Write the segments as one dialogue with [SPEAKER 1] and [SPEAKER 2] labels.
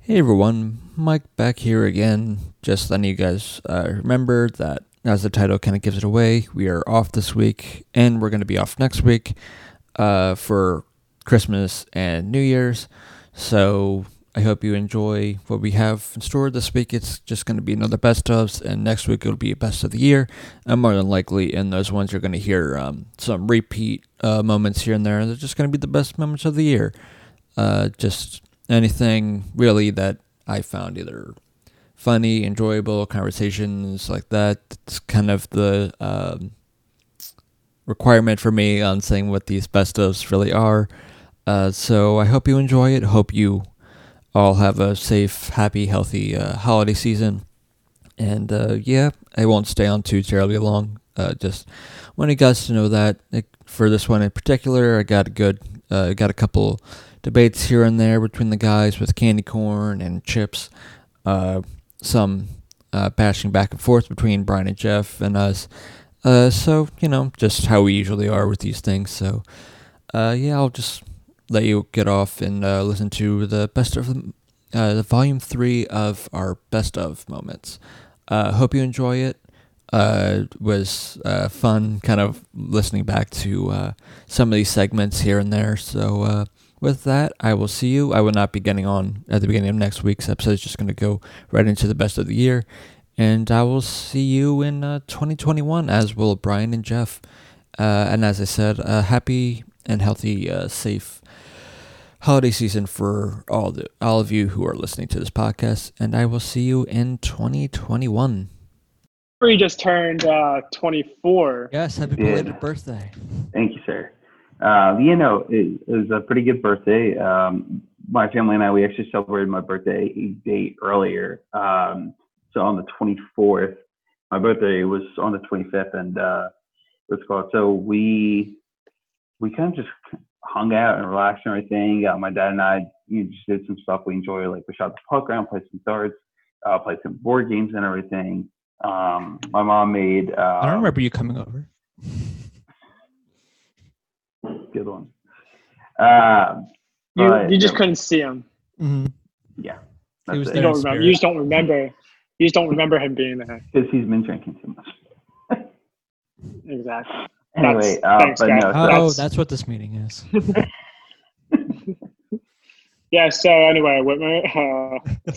[SPEAKER 1] Hey everyone, Mike back here again. Just letting you guys uh, remember that, as the title kind of gives it away, we are off this week and we're going to be off next week uh, for Christmas and New Year's. So I hope you enjoy what we have in store this week. It's just going to be another best ofs, and next week it'll be a best of the year. And more than likely, in those ones, you're going to hear um, some repeat uh, moments here and there. They're just going to be the best moments of the year. Uh, just anything really that I found either funny, enjoyable, conversations like that. It's kind of the um, requirement for me on saying what these best ofs really are. Uh, so I hope you enjoy it. Hope you all have a safe, happy, healthy uh, holiday season. And uh, yeah, I won't stay on too terribly long. Uh, just wanted you guys to know that like, for this one in particular, I got a good, uh, got a couple debates here and there between the guys with candy corn and chips. Uh, some uh, bashing back and forth between Brian and Jeff and us. Uh, so you know, just how we usually are with these things. So uh, yeah, I'll just let you get off and uh, listen to the best of the, uh, the volume three of our best of moments. Uh, hope you enjoy it. Uh, it was uh, fun, kind of listening back to uh, some of these segments here and there. So uh, with that, I will see you. I will not be getting on at the beginning of next week's episode. It's just going to go right into the best of the year. And I will see you in uh, 2021, as will Brian and Jeff. Uh, and as I said, uh, happy and healthy, uh, safe holiday season for all the all of you who are listening to this podcast. And I will see you in 2021.
[SPEAKER 2] He just turned uh, 24.
[SPEAKER 1] Yes, happy
[SPEAKER 3] Yeah.
[SPEAKER 1] belated birthday.
[SPEAKER 3] Thank you, sir. Uh, you know, it, it was a pretty good birthday. Um, my family and I, we actually celebrated my birthday a day earlier. Um, so on the 24th, my birthday was on the 25th, and uh, what's it called. So we we kind of just hung out and relaxed and everything. Uh, my dad and I you know, just did some stuff we enjoy, like we shot the puck around, played some darts, uh, played some board games and everything. Um, my mom made. Uh,
[SPEAKER 4] I don't remember you coming over.
[SPEAKER 3] Good one. Um,
[SPEAKER 2] You,
[SPEAKER 3] but-
[SPEAKER 2] you just couldn't see him.
[SPEAKER 3] Yeah.
[SPEAKER 4] He was
[SPEAKER 2] You
[SPEAKER 4] there.
[SPEAKER 2] don't remember. You just don't remember. You just don't remember him being there.
[SPEAKER 3] Because he's been drinking too much.
[SPEAKER 2] Exactly. That's-
[SPEAKER 3] Anyway, uh,
[SPEAKER 2] thanks,
[SPEAKER 3] but
[SPEAKER 2] guys.
[SPEAKER 3] no, so-
[SPEAKER 4] Oh,
[SPEAKER 2] That's-
[SPEAKER 4] that's what this meeting is.
[SPEAKER 2] Yeah. So anyway, Whitmer, uh,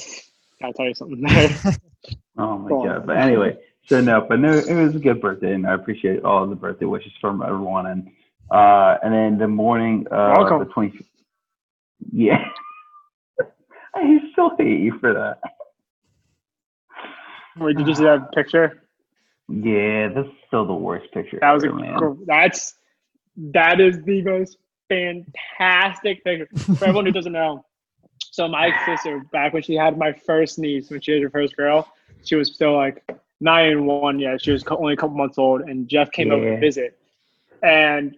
[SPEAKER 2] I'll tell you something.
[SPEAKER 3] oh my
[SPEAKER 2] go on.
[SPEAKER 3] god. But anyway, so no, but no, it was a good birthday, and I appreciate all of the birthday wishes from everyone. And uh, and then the morning, uh,
[SPEAKER 2] Welcome.
[SPEAKER 3] the twenty. Yeah. I still hate you for that.
[SPEAKER 2] Wait, did you see that picture?
[SPEAKER 3] Yeah, that's still the worst picture.
[SPEAKER 2] That was a.
[SPEAKER 3] ever, man.
[SPEAKER 2] gr- That's that is the most fantastic picture for everyone who doesn't know. So my sister, back when she had my first niece, when she was her first girl, she was still like nine and one. Yeah, she was co- only a couple months old, and Jeff came over to
[SPEAKER 3] Yeah.
[SPEAKER 2] visit, and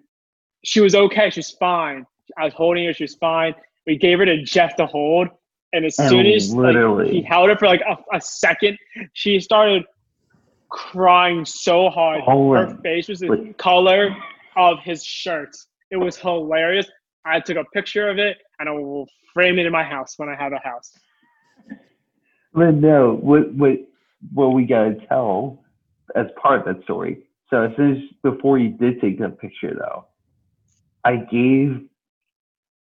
[SPEAKER 2] she was okay. She was fine. I was holding her. She was fine. We gave her to Jeff to hold, and as
[SPEAKER 3] Oh,
[SPEAKER 2] soon as like,
[SPEAKER 3] literally.
[SPEAKER 2] he held her for like a, a second, she started crying so hard.
[SPEAKER 3] Oh,
[SPEAKER 2] her
[SPEAKER 3] and-
[SPEAKER 2] face was the
[SPEAKER 3] but-
[SPEAKER 2] color of his shirt. It was hilarious. I took a picture of it and I will frame it in my house when I have a house.
[SPEAKER 3] But no, what what what we gotta tell as part of that story. So as soon as before you did take that picture though, I gave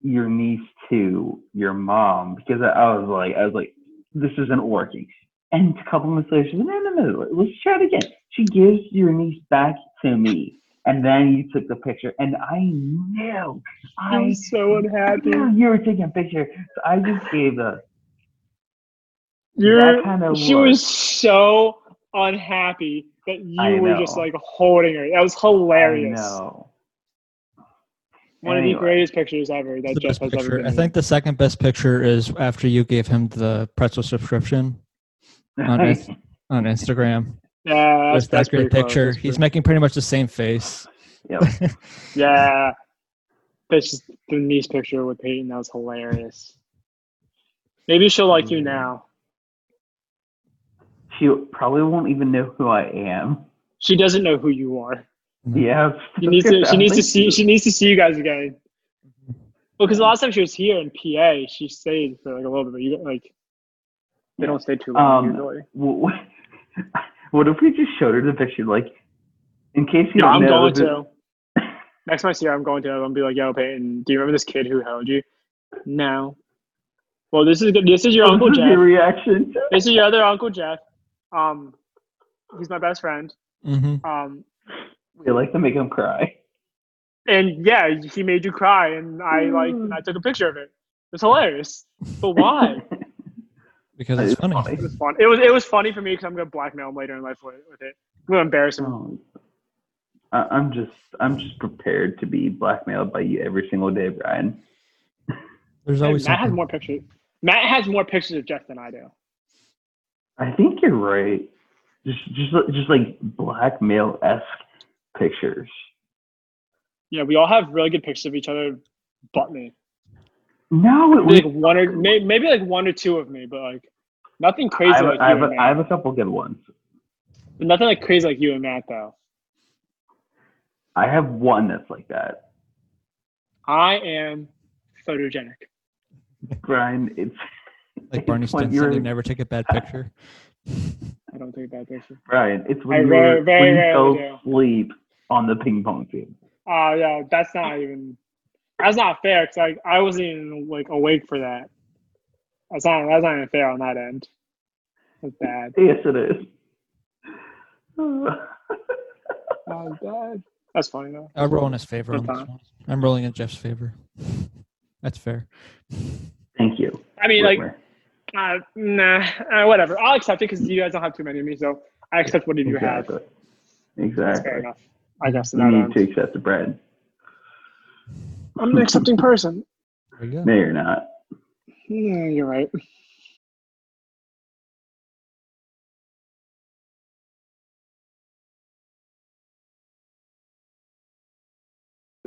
[SPEAKER 3] your niece to your mom because I, I was like I was like, this isn't working. And a couple months later, she said, no, no, no, let's try it again. She gives your niece back to me. And then you took the picture, and I knew, I
[SPEAKER 2] I'm so
[SPEAKER 3] knew
[SPEAKER 2] unhappy.
[SPEAKER 3] you were taking a picture. So I just gave the
[SPEAKER 2] You're,
[SPEAKER 3] that kind of
[SPEAKER 2] she
[SPEAKER 3] look.
[SPEAKER 2] was so unhappy that
[SPEAKER 3] I
[SPEAKER 2] you were just
[SPEAKER 3] know.
[SPEAKER 2] like holding her. That was hilarious.
[SPEAKER 3] I know.
[SPEAKER 2] One of the
[SPEAKER 3] Anyway.
[SPEAKER 2] greatest pictures ever that
[SPEAKER 4] the
[SPEAKER 2] Jeff
[SPEAKER 4] best
[SPEAKER 2] has ever
[SPEAKER 4] picture.
[SPEAKER 2] been.
[SPEAKER 4] I
[SPEAKER 2] in.
[SPEAKER 4] think the second best picture is after you gave him the pretzel subscription on Inst- on Instagram.
[SPEAKER 2] Yeah,
[SPEAKER 4] That's,
[SPEAKER 2] that's,
[SPEAKER 4] that
[SPEAKER 2] pretty
[SPEAKER 4] great
[SPEAKER 2] close.
[SPEAKER 4] picture.
[SPEAKER 2] That's
[SPEAKER 4] He's
[SPEAKER 2] pretty-
[SPEAKER 4] making pretty much the same face.
[SPEAKER 3] Yep.
[SPEAKER 2] yeah. That's just the niece picture with Peyton. That was hilarious. Maybe she'll like
[SPEAKER 3] Mm.
[SPEAKER 2] you now.
[SPEAKER 3] she probably won't even know who I am.
[SPEAKER 2] She doesn't know who you are.
[SPEAKER 3] Yeah.
[SPEAKER 2] She needs to. She needs to see. She needs to see you guys
[SPEAKER 3] Mm-hmm.
[SPEAKER 2] again. Well, because the last time she was here in PA, she stayed for like a little bit. You got, like They don't stay too long
[SPEAKER 3] Um,
[SPEAKER 2] usually.
[SPEAKER 3] What, what if we just showed her the picture, like, in case you
[SPEAKER 2] No,
[SPEAKER 3] don't
[SPEAKER 2] I'm
[SPEAKER 3] know?
[SPEAKER 2] going
[SPEAKER 3] this-
[SPEAKER 2] to. Next time I see her, I'm going to. I'm gonna be like, "Yo, Peyton, do you remember this kid who held you?" No. Well, this is this is your
[SPEAKER 3] This
[SPEAKER 2] uncle
[SPEAKER 3] is your
[SPEAKER 2] Jeff.
[SPEAKER 3] reaction. to-
[SPEAKER 2] This is your other uncle Jeff. Um, he's my best friend.
[SPEAKER 1] Mm-hmm.
[SPEAKER 2] Um,
[SPEAKER 3] We like to make him cry.
[SPEAKER 2] and yeah, he made you cry, and I like, and I took a picture of it. It's hilarious. But why?
[SPEAKER 1] Because
[SPEAKER 3] That
[SPEAKER 1] it's
[SPEAKER 3] is
[SPEAKER 1] funny.
[SPEAKER 3] funny.
[SPEAKER 2] it was fun. It was it was funny for me because I'm gonna blackmail him later in life with, with it. I'm gonna embarrass him.
[SPEAKER 3] Oh, I, I'm just, I'm just prepared to be blackmailed by you every single day, Brian.
[SPEAKER 1] There's
[SPEAKER 2] Matt
[SPEAKER 1] always
[SPEAKER 2] has
[SPEAKER 1] something.
[SPEAKER 2] more pictures. Matt has more pictures of Jeff than I do.
[SPEAKER 3] I think you're right. Just, just, just like blackmail esque pictures.
[SPEAKER 2] Yeah, we all have really good pictures of each other, but me.
[SPEAKER 3] No, it
[SPEAKER 2] Maybe
[SPEAKER 3] was.
[SPEAKER 2] like one or may, maybe like one or two of me, but like nothing
[SPEAKER 3] I
[SPEAKER 2] crazy
[SPEAKER 3] have,
[SPEAKER 2] like
[SPEAKER 3] I, have
[SPEAKER 2] you.
[SPEAKER 3] a,
[SPEAKER 2] and
[SPEAKER 3] I
[SPEAKER 2] Matt.
[SPEAKER 3] have a couple good ones.
[SPEAKER 2] Nothing like crazy like you and Matt though.
[SPEAKER 3] I have one that's like that.
[SPEAKER 2] I am photogenic.
[SPEAKER 3] Brian, it's
[SPEAKER 1] Like Barney
[SPEAKER 3] it's when
[SPEAKER 1] Stinson, they
[SPEAKER 3] you're-
[SPEAKER 1] never take a bad picture.
[SPEAKER 2] I don't take a bad picture.
[SPEAKER 3] Brian, it's when
[SPEAKER 2] I
[SPEAKER 3] you
[SPEAKER 2] very-
[SPEAKER 3] were-
[SPEAKER 2] very
[SPEAKER 3] when you
[SPEAKER 2] rarely
[SPEAKER 3] fell asleep on the ping pong table.
[SPEAKER 2] Oh yeah, that's not even that's not fair because like I wasn't even like awake for that. That's not that's not even fair on that end. That's bad.
[SPEAKER 3] Yes, it is. Uh,
[SPEAKER 2] That's bad. That's funny though.
[SPEAKER 1] I'll roll in his favor on
[SPEAKER 2] Good
[SPEAKER 1] this
[SPEAKER 2] time.
[SPEAKER 1] one. I'm rolling in Jeff's favor. That's fair.
[SPEAKER 3] Thank you.
[SPEAKER 2] I mean like
[SPEAKER 3] Whitmer.
[SPEAKER 2] uh, nah uh, whatever. I'll accept it because you guys don't have too many of me, so I accept what you have.
[SPEAKER 3] exactly.
[SPEAKER 2] That's
[SPEAKER 3] Exactly.
[SPEAKER 2] fair enough. I guess. in
[SPEAKER 3] You
[SPEAKER 2] that
[SPEAKER 3] need
[SPEAKER 2] end.
[SPEAKER 3] to accept the bread.
[SPEAKER 2] I'm an accepting person.
[SPEAKER 1] There you
[SPEAKER 3] No,
[SPEAKER 1] go.
[SPEAKER 3] you're not.
[SPEAKER 2] Yeah, you're right.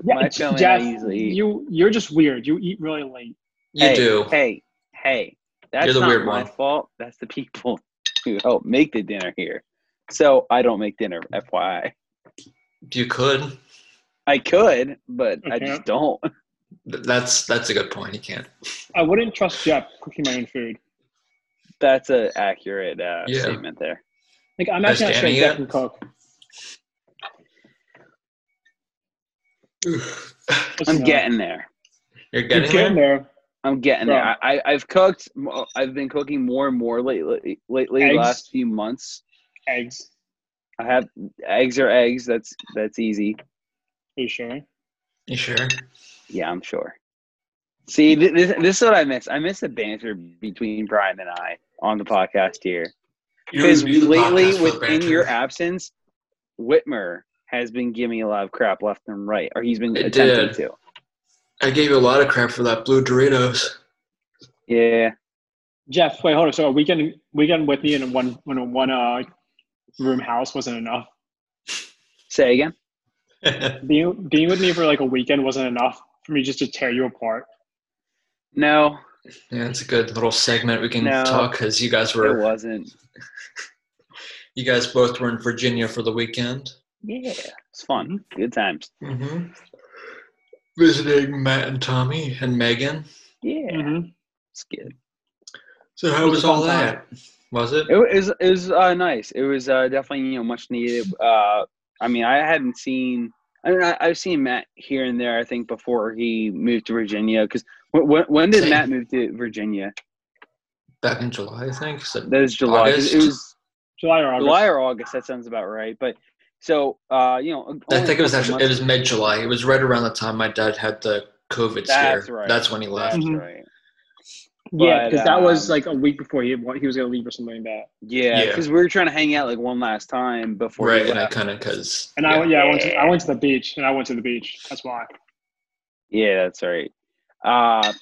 [SPEAKER 2] Yeah,
[SPEAKER 5] My
[SPEAKER 2] J-
[SPEAKER 5] family and I
[SPEAKER 2] Jeff,
[SPEAKER 5] usually eat.
[SPEAKER 2] you you're just weird. You eat really late.
[SPEAKER 6] You
[SPEAKER 5] hey,
[SPEAKER 6] do.
[SPEAKER 5] Hey, hey, that's
[SPEAKER 6] You're the
[SPEAKER 5] not
[SPEAKER 6] weird
[SPEAKER 5] my
[SPEAKER 6] one.
[SPEAKER 5] fault. That's the people who help make the dinner here. So I don't make dinner, FYI.
[SPEAKER 6] You could.
[SPEAKER 5] I could, but I
[SPEAKER 2] Okay.
[SPEAKER 5] just don't.
[SPEAKER 6] Th- That's that's a good point. You can't.
[SPEAKER 2] I wouldn't trust Jeff cooking my own food.
[SPEAKER 5] That's an accurate uh,
[SPEAKER 6] Yeah.
[SPEAKER 5] statement there.
[SPEAKER 2] Like I'm
[SPEAKER 6] Has
[SPEAKER 2] actually not sure
[SPEAKER 6] Danny
[SPEAKER 2] Jeff
[SPEAKER 6] yet?
[SPEAKER 2] can cook. Just,
[SPEAKER 5] I'm
[SPEAKER 2] you know,
[SPEAKER 5] getting there.
[SPEAKER 6] You're
[SPEAKER 2] you're
[SPEAKER 6] getting
[SPEAKER 2] getting
[SPEAKER 6] there.
[SPEAKER 2] there.
[SPEAKER 5] I'm getting
[SPEAKER 2] Bro.
[SPEAKER 5] there. I, I, I've cooked. mo- I've been cooking more and more lately. Lately,
[SPEAKER 2] Eggs?
[SPEAKER 5] last few months,
[SPEAKER 2] Eggs.
[SPEAKER 5] I have eggs are eggs. That's that's easy.
[SPEAKER 2] Are you sure?
[SPEAKER 6] You sure?
[SPEAKER 5] Yeah, I'm sure. See, th- this, this is what I miss. I miss the banter between Brian and I on the podcast here.
[SPEAKER 6] You
[SPEAKER 5] Because
[SPEAKER 6] always do the podcast
[SPEAKER 5] lately,
[SPEAKER 6] for the
[SPEAKER 5] within
[SPEAKER 6] banter.
[SPEAKER 5] your absence, Whitmer has been giving me a lot of crap left and right, or he's been
[SPEAKER 6] It
[SPEAKER 5] attempting
[SPEAKER 6] did.
[SPEAKER 5] to.
[SPEAKER 6] I gave you a lot of crap for that blue Doritos.
[SPEAKER 5] Yeah,
[SPEAKER 2] Jeff, wait, hold on. So a weekend weekend with me in a one in a one uh room house wasn't enough.
[SPEAKER 5] say again.
[SPEAKER 2] Being being with me for like a weekend wasn't enough for me just to tear you apart.
[SPEAKER 5] No,
[SPEAKER 6] Yeah, it's a good little segment we can
[SPEAKER 5] No.
[SPEAKER 6] talk because you guys
[SPEAKER 5] it
[SPEAKER 6] were
[SPEAKER 5] wasn't.
[SPEAKER 6] you guys both were in Virginia for the weekend,
[SPEAKER 5] Yeah, it's fun. Good times.
[SPEAKER 6] mm-hmm. visiting Matt and Tommy and Megan.
[SPEAKER 5] Yeah,
[SPEAKER 2] Mhm.
[SPEAKER 5] it's good.
[SPEAKER 6] So how
[SPEAKER 2] It was
[SPEAKER 6] was
[SPEAKER 2] a
[SPEAKER 6] all
[SPEAKER 2] fun
[SPEAKER 6] that? Was it?
[SPEAKER 5] It was it was uh, nice. It was uh, definitely you know much needed. Uh, I mean, I hadn't seen. I mean, I, I've seen Matt here and there. I think before he moved to Virginia, because when, when when did
[SPEAKER 6] Same.
[SPEAKER 5] Matt move to Virginia?
[SPEAKER 6] Back in July, I think. So,
[SPEAKER 5] That was July. 'cause It
[SPEAKER 6] August?
[SPEAKER 5] was
[SPEAKER 2] July or August.
[SPEAKER 5] July or August. That sounds about right. But so uh, you know,
[SPEAKER 6] I
[SPEAKER 5] only
[SPEAKER 6] think it was
[SPEAKER 5] a couple
[SPEAKER 6] actually it
[SPEAKER 5] months-
[SPEAKER 6] was mid July. It was right around the time my dad had the COVID scare.
[SPEAKER 5] That's right.
[SPEAKER 6] That's when he left.
[SPEAKER 5] That's
[SPEAKER 2] Mhm.
[SPEAKER 5] right.
[SPEAKER 2] Yeah,
[SPEAKER 5] But,
[SPEAKER 2] because that was
[SPEAKER 5] um,
[SPEAKER 2] like a week before he wa- he was gonna leave or something like that.
[SPEAKER 5] Yeah,
[SPEAKER 6] Yeah.
[SPEAKER 5] because we were trying to hang out like one last time before.
[SPEAKER 6] Right,
[SPEAKER 5] He
[SPEAKER 6] and I
[SPEAKER 5] left.
[SPEAKER 6] kind of because
[SPEAKER 2] And I went, yeah, I went to I went to the beach, and I went to the beach. That's why.
[SPEAKER 5] Yeah, that's right. Uh,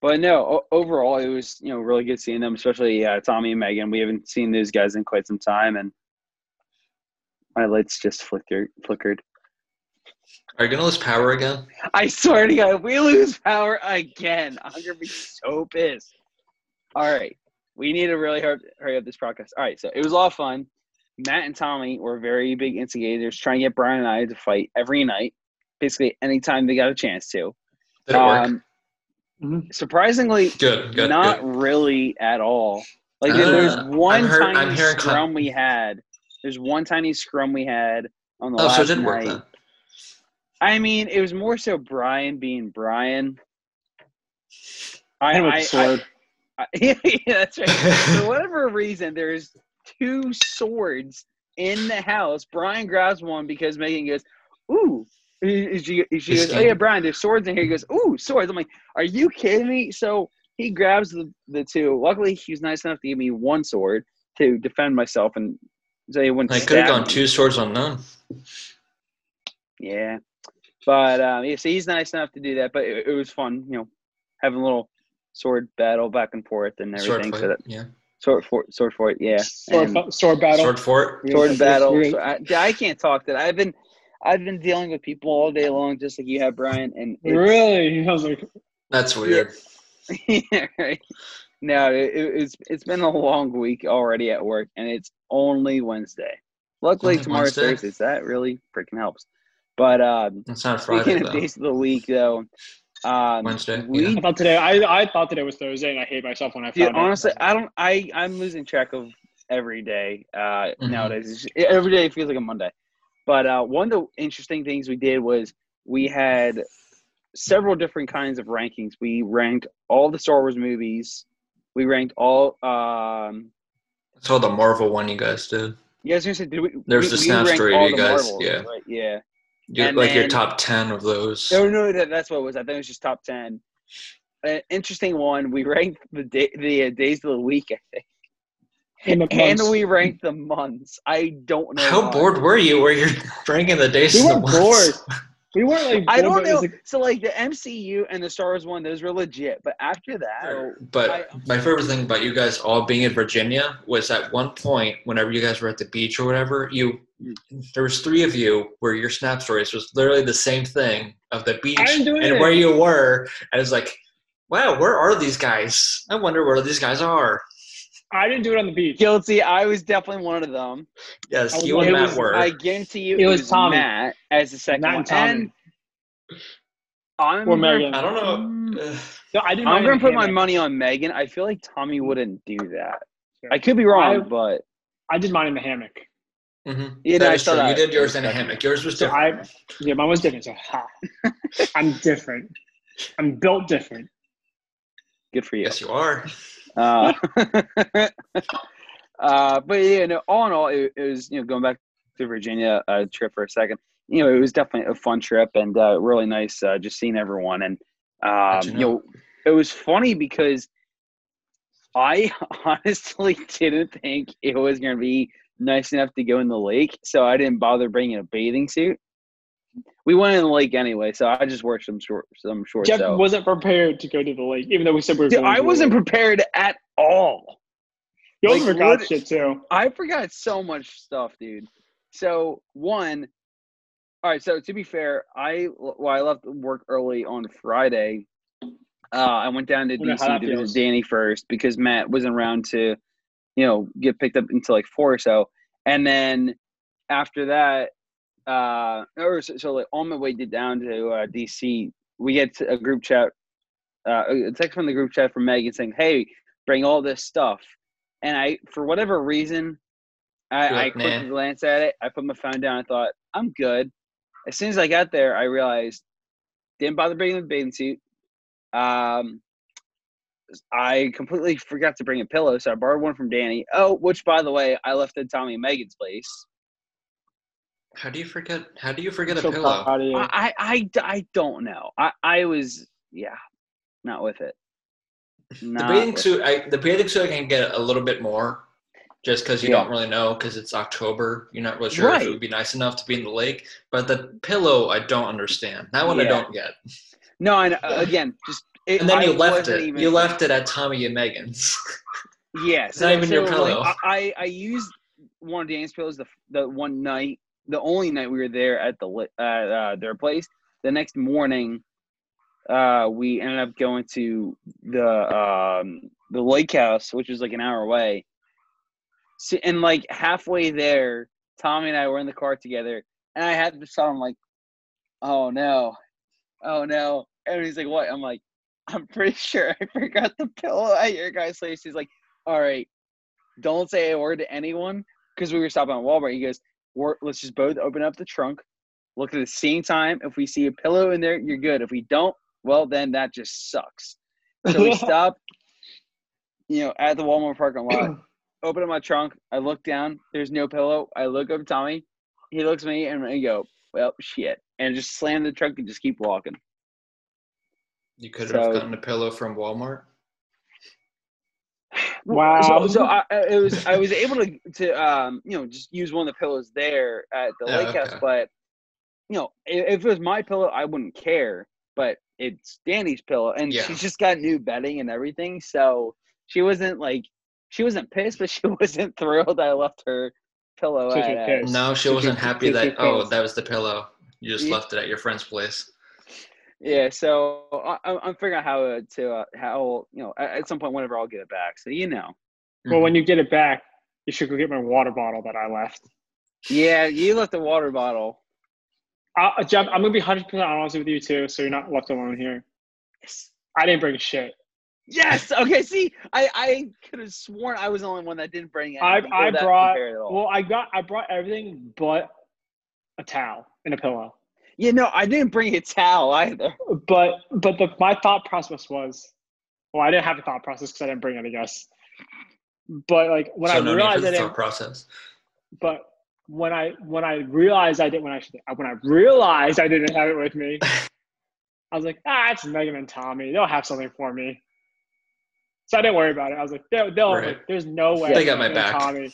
[SPEAKER 5] but no, o- overall, it was you know really good seeing them, especially uh, Tommy and Megan. We haven't seen those guys in quite some time, and my lights just flickered. Flickered.
[SPEAKER 6] are you gonna lose power again?
[SPEAKER 5] I swear to God, if we lose power again, I'm gonna be so pissed. All right, we need to really hurry, hurry up this podcast. All right, so it was a lot of fun. Matt and Tommy were very big instigators, trying to get Brian and I to fight every night, basically anytime they got a chance to.
[SPEAKER 6] Did it work?
[SPEAKER 5] Um, Surprisingly,
[SPEAKER 6] Good, good.
[SPEAKER 5] not
[SPEAKER 6] good.
[SPEAKER 5] really at all. Like there-
[SPEAKER 6] Ah,
[SPEAKER 5] there's one
[SPEAKER 6] I'm hear- I'm
[SPEAKER 5] tiny
[SPEAKER 6] hearing
[SPEAKER 5] scrum we had. There's one tiny scrum we had on the
[SPEAKER 6] Oh,
[SPEAKER 5] last
[SPEAKER 6] so it did
[SPEAKER 5] night.
[SPEAKER 6] work then.
[SPEAKER 5] I mean, it was more so Brian being Brian. I,
[SPEAKER 7] And with
[SPEAKER 5] I-
[SPEAKER 7] the sword.
[SPEAKER 5] I- yeah, that's right. For whatever reason, there's two swords in the house. Brian grabs one because Megan goes, "Ooh." She, she she goes, "Oh yeah, Brian, there's swords in here." He goes, "Ooh, swords." I'm like, "Are you kidding me?" So he grabs the, the two. Luckily, he was nice enough to give me one sword to defend myself and so he wouldn't.
[SPEAKER 6] I could have
[SPEAKER 5] stab
[SPEAKER 6] gone
[SPEAKER 5] me.
[SPEAKER 6] two swords on none.
[SPEAKER 5] Yeah, but um, yeah, so he's nice enough to do that. But it, it was fun, you know, having a little sword battle back and forth and
[SPEAKER 6] Sword
[SPEAKER 5] everything.
[SPEAKER 6] fight.
[SPEAKER 5] So that
[SPEAKER 6] yeah.
[SPEAKER 5] sword for sword for it, yeah.
[SPEAKER 7] Sword,
[SPEAKER 5] and
[SPEAKER 7] fu- sword battle.
[SPEAKER 6] Sword fort.
[SPEAKER 5] sword
[SPEAKER 7] Yes,
[SPEAKER 5] battle.
[SPEAKER 7] yes,
[SPEAKER 5] So I, yeah, I can't talk that. I've been, I've been dealing with people all day long, just like you have, Brian. And it's-
[SPEAKER 7] Really? I was like,
[SPEAKER 6] That's weird.
[SPEAKER 5] yeah, right. No, it, it- it's it's been a long week already at work, and it's only Wednesday. Luckily,
[SPEAKER 6] Only
[SPEAKER 5] tomorrow's
[SPEAKER 6] Wednesday?
[SPEAKER 5] Thursday, so that really freaking helps. But um,
[SPEAKER 6] It's not Friday
[SPEAKER 5] Speaking
[SPEAKER 6] though.
[SPEAKER 5] of days of the week, though, um,
[SPEAKER 6] Wednesday,
[SPEAKER 5] We
[SPEAKER 6] yeah.
[SPEAKER 7] I thought today. I, I thought today was Thursday, and I hate myself when I
[SPEAKER 5] dude,
[SPEAKER 7] found
[SPEAKER 5] honestly,
[SPEAKER 7] out.
[SPEAKER 5] I don't. I I'm losing track of every day uh,
[SPEAKER 6] Mhm.
[SPEAKER 5] nowadays. It's just- every day feels like a Monday. But uh, one of the interesting things we did was we had several different kinds of rankings. We ranked all the Star Wars movies. We ranked all. Um,
[SPEAKER 6] That's all the Marvel one you guys did.
[SPEAKER 5] you guys said did we?
[SPEAKER 6] There's
[SPEAKER 5] we-
[SPEAKER 6] the
[SPEAKER 5] we
[SPEAKER 6] snap
[SPEAKER 5] ranked
[SPEAKER 6] story
[SPEAKER 5] all the
[SPEAKER 6] you guys-
[SPEAKER 5] Marvels,
[SPEAKER 6] yeah.
[SPEAKER 5] right? Yeah.
[SPEAKER 6] You,
[SPEAKER 5] And
[SPEAKER 6] like your
[SPEAKER 5] then-
[SPEAKER 6] top ten of those.
[SPEAKER 5] No, no, that, that's what it was. I think it was just top ten. An interesting one. We ranked the day, the uh, days of the week, I think,
[SPEAKER 7] In the
[SPEAKER 5] and
[SPEAKER 7] months.
[SPEAKER 5] we ranked the months. I don't know.
[SPEAKER 6] How
[SPEAKER 5] why.
[SPEAKER 6] bored were you where you're ranking the days?
[SPEAKER 7] we
[SPEAKER 6] of the
[SPEAKER 7] weren't
[SPEAKER 6] months?
[SPEAKER 7] bored. We weren't like.
[SPEAKER 5] I
[SPEAKER 7] bored,
[SPEAKER 5] don't
[SPEAKER 7] but it
[SPEAKER 5] know.
[SPEAKER 7] was like-
[SPEAKER 5] so like the MCU and the Star Wars one, those were legit. But after that,
[SPEAKER 6] But
[SPEAKER 5] I-
[SPEAKER 6] my favorite thing about you guys all being in Virginia was at one point, whenever you guys were at the beach or whatever, you there was three of you where your snap stories was literally the same thing of the beach
[SPEAKER 7] didn't do
[SPEAKER 6] and
[SPEAKER 7] anything.
[SPEAKER 6] where you were. And it's like, wow, where are these guys? I wonder where these guys are.
[SPEAKER 7] I didn't do it on the beach.
[SPEAKER 5] guilty. I was definitely one of them.
[SPEAKER 7] I
[SPEAKER 6] Yes,
[SPEAKER 7] was
[SPEAKER 6] you and
[SPEAKER 7] like-
[SPEAKER 6] Matt
[SPEAKER 7] it was-
[SPEAKER 6] were.
[SPEAKER 5] I guarantee you,
[SPEAKER 7] It was Tommy.
[SPEAKER 5] Matt as the second
[SPEAKER 7] Matt
[SPEAKER 5] one.
[SPEAKER 7] and Tommy.
[SPEAKER 5] And I'm
[SPEAKER 7] Or
[SPEAKER 5] gonna-
[SPEAKER 7] Megan.
[SPEAKER 6] I don't know. Ugh.
[SPEAKER 7] No, I didn't.
[SPEAKER 5] I'm
[SPEAKER 7] mind
[SPEAKER 5] gonna put my
[SPEAKER 7] Hannah.
[SPEAKER 5] money on Megan. I feel like Tommy wouldn't do that.
[SPEAKER 7] Sure.
[SPEAKER 5] I could be wrong,
[SPEAKER 7] I-
[SPEAKER 5] but
[SPEAKER 7] I did mine in the hammock.
[SPEAKER 6] Mhm.
[SPEAKER 5] Yeah, no,
[SPEAKER 6] that
[SPEAKER 5] I
[SPEAKER 6] is
[SPEAKER 5] saw
[SPEAKER 6] true.
[SPEAKER 5] that.
[SPEAKER 6] You did yours in a hammock. Yours was
[SPEAKER 7] So
[SPEAKER 6] different.
[SPEAKER 7] I, yeah, mine was different. So ha, I'm different. I'm built different.
[SPEAKER 5] good for you.
[SPEAKER 6] yes, you are.
[SPEAKER 5] Uh, uh, but yeah, no, all in all, it, it was you know going back to Virginia uh, trip for a second. You know, it was definitely a fun trip and uh, really nice uh, just seeing everyone. And um,
[SPEAKER 6] How'd you
[SPEAKER 5] you, know?
[SPEAKER 6] know?
[SPEAKER 5] it was funny because I honestly didn't think it was going to be nice enough to go in the lake, so I didn't bother bringing a bathing suit. We went in the lake anyway, so I just wore some short, some shorts.
[SPEAKER 7] Jeff
[SPEAKER 5] so.
[SPEAKER 7] wasn't prepared to go to the lake, even though we said we were.
[SPEAKER 5] Dude,
[SPEAKER 7] going
[SPEAKER 5] I
[SPEAKER 7] to the
[SPEAKER 5] wasn't
[SPEAKER 7] lake.
[SPEAKER 5] prepared at all.
[SPEAKER 7] You also
[SPEAKER 5] like,
[SPEAKER 7] forgot
[SPEAKER 5] what-
[SPEAKER 7] shit too.
[SPEAKER 5] I forgot so much stuff, dude. So one, all right. So to be fair, I well, I left work early on Friday. Uh, I went down to
[SPEAKER 7] Wonder how
[SPEAKER 5] DC
[SPEAKER 7] that
[SPEAKER 5] to visit
[SPEAKER 7] feels.
[SPEAKER 5] Danny first because Matt wasn't around to, you know, get picked up until like four or so, and then after that, uh, or so, so like on my way to down to uh, DC, we get a group chat, uh, a text from the group chat from Megan saying, "Hey, bring all this stuff," and I, for whatever reason,
[SPEAKER 6] You're
[SPEAKER 5] I, I
[SPEAKER 6] like,
[SPEAKER 5] quickly
[SPEAKER 6] "Nah."
[SPEAKER 5] glanced at it. I put my phone down. I thought, "I'm good." As soon as I got there, I realized didn't bother bringing the bathing suit. Um, I completely forgot to bring a pillow, so I borrowed one from Danny. Oh, which by the way, I left at Tommy and Megan's place.
[SPEAKER 6] How do you forget? How do you forget
[SPEAKER 7] so
[SPEAKER 6] a pillow?
[SPEAKER 7] proud of you.
[SPEAKER 5] I, I, I, I don't know. I, I was, yeah, not with it.
[SPEAKER 6] The
[SPEAKER 5] Not
[SPEAKER 6] bathing
[SPEAKER 5] with-
[SPEAKER 6] suit, I, the bathing suit, I can get a little bit more, just because you
[SPEAKER 5] Yeah.
[SPEAKER 6] don't really know, because it's October. You're not really sure if
[SPEAKER 5] Right.
[SPEAKER 6] it would be nice enough to be in the lake. But the pillow, I don't understand. That one I
[SPEAKER 5] Yeah.
[SPEAKER 6] don't get.
[SPEAKER 5] No, and uh, again, just. It,
[SPEAKER 6] And then
[SPEAKER 5] I
[SPEAKER 6] you left
[SPEAKER 5] wasn't
[SPEAKER 6] it.
[SPEAKER 5] even-
[SPEAKER 6] you left it at Tommy and Megan's.
[SPEAKER 5] Yeah,
[SPEAKER 6] It's not even your
[SPEAKER 5] like,
[SPEAKER 6] pillow.
[SPEAKER 5] I, I I used one of Dan's pillows the the one night, the only night we were there at the li- uh, uh, their place. The next morning, uh, we ended up going to the um, the lake house, which was like an hour away. So, and like halfway there, Tommy and I were in the car together, and I had this song like, "Oh no, oh no," and he's like, "What?" I'm like, "I'm pretty sure I forgot the pillow at your guys' place." He's like, "All right, Don't say a word to anyone because we were stopping at Walmart. He goes, we're, let's just both open up the trunk, look at the seeing time. If we see a pillow in there, you're good. If we don't, well, then that just sucks. So we stopped, you know, at the Walmart parking lot, open up my trunk. I look down. There's no pillow. I look up at Tommy. He looks at me and I go, well, shit. And just slam the trunk and just keep walking.
[SPEAKER 6] You could have
[SPEAKER 5] So-
[SPEAKER 6] gotten a pillow from Walmart.
[SPEAKER 2] Wow.
[SPEAKER 5] So, so I, I- it was I was able to to um you know just use one of the pillows there at the
[SPEAKER 6] Yeah,
[SPEAKER 5] lake house,
[SPEAKER 6] okay.
[SPEAKER 5] but you know i- if, it was my pillow, I wouldn't care. But it's Danny's pillow, and
[SPEAKER 6] Yeah.
[SPEAKER 5] she's just got new bedding and everything, so she wasn't like she wasn't pissed, but she wasn't thrilled. I left her pillow
[SPEAKER 2] So she
[SPEAKER 5] at. uh,
[SPEAKER 2] cares.
[SPEAKER 6] No, she
[SPEAKER 5] Did you-
[SPEAKER 6] wasn't
[SPEAKER 5] did
[SPEAKER 6] happy
[SPEAKER 5] you
[SPEAKER 6] that oh
[SPEAKER 5] think-
[SPEAKER 6] that was the pillow. You just
[SPEAKER 5] Yeah.
[SPEAKER 6] left it at your friend's place.
[SPEAKER 5] Yeah, so I, I'm- I'm figuring out how to uh, how you know at, at some point whenever I'll get it back. So you know,
[SPEAKER 2] well, when you get it back, you should go get my water bottle that I left.
[SPEAKER 5] yeah, you left the water bottle.
[SPEAKER 2] Uh, Jeff, I'm gonna be 100 percent honest with you too, so you're not left alone here.
[SPEAKER 5] Yes.
[SPEAKER 2] I didn't bring shit.
[SPEAKER 5] Yes. Okay. See, I I could have sworn I was the only one that didn't bring it.
[SPEAKER 2] I- I brought- Well, I got I brought everything but a towel and a pillow.
[SPEAKER 5] yeah, no, I didn't bring a towel either.
[SPEAKER 2] But but the, my thought process was, well, I didn't have a thought process because I didn't bring it, I guess. But like when
[SPEAKER 6] so
[SPEAKER 2] I
[SPEAKER 6] no need
[SPEAKER 2] realized
[SPEAKER 6] for
[SPEAKER 2] I
[SPEAKER 6] the
[SPEAKER 2] didn't,
[SPEAKER 6] thought process.
[SPEAKER 2] but when I when I realized I didn't when I should- when I realized I didn't have it with me, I was like, ah, it's Megan and Tommy. They'll have something for me. So I didn't worry about it. I was like, they'll, they'll
[SPEAKER 6] Right.
[SPEAKER 2] there's no way
[SPEAKER 6] They got my
[SPEAKER 2] Megan and
[SPEAKER 6] back.
[SPEAKER 2] Tommy.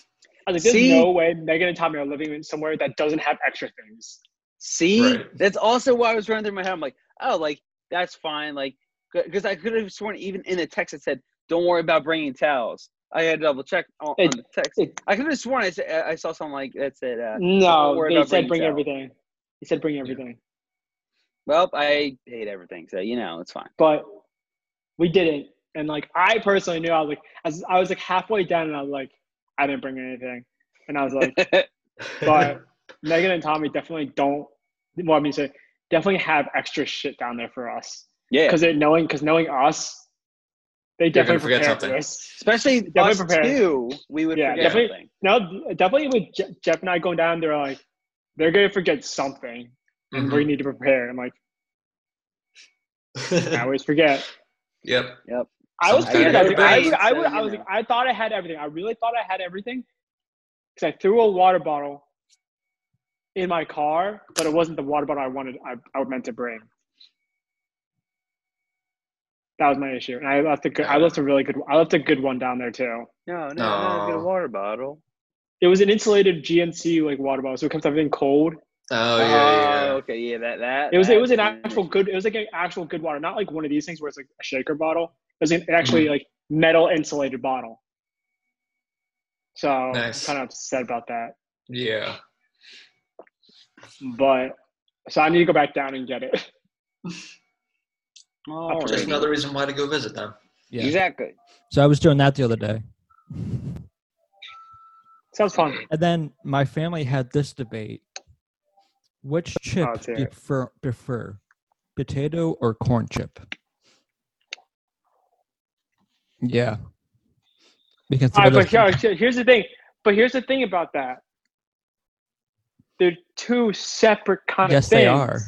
[SPEAKER 2] I was like, there's
[SPEAKER 5] See?
[SPEAKER 2] no way Megan and Tommy are living in somewhere that doesn't have extra things.
[SPEAKER 5] See,
[SPEAKER 6] Right.
[SPEAKER 5] that's also why I was running through my head. I'm like, oh, like that's fine. Like, because I could have sworn even in the text it said, "Don't worry about bringing towels." I had to double check on,
[SPEAKER 2] It-
[SPEAKER 5] on the text.
[SPEAKER 2] it- Mm.
[SPEAKER 5] I could have sworn I, said, I saw something like that said, uh, Don't
[SPEAKER 2] No,
[SPEAKER 5] worry
[SPEAKER 2] they
[SPEAKER 5] about
[SPEAKER 2] said
[SPEAKER 5] bringing
[SPEAKER 2] bring
[SPEAKER 5] towel.
[SPEAKER 2] everything. They said bring everything.
[SPEAKER 5] "Well, I hate everything," so you know it's fine.
[SPEAKER 2] but we didn't. And like I personally knew I was like as I was like halfway down and I was like, I didn't bring anything. And I was like, but Megan and Tommy definitely don't well I mean say definitely have extra shit down there for us.
[SPEAKER 5] yeah,
[SPEAKER 2] Because it knowing because knowing us, they
[SPEAKER 6] They're gonna
[SPEAKER 2] definitely
[SPEAKER 6] forget
[SPEAKER 2] prepare
[SPEAKER 6] something.
[SPEAKER 2] for this.
[SPEAKER 5] especially
[SPEAKER 2] Definitely
[SPEAKER 5] us
[SPEAKER 2] prepared.
[SPEAKER 5] two, we would
[SPEAKER 2] Yeah,
[SPEAKER 5] forget
[SPEAKER 2] definitely-
[SPEAKER 5] something.
[SPEAKER 2] No, definitely with Je- Jeff and I going down, they're like, they're gonna forget something and we
[SPEAKER 6] Mhm.
[SPEAKER 2] need to prepare. I'm like, I always forget.
[SPEAKER 6] yep.
[SPEAKER 2] I was
[SPEAKER 6] Sometimes
[SPEAKER 2] thinking that.
[SPEAKER 6] you're
[SPEAKER 2] dude. I,
[SPEAKER 6] right.
[SPEAKER 2] I, would- I
[SPEAKER 5] Sometimes
[SPEAKER 2] was
[SPEAKER 5] you're
[SPEAKER 2] like, I thought I had everything. I really thought I had everything because I threw a water bottle in my car, but it wasn't the water bottle I wanted. I, I meant to bring. That was my issue, and I left a good. I left a really good. I left a good one down there too.
[SPEAKER 5] No, no, not a
[SPEAKER 6] No.
[SPEAKER 5] good water bottle.
[SPEAKER 2] It was an insulated GNC like water bottle, so it kept everything cold.
[SPEAKER 6] Oh yeah, yeah.
[SPEAKER 5] Oh, okay, yeah, that that.
[SPEAKER 2] It was. It was an
[SPEAKER 5] that's-
[SPEAKER 2] actual good. It was like an actual good water, not like one of these things where it's like a shaker bottle. It was an
[SPEAKER 1] Mm-hmm.
[SPEAKER 2] actually like metal insulated bottle. So
[SPEAKER 6] Nice.
[SPEAKER 2] I'm kind of upset about that,
[SPEAKER 6] Yeah.
[SPEAKER 2] but so I need to go back down and get it.
[SPEAKER 5] All
[SPEAKER 6] Just
[SPEAKER 5] right.
[SPEAKER 6] another reason why to go visit them.
[SPEAKER 1] Yeah.
[SPEAKER 5] Exactly.
[SPEAKER 1] So I was doing that the other day.
[SPEAKER 2] Sounds fun.
[SPEAKER 1] And then my family had this debate. Which chip
[SPEAKER 2] Oh,
[SPEAKER 1] do
[SPEAKER 2] dear.
[SPEAKER 1] you prefer, prefer, potato or corn chip? Yeah. Because
[SPEAKER 2] All right,
[SPEAKER 1] they're
[SPEAKER 2] but
[SPEAKER 1] the-
[SPEAKER 2] here- here- here's the thing. But here's the thing about that. They're two separate kind
[SPEAKER 1] yes,
[SPEAKER 2] of things.
[SPEAKER 1] they are.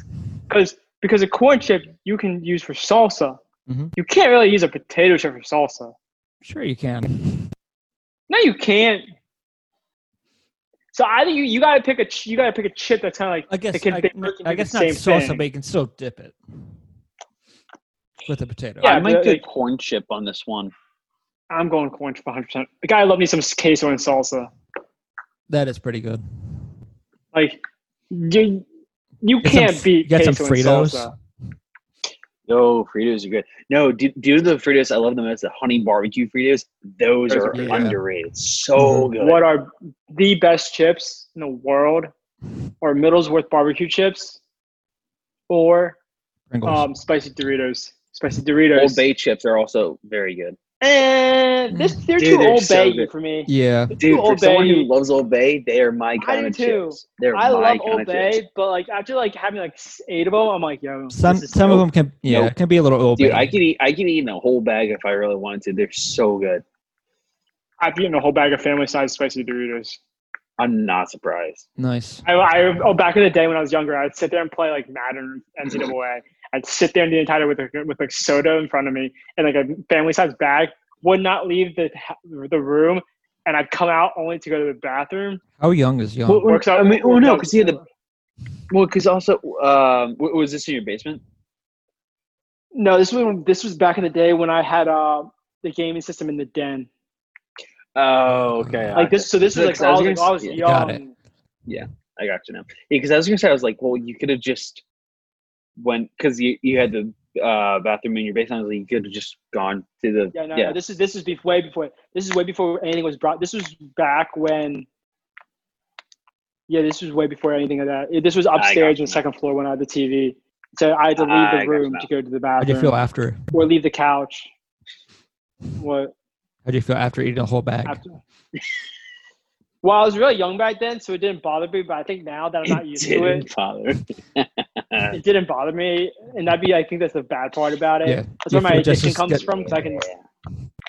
[SPEAKER 2] Because because a corn chip you can use for salsa.
[SPEAKER 1] Mhm.
[SPEAKER 2] You can't really use a potato chip for salsa.
[SPEAKER 1] Sure, you can.
[SPEAKER 2] No, you can't. So I think you, you gotta pick a ch- you gotta pick a chip that's kind of like
[SPEAKER 1] I guess.
[SPEAKER 2] They can-
[SPEAKER 1] I,
[SPEAKER 2] they
[SPEAKER 1] n-
[SPEAKER 2] both can
[SPEAKER 1] I
[SPEAKER 2] be the
[SPEAKER 1] guess not
[SPEAKER 2] same
[SPEAKER 1] salsa,
[SPEAKER 2] thing.
[SPEAKER 1] but you can still dip it with a potato.
[SPEAKER 2] Yeah,
[SPEAKER 5] I might
[SPEAKER 2] but
[SPEAKER 5] do
[SPEAKER 2] it-
[SPEAKER 5] corn chip on this one.
[SPEAKER 2] I'm going corn chip 100. percent The guy love me some queso and salsa.
[SPEAKER 1] That is pretty good.
[SPEAKER 2] Like you you
[SPEAKER 1] Get some
[SPEAKER 2] can't
[SPEAKER 1] f-
[SPEAKER 2] beat
[SPEAKER 1] get some Fritos.
[SPEAKER 2] queso and salsa.
[SPEAKER 5] No, Fritos are good. No, due, due to the Fritos, I love them as the honey barbecue Fritos. Those are
[SPEAKER 1] Yeah.
[SPEAKER 5] underrated. So good.
[SPEAKER 2] Mm-hmm. What are the best chips in the world? Or Middlesworth barbecue chips, or
[SPEAKER 1] Pringles.
[SPEAKER 2] um, spicy Doritos. Spicy
[SPEAKER 5] Old
[SPEAKER 2] Doritos.
[SPEAKER 5] Bay chips are also very good.
[SPEAKER 2] And this, they're
[SPEAKER 5] Dude,
[SPEAKER 2] too
[SPEAKER 5] they're
[SPEAKER 2] old
[SPEAKER 5] so
[SPEAKER 2] bay
[SPEAKER 5] good.
[SPEAKER 2] for me.
[SPEAKER 1] yeah.
[SPEAKER 2] They're too
[SPEAKER 5] Dude, for
[SPEAKER 2] Old
[SPEAKER 5] someone
[SPEAKER 2] Bay.
[SPEAKER 5] who loves Old Bay, they are my kind
[SPEAKER 2] do
[SPEAKER 5] of
[SPEAKER 2] too.
[SPEAKER 5] chips. They're
[SPEAKER 2] I
[SPEAKER 5] my
[SPEAKER 2] love
[SPEAKER 5] kind
[SPEAKER 2] Old
[SPEAKER 5] of chips.
[SPEAKER 2] Bay, but like after like having like s- eight of them, I'm like, yo,
[SPEAKER 1] Some
[SPEAKER 2] this is
[SPEAKER 1] some of
[SPEAKER 2] dope.
[SPEAKER 1] them can yeah
[SPEAKER 5] Nope.
[SPEAKER 1] it can be a little old.
[SPEAKER 5] Dude,
[SPEAKER 1] but-
[SPEAKER 5] I could eat I could eat a whole bag if I really wanted to. They're so good.
[SPEAKER 2] I've eaten a whole bag of family-sized spicy Doritos.
[SPEAKER 5] I'm not surprised.
[SPEAKER 1] Nice.
[SPEAKER 2] I, I oh, back in the day when I was younger, I'd sit there and play like Madden, NCAA. I'd sit there in the entire with a, with like soda in front of me and like a family-sized bag. Would not leave the the room, and I'd come out only to go to the bathroom.
[SPEAKER 1] How young is young?
[SPEAKER 5] Well,
[SPEAKER 2] Works out-
[SPEAKER 5] I mean, oh
[SPEAKER 2] works
[SPEAKER 5] no,
[SPEAKER 2] out
[SPEAKER 5] because he had the. Well, because also, um, w- was this in your basement?
[SPEAKER 2] No, this was when- this was back in the day when I had uh, the gaming system in the den.
[SPEAKER 5] Oh, okay.
[SPEAKER 2] Like this, so this is like
[SPEAKER 5] Because I
[SPEAKER 2] all
[SPEAKER 5] was
[SPEAKER 2] I was,
[SPEAKER 5] gonna
[SPEAKER 2] I was
[SPEAKER 5] say-
[SPEAKER 2] young.
[SPEAKER 1] Got it.
[SPEAKER 5] I got you now. Because I was gonna say, I was like, well, you could have just went because you you had the uh, bathroom in your basement. I was like, you could have just gone to the
[SPEAKER 2] Yeah, no,
[SPEAKER 5] yeah.
[SPEAKER 2] no, this is this is be- way before. This is way before anything was brought. This was back when. Yeah, this was way before anything of that. It- This was
[SPEAKER 5] got
[SPEAKER 2] upstairs
[SPEAKER 5] you
[SPEAKER 2] on the
[SPEAKER 5] now.
[SPEAKER 2] second floor when I had the TV. So I had to leave
[SPEAKER 5] I got
[SPEAKER 2] the
[SPEAKER 5] you
[SPEAKER 2] room
[SPEAKER 5] now.
[SPEAKER 2] to go to the
[SPEAKER 1] How do
[SPEAKER 2] bathroom
[SPEAKER 1] you feel after?
[SPEAKER 2] or leave the couch. What
[SPEAKER 1] How do you feel after eating a whole bag?
[SPEAKER 2] after? well, I was really young back then, so it didn't bother me. But I think now that I'm not used to it,
[SPEAKER 5] didn't bother.
[SPEAKER 2] it didn't bother me, and that'd be I think that's the bad part about it.
[SPEAKER 1] Yeah,
[SPEAKER 2] that's
[SPEAKER 1] you
[SPEAKER 2] where my
[SPEAKER 1] feel just
[SPEAKER 2] addiction
[SPEAKER 1] as
[SPEAKER 2] comes
[SPEAKER 1] good-
[SPEAKER 2] from because I can.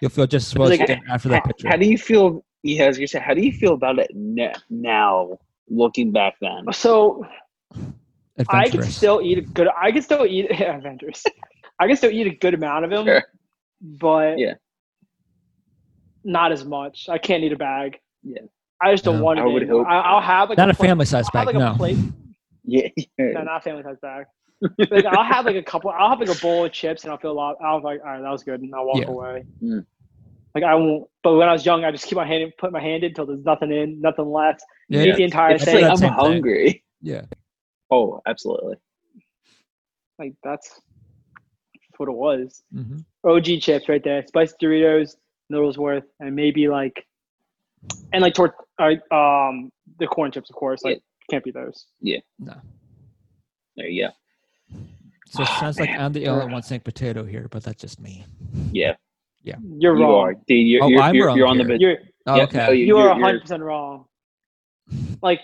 [SPEAKER 1] You'll feel just as well as you did
[SPEAKER 5] Like,
[SPEAKER 1] after that
[SPEAKER 5] how,
[SPEAKER 1] picture.
[SPEAKER 5] how do you feel? Yeah, I was gonna say, how do you feel about it ne- now, looking back then?
[SPEAKER 2] So I can
[SPEAKER 1] Adventurous.
[SPEAKER 2] still eat a good. I can still eat Avengers. I can still eat a good amount of them,
[SPEAKER 5] Sure.
[SPEAKER 2] but
[SPEAKER 5] Yeah.
[SPEAKER 2] not as much. I can't eat a bag.
[SPEAKER 5] Yeah.
[SPEAKER 2] I just don't
[SPEAKER 1] No.
[SPEAKER 2] want it.
[SPEAKER 5] I would
[SPEAKER 2] anymore.
[SPEAKER 5] hope
[SPEAKER 2] I, I'll have like
[SPEAKER 1] Not a
[SPEAKER 2] plate-
[SPEAKER 1] family size
[SPEAKER 2] I'll
[SPEAKER 1] bag.
[SPEAKER 2] have, like, a
[SPEAKER 1] no.
[SPEAKER 2] plate-
[SPEAKER 5] Yeah,
[SPEAKER 2] no, not a family size bag. Like, I'll have like a couple. I'll have like a bowl of chips, and I'll feel a lot. I'll be like, all right, that was good, and I'll walk
[SPEAKER 1] Yeah.
[SPEAKER 2] away.
[SPEAKER 5] Mm.
[SPEAKER 2] Like I won't. But when I was young, I just keep my hand, in, put my hand in until there's nothing in, nothing left.
[SPEAKER 1] Yeah.
[SPEAKER 2] Eat the entire
[SPEAKER 1] It's
[SPEAKER 5] it's like
[SPEAKER 2] thing.
[SPEAKER 1] that
[SPEAKER 5] I'm
[SPEAKER 1] same thing.
[SPEAKER 5] hungry.
[SPEAKER 1] Yeah.
[SPEAKER 5] Oh, absolutely.
[SPEAKER 2] Like that's what it was.
[SPEAKER 1] hmm
[SPEAKER 2] OG chips right there. Spiced Doritos, noodles worth, and maybe like, and like tort, uh, um, the corn chips, of course. Like, can't be those.
[SPEAKER 5] There you go.
[SPEAKER 1] So it
[SPEAKER 5] Ah,
[SPEAKER 1] sounds like
[SPEAKER 5] man.
[SPEAKER 1] I'm the only one saying potato here, but that's just me.
[SPEAKER 5] Yeah,
[SPEAKER 2] You're
[SPEAKER 5] you
[SPEAKER 2] wrong.
[SPEAKER 5] are, dude. You're,
[SPEAKER 1] Oh,
[SPEAKER 5] you're,
[SPEAKER 1] I'm
[SPEAKER 5] you're,
[SPEAKER 1] wrong
[SPEAKER 5] you're on
[SPEAKER 1] here.
[SPEAKER 5] the.
[SPEAKER 2] You're
[SPEAKER 1] Oh,
[SPEAKER 5] Yeah,
[SPEAKER 1] okay.
[SPEAKER 5] no,
[SPEAKER 2] you are
[SPEAKER 5] you're-
[SPEAKER 2] 100 percent wrong. Like,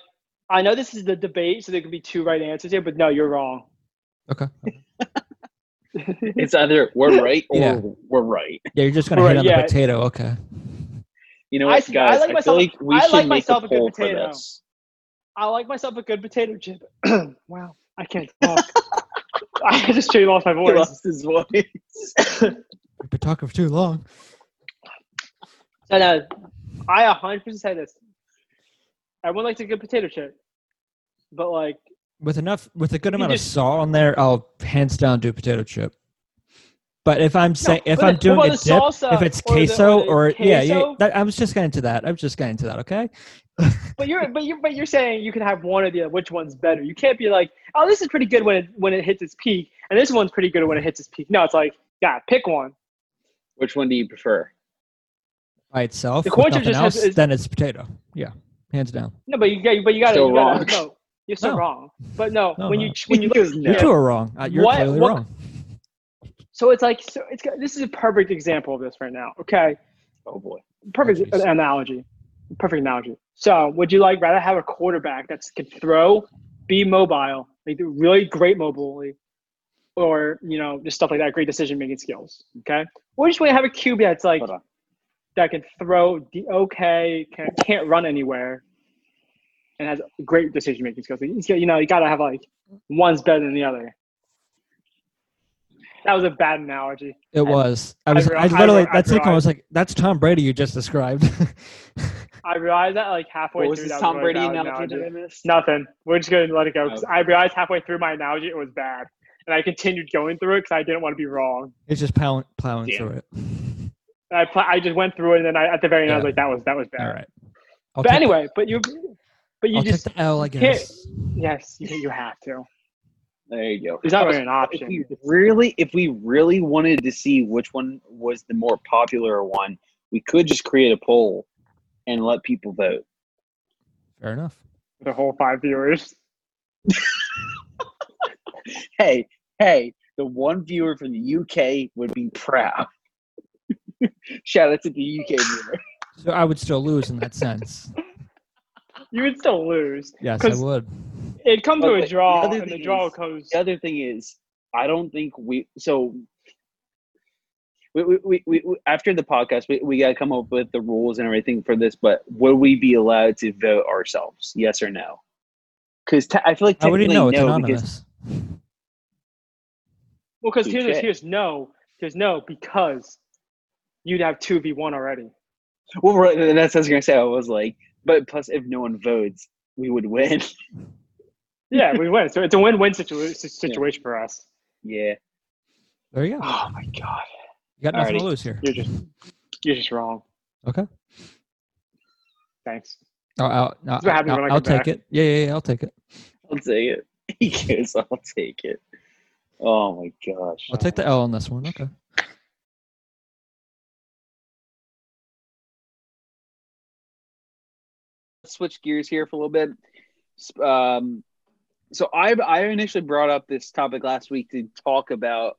[SPEAKER 2] I know this is the debate, so there could be two right answers here, but no, you're wrong.
[SPEAKER 1] okay.
[SPEAKER 5] It's either we're right or
[SPEAKER 1] Yeah.
[SPEAKER 5] we're right.
[SPEAKER 1] Yeah, you're just gonna
[SPEAKER 2] Right,
[SPEAKER 1] hit on
[SPEAKER 2] yeah.
[SPEAKER 1] the potato. Okay.
[SPEAKER 5] You know
[SPEAKER 2] I
[SPEAKER 5] what,
[SPEAKER 2] see- I
[SPEAKER 5] guys? I,
[SPEAKER 2] like
[SPEAKER 5] feel
[SPEAKER 2] myself-
[SPEAKER 5] like we
[SPEAKER 2] I
[SPEAKER 5] should
[SPEAKER 2] like
[SPEAKER 5] make
[SPEAKER 2] myself
[SPEAKER 5] a
[SPEAKER 2] a good
[SPEAKER 5] poll for
[SPEAKER 2] potato.
[SPEAKER 5] this.
[SPEAKER 2] I like myself a good potato chip. wow, I can't talk. I just straight lost my
[SPEAKER 5] He
[SPEAKER 2] voice.
[SPEAKER 5] lost his voice.
[SPEAKER 1] We've been talking for too long.
[SPEAKER 2] No, no, I 100 percent say this. Everyone likes a good potato chip, but like.
[SPEAKER 1] With enough, with a good amount
[SPEAKER 2] just-
[SPEAKER 1] of salt on there, I'll hands down do potato chip. But if I'm saying if I'm doing a
[SPEAKER 2] the
[SPEAKER 1] dip,
[SPEAKER 2] salsa
[SPEAKER 1] if it's
[SPEAKER 2] or the-
[SPEAKER 1] queso
[SPEAKER 2] the
[SPEAKER 1] or, yeah, yeah,
[SPEAKER 2] queso,
[SPEAKER 1] that, I was just getting to that. I was just getting to that. Okay.
[SPEAKER 2] But you're but you're but you're saying you can have one or the other. Which one's better? You can't be like, oh, this is pretty good when it when it hits its peak, and this one's pretty good when it hits its peak. No, it's like, yeah, pick one.
[SPEAKER 5] Which one do you prefer?
[SPEAKER 1] By itself,
[SPEAKER 2] The
[SPEAKER 1] with
[SPEAKER 2] corn chip
[SPEAKER 1] nothing
[SPEAKER 2] just has-
[SPEAKER 1] else,
[SPEAKER 2] is-
[SPEAKER 1] then it's potato. Yeah, hands down.
[SPEAKER 2] No, but you got but you got to
[SPEAKER 5] Still
[SPEAKER 2] you gotta,
[SPEAKER 5] wrong.
[SPEAKER 2] no, you're so
[SPEAKER 1] No.
[SPEAKER 2] wrong. But no,
[SPEAKER 1] No,
[SPEAKER 2] when
[SPEAKER 1] no.
[SPEAKER 2] you when you
[SPEAKER 5] Because
[SPEAKER 1] You
[SPEAKER 5] Yeah.
[SPEAKER 1] two are wrong. Uh, you're
[SPEAKER 2] What-
[SPEAKER 1] clearly
[SPEAKER 2] what-
[SPEAKER 1] wrong.
[SPEAKER 2] so it's like so it's got- this is a perfect example of this right now. Okay,
[SPEAKER 5] Oh boy.
[SPEAKER 2] perfect
[SPEAKER 1] Oh, geez.
[SPEAKER 2] analogy, perfect analogy. So would you like rather have a quarterback that can throw, be mobile, like really great mobility, or you know just stuff like that, great decision making skills. Okay, or just want to have a QB that's like
[SPEAKER 5] Hold on.
[SPEAKER 2] that can throw the okay, can, can't run anywhere, and has great decision making skills. Like, You know, you gotta have like one's better than the other. That was a bad analogy.
[SPEAKER 1] It was. I was.
[SPEAKER 2] re-
[SPEAKER 1] I,
[SPEAKER 2] I re-
[SPEAKER 1] literally.
[SPEAKER 2] I
[SPEAKER 1] that's like when I was
[SPEAKER 2] realized-
[SPEAKER 1] like, "That's Tom Brady you just described."
[SPEAKER 2] I realized that like halfway
[SPEAKER 5] What was
[SPEAKER 2] through.
[SPEAKER 5] this
[SPEAKER 2] that
[SPEAKER 5] Tom
[SPEAKER 2] a
[SPEAKER 5] Brady
[SPEAKER 2] bad
[SPEAKER 5] analogy that I missed?
[SPEAKER 2] Nothing. We're just gonna let it go. 'cause
[SPEAKER 5] Okay.
[SPEAKER 2] I realized halfway through my analogy it was bad, and I continued going through it because I didn't want to be wrong.
[SPEAKER 1] it's just plowing, plowing
[SPEAKER 5] Damn.
[SPEAKER 1] through it.
[SPEAKER 2] I pl- I just went through it, and then I at the very end I was
[SPEAKER 1] Yeah.
[SPEAKER 2] like, "That was that was bad."
[SPEAKER 1] All right. I'll
[SPEAKER 2] But
[SPEAKER 1] take the-
[SPEAKER 2] anyway, but you, but you
[SPEAKER 1] I'll
[SPEAKER 2] just
[SPEAKER 1] take the L, I
[SPEAKER 2] can't-
[SPEAKER 1] guess.
[SPEAKER 2] yes, you, you have to.
[SPEAKER 5] There you go.
[SPEAKER 2] There's not really an
[SPEAKER 5] If
[SPEAKER 2] option.
[SPEAKER 5] we really, if we really wanted to see which one was the more popular one, we could just create a poll and let people vote.
[SPEAKER 1] Fair enough.
[SPEAKER 2] The whole five viewers.
[SPEAKER 5] Hey, hey, the one viewer from the UK would be proud. Shout out to the UK viewer.
[SPEAKER 1] So I would still lose in that sense.
[SPEAKER 2] You would still lose.
[SPEAKER 1] Yes, I
[SPEAKER 2] 'Cause-
[SPEAKER 1] would.
[SPEAKER 2] It'd come
[SPEAKER 5] But
[SPEAKER 2] to
[SPEAKER 5] the-
[SPEAKER 2] a
[SPEAKER 5] the
[SPEAKER 2] draw,
[SPEAKER 5] other
[SPEAKER 2] and the
[SPEAKER 5] thing
[SPEAKER 2] draw
[SPEAKER 5] is-
[SPEAKER 2] goes.
[SPEAKER 5] The other thing is, I don't think we so. we, we, we, we, we- after the podcast, we, we got to come up with the rules and everything for this. But would we be allowed to vote ourselves? Yes or no? Because te- I feel like
[SPEAKER 1] How would you know?
[SPEAKER 5] technically
[SPEAKER 1] It's
[SPEAKER 5] no, because
[SPEAKER 1] anonymous.
[SPEAKER 7] Well, because here's
[SPEAKER 5] Touche.
[SPEAKER 7] here's no, there's no because you'd have two v one already.
[SPEAKER 5] well, right, that's what I was gonna say. I was like, but plus, if no one votes, we would win.
[SPEAKER 7] Yeah, we win. So it's a win-win situa- si- situation for us.
[SPEAKER 5] yeah.
[SPEAKER 1] There you go.
[SPEAKER 5] Oh my god.
[SPEAKER 1] You got nothing
[SPEAKER 5] Alrighty.
[SPEAKER 1] to lose here.
[SPEAKER 7] You're just you're just wrong.
[SPEAKER 1] Okay.
[SPEAKER 7] Thanks.
[SPEAKER 1] Oh, I'll, I'll,
[SPEAKER 7] what happens when I
[SPEAKER 1] I'll,
[SPEAKER 7] come
[SPEAKER 1] I'll take
[SPEAKER 7] back.
[SPEAKER 1] it. Yeah, yeah, yeah. I'll take it.
[SPEAKER 5] I'll take it. He goes, I'll take it. Oh my gosh.
[SPEAKER 1] I'll take the L on this one. Okay.
[SPEAKER 5] Let's switch gears here for a little bit. S- Um, so I I initially brought up this topic last week to talk about.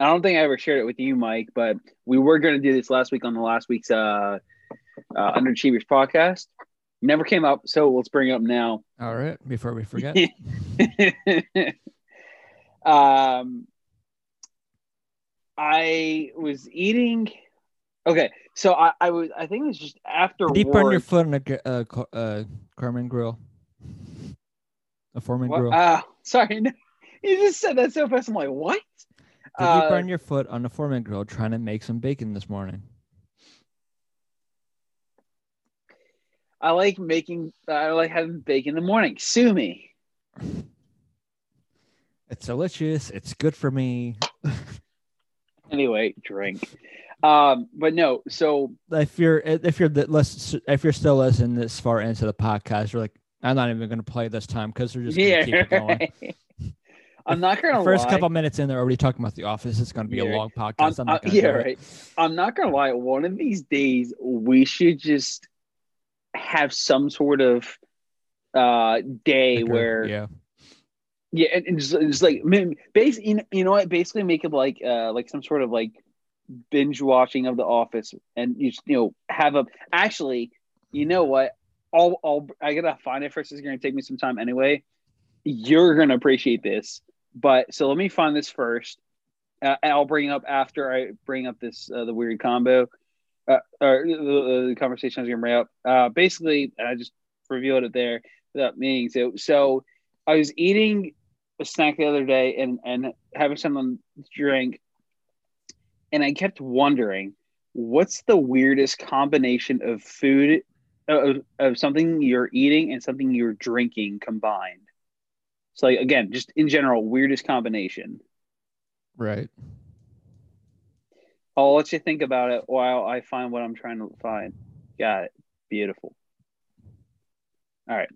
[SPEAKER 5] I don't think I ever shared it with you, Mike, but we were going to do this last week on the last week's uh, uh, Underachievers podcast. Never came up, so let's bring it up now.
[SPEAKER 1] All right. Before we forget.
[SPEAKER 5] um, I was eating. Okay, so I, I was. I think it was just after
[SPEAKER 1] Deep on your
[SPEAKER 5] work.
[SPEAKER 1] foot in a gr- uh, Car- uh, Carmen grill. A Foreman
[SPEAKER 5] What?
[SPEAKER 1] grill.
[SPEAKER 5] Uh, sorry, no. you just said that so fast. I'm like, what?
[SPEAKER 1] Did
[SPEAKER 5] uh,
[SPEAKER 1] you burn your foot on a Foreman grill trying to make some bacon this morning?
[SPEAKER 5] I like making. I like having bacon in the morning. Sue me.
[SPEAKER 1] It's delicious. It's good for me.
[SPEAKER 5] Anyway, drink. Um, but no. So
[SPEAKER 1] If you're if you're the, less if you're still listening this far into the podcast, you're like, I'm not even going to play this time because they're just going to
[SPEAKER 5] yeah,
[SPEAKER 1] keep it going.
[SPEAKER 5] right. I'm not gonna
[SPEAKER 1] The first
[SPEAKER 5] lie.
[SPEAKER 1] couple minutes in, they're already talking about the office. It's going to be
[SPEAKER 5] Yeah.
[SPEAKER 1] a long podcast. I'm
[SPEAKER 5] Um,
[SPEAKER 1] not
[SPEAKER 5] uh,
[SPEAKER 1] going to
[SPEAKER 5] yeah,
[SPEAKER 1] do it.
[SPEAKER 5] right. I'm not gonna lie. One of these days, we should just have some sort of uh day
[SPEAKER 1] Like a-
[SPEAKER 5] where yeah,
[SPEAKER 1] yeah,
[SPEAKER 5] and, and just, just like basically, you know, you know what? Basically, make it like uh like some sort of like binge watching of The Office, and you just, you know have a actually, you know what? I'll I'll I gotta find it first. It's gonna take me some time anyway. You're gonna appreciate this, but so let me find this first uh, and I'll bring up after I bring up this uh, the weird combo uh, or the, the conversation I was gonna bring up. Uh, basically, I just revealed it there without meaning to. So I was eating a snack the other day and and having someone drink, and I kept wondering what's the weirdest combination of food of, of something you're eating and something you're drinking combined. So like again, just in general, weirdest combination.
[SPEAKER 1] right.
[SPEAKER 5] I'll let you think about it while I find what I'm trying to find. Got it. Beautiful. All right.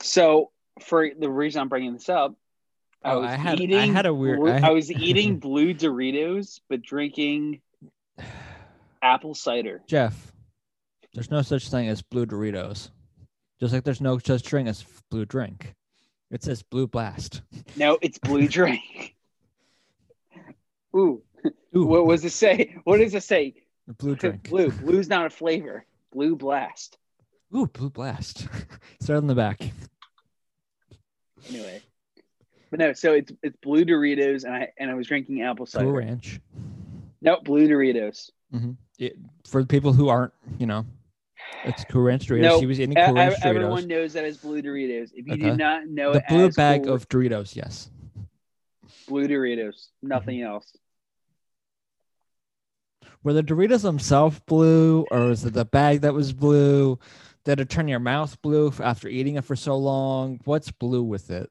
[SPEAKER 5] So for the reason I'm bringing this up, I
[SPEAKER 1] Oh,
[SPEAKER 5] was
[SPEAKER 1] I had- I
[SPEAKER 5] eating.
[SPEAKER 1] had a weird-
[SPEAKER 5] blue-
[SPEAKER 1] I
[SPEAKER 5] I,
[SPEAKER 1] had-
[SPEAKER 5] was eating blue Doritos, but drinking apple cider.
[SPEAKER 1] Jeff, there's no such thing as blue Doritos. Just like there's no such thing as f- blue drink. It says blue blast.
[SPEAKER 5] No, it's blue drink. Ooh,
[SPEAKER 1] Ooh,
[SPEAKER 5] what was it say? What does it say?
[SPEAKER 1] blue drink.
[SPEAKER 5] Blue. Blue's not a flavor. Blue blast.
[SPEAKER 1] Ooh, blue blast. Start on the back.
[SPEAKER 5] Anyway. But no, so it's it's blue Doritos, and I and I was drinking apple cider.
[SPEAKER 1] Blue ranch.
[SPEAKER 5] No, blue Doritos.
[SPEAKER 1] It, for the people who aren't, you know, it's Cool Ranch Doritos.
[SPEAKER 5] No,
[SPEAKER 1] he was eating
[SPEAKER 5] E-
[SPEAKER 1] Cool Ranch
[SPEAKER 5] ev-
[SPEAKER 1] Doritos.
[SPEAKER 5] everyone knows that as blue Doritos. If you do
[SPEAKER 1] Okay.
[SPEAKER 5] not know
[SPEAKER 1] The
[SPEAKER 5] it
[SPEAKER 1] blue
[SPEAKER 5] as
[SPEAKER 1] bag
[SPEAKER 5] Cool-
[SPEAKER 1] of Doritos. Yes.
[SPEAKER 5] blue Doritos, nothing
[SPEAKER 1] Mm-hmm.
[SPEAKER 5] else.
[SPEAKER 1] Were the Doritos themselves blue, or was it the bag that was blue? Did it turn your mouth blue f- after eating it for so long? What's blue with it?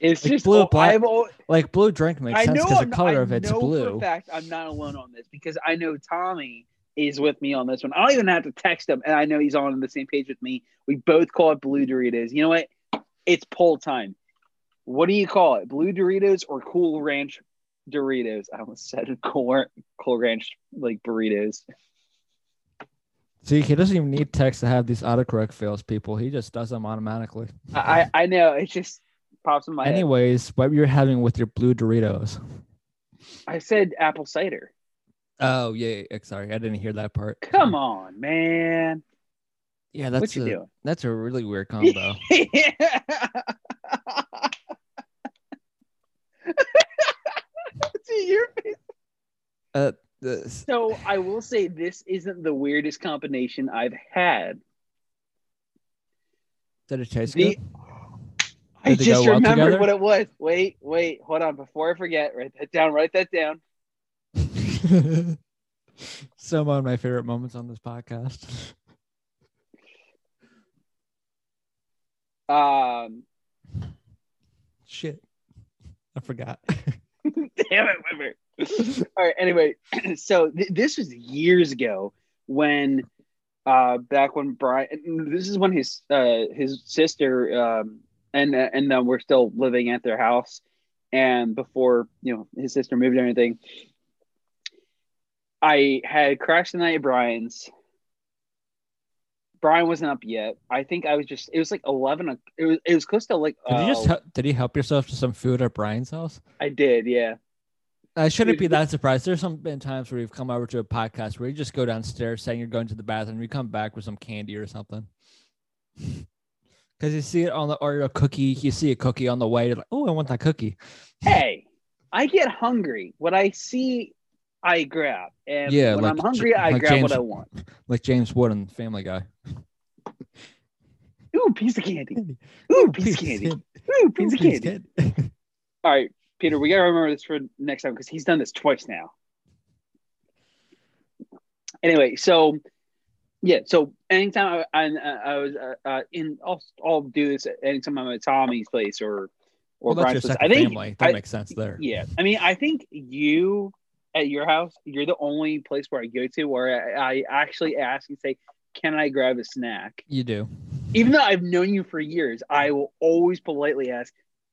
[SPEAKER 5] It's
[SPEAKER 1] Like
[SPEAKER 5] just
[SPEAKER 1] blue,
[SPEAKER 5] oh,
[SPEAKER 1] black-
[SPEAKER 5] I've al-
[SPEAKER 1] Like blue drink makes
[SPEAKER 5] I
[SPEAKER 1] sense
[SPEAKER 5] know
[SPEAKER 1] because the
[SPEAKER 5] I'm-
[SPEAKER 1] color
[SPEAKER 5] I
[SPEAKER 1] of it's
[SPEAKER 5] know For
[SPEAKER 1] blue.
[SPEAKER 5] a fact, I'm not alone on this because I know Tommy is with me on this one. I don't even have to text him, and I know he's on the same page with me. We both call it blue Doritos. You know what? It's poll time. What do you call it? Blue Doritos or Cool Ranch Doritos? I almost said Cool, Ran- cool Ranch like burritos.
[SPEAKER 1] See, he doesn't even need text to have these autocorrect fails, people. He just does them automatically.
[SPEAKER 5] I I I know it just pops in my head.
[SPEAKER 1] Anyways, what you're having with your blue Doritos?
[SPEAKER 5] I said apple cider.
[SPEAKER 1] Oh yeah, yeah, sorry, I didn't hear that part.
[SPEAKER 5] Come on, man.
[SPEAKER 1] Yeah, that's
[SPEAKER 5] what you
[SPEAKER 1] a,
[SPEAKER 5] doing?
[SPEAKER 1] That's a really weird combo.
[SPEAKER 5] See, you're-
[SPEAKER 1] uh, This,
[SPEAKER 5] So I will say this isn't the weirdest combination I've had.
[SPEAKER 1] did it taste
[SPEAKER 5] The-
[SPEAKER 1] good?
[SPEAKER 5] I
[SPEAKER 1] Did they
[SPEAKER 5] just
[SPEAKER 1] go well
[SPEAKER 5] remembered
[SPEAKER 1] together?
[SPEAKER 5] what it was. Wait, wait, hold on. Before I forget, write that down. Write that down.
[SPEAKER 1] Some of my favorite moments on this podcast.
[SPEAKER 5] Um,
[SPEAKER 1] Shit. I forgot.
[SPEAKER 5] Damn it, Wimmer. All right. Anyway, so th- this was years ago when, uh, back when Brian, this is when his uh, his sister um, and and then we're still living at their house, and before you know his sister moved or anything, I had crashed the night at Brian's. Brian wasn't up yet. I think I was just. It was like eleven. o- It was. It was close to like.
[SPEAKER 1] Did you just
[SPEAKER 5] uh,
[SPEAKER 1] help, did you help yourself to some food at Brian's house?
[SPEAKER 5] I did. Yeah.
[SPEAKER 1] I Uh, shouldn't be
[SPEAKER 5] Dude,
[SPEAKER 1] that surprised. There's some been times where you've come over to a podcast where you just go downstairs saying you're going to the bathroom, you come back with some candy or something. Because you see it on the Oreo cookie, you see a cookie on the way, you're like, oh, I want that cookie.
[SPEAKER 5] hey, I get hungry. What I see, I grab. And
[SPEAKER 1] Yeah,
[SPEAKER 5] when
[SPEAKER 1] like
[SPEAKER 5] I'm hungry,
[SPEAKER 1] Ja-
[SPEAKER 5] I
[SPEAKER 1] like
[SPEAKER 5] grab
[SPEAKER 1] James-
[SPEAKER 5] what I want.
[SPEAKER 1] Like James Wood and Family Guy.
[SPEAKER 5] Ooh, piece of candy. Ooh, piece of candy. Oody, piece of candy. All right, Peter, we gotta remember this for next time because he's done this twice now. Anyway, so yeah, so anytime I, I, I was uh, uh, in, I'll, I'll do this anytime I'm at Tommy's place or
[SPEAKER 1] Well,
[SPEAKER 5] or
[SPEAKER 1] that's your
[SPEAKER 5] Brian's place.
[SPEAKER 1] second
[SPEAKER 5] I think
[SPEAKER 1] family. That
[SPEAKER 5] I-
[SPEAKER 1] makes sense there.
[SPEAKER 5] Yeah, I mean, I think you at your house, you're the only place where I go to where I, I actually ask and say, "Can I grab a snack?"
[SPEAKER 1] You do.
[SPEAKER 5] Even though I've known you for years, I will always politely ask,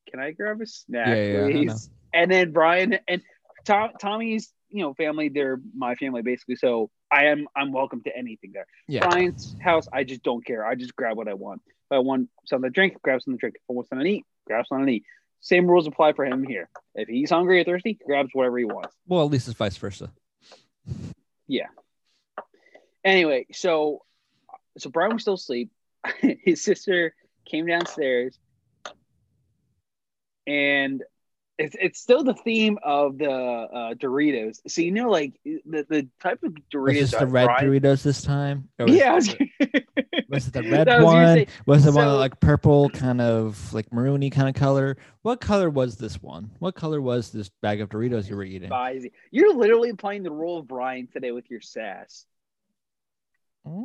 [SPEAKER 5] "Can I grab a snack,
[SPEAKER 1] Yeah, yeah, I know.
[SPEAKER 5] please?" And then Brian and Tom, Tommy's, you know, family, they're my family basically, so I am I'm welcome to anything there.
[SPEAKER 1] Yeah.
[SPEAKER 5] Brian's house, I just don't care. I just grab what I want. If I want something to drink, grab something to drink. If I want something to eat, grab something to eat. Same rules apply for him here. If he's hungry or thirsty, he grabs whatever he wants.
[SPEAKER 1] Well, at least it's vice versa.
[SPEAKER 5] Anyway, so so Brian was still asleep. His sister came downstairs, and it's it's still the theme of the uh, Doritos. So you know, like the the type of
[SPEAKER 1] Was
[SPEAKER 5] Doritos.
[SPEAKER 1] this the
[SPEAKER 5] that
[SPEAKER 1] red
[SPEAKER 5] Brian-
[SPEAKER 1] Doritos this time? Or was-
[SPEAKER 5] Yeah. I was-
[SPEAKER 1] Was it the red
[SPEAKER 5] That was you
[SPEAKER 1] one?
[SPEAKER 5] say-
[SPEAKER 1] Was it one of
[SPEAKER 5] So-
[SPEAKER 1] like purple kind of like maroony kind of color? What color was this one? What color was this bag of Doritos you were eating?
[SPEAKER 5] Spicy. You're literally playing the role of Brian today with your sass.
[SPEAKER 1] Mm,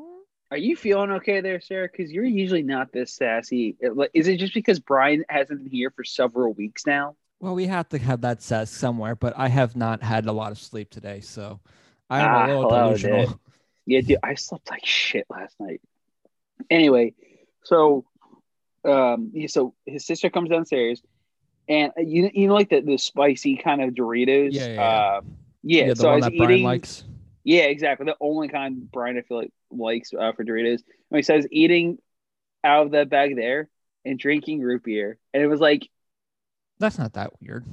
[SPEAKER 5] Are you feeling okay there, Sarah? Because you're usually not this sassy. It- like, Is it just because Brian hasn't been here for several weeks now?
[SPEAKER 1] Well, we have to have that sass somewhere, but I have not had a lot of sleep today, so I'm a
[SPEAKER 5] Ah,
[SPEAKER 1] little
[SPEAKER 5] hello,
[SPEAKER 1] delusional.
[SPEAKER 5] dude. Yeah, dude, I slept like shit last night. Anyway, so um, yeah, so his sister comes downstairs, and uh, you you know like the, the spicy kind of Doritos.
[SPEAKER 1] Yeah, yeah, yeah.
[SPEAKER 5] Um, yeah,
[SPEAKER 1] the
[SPEAKER 5] so I
[SPEAKER 1] one
[SPEAKER 5] was
[SPEAKER 1] that
[SPEAKER 5] eating,
[SPEAKER 1] Brian likes.
[SPEAKER 5] Yeah, exactly. The only kind Brian I feel like likes uh, for Doritos. And he says eating out of that bag there and drinking root beer, and it was like,
[SPEAKER 1] That's not that weird.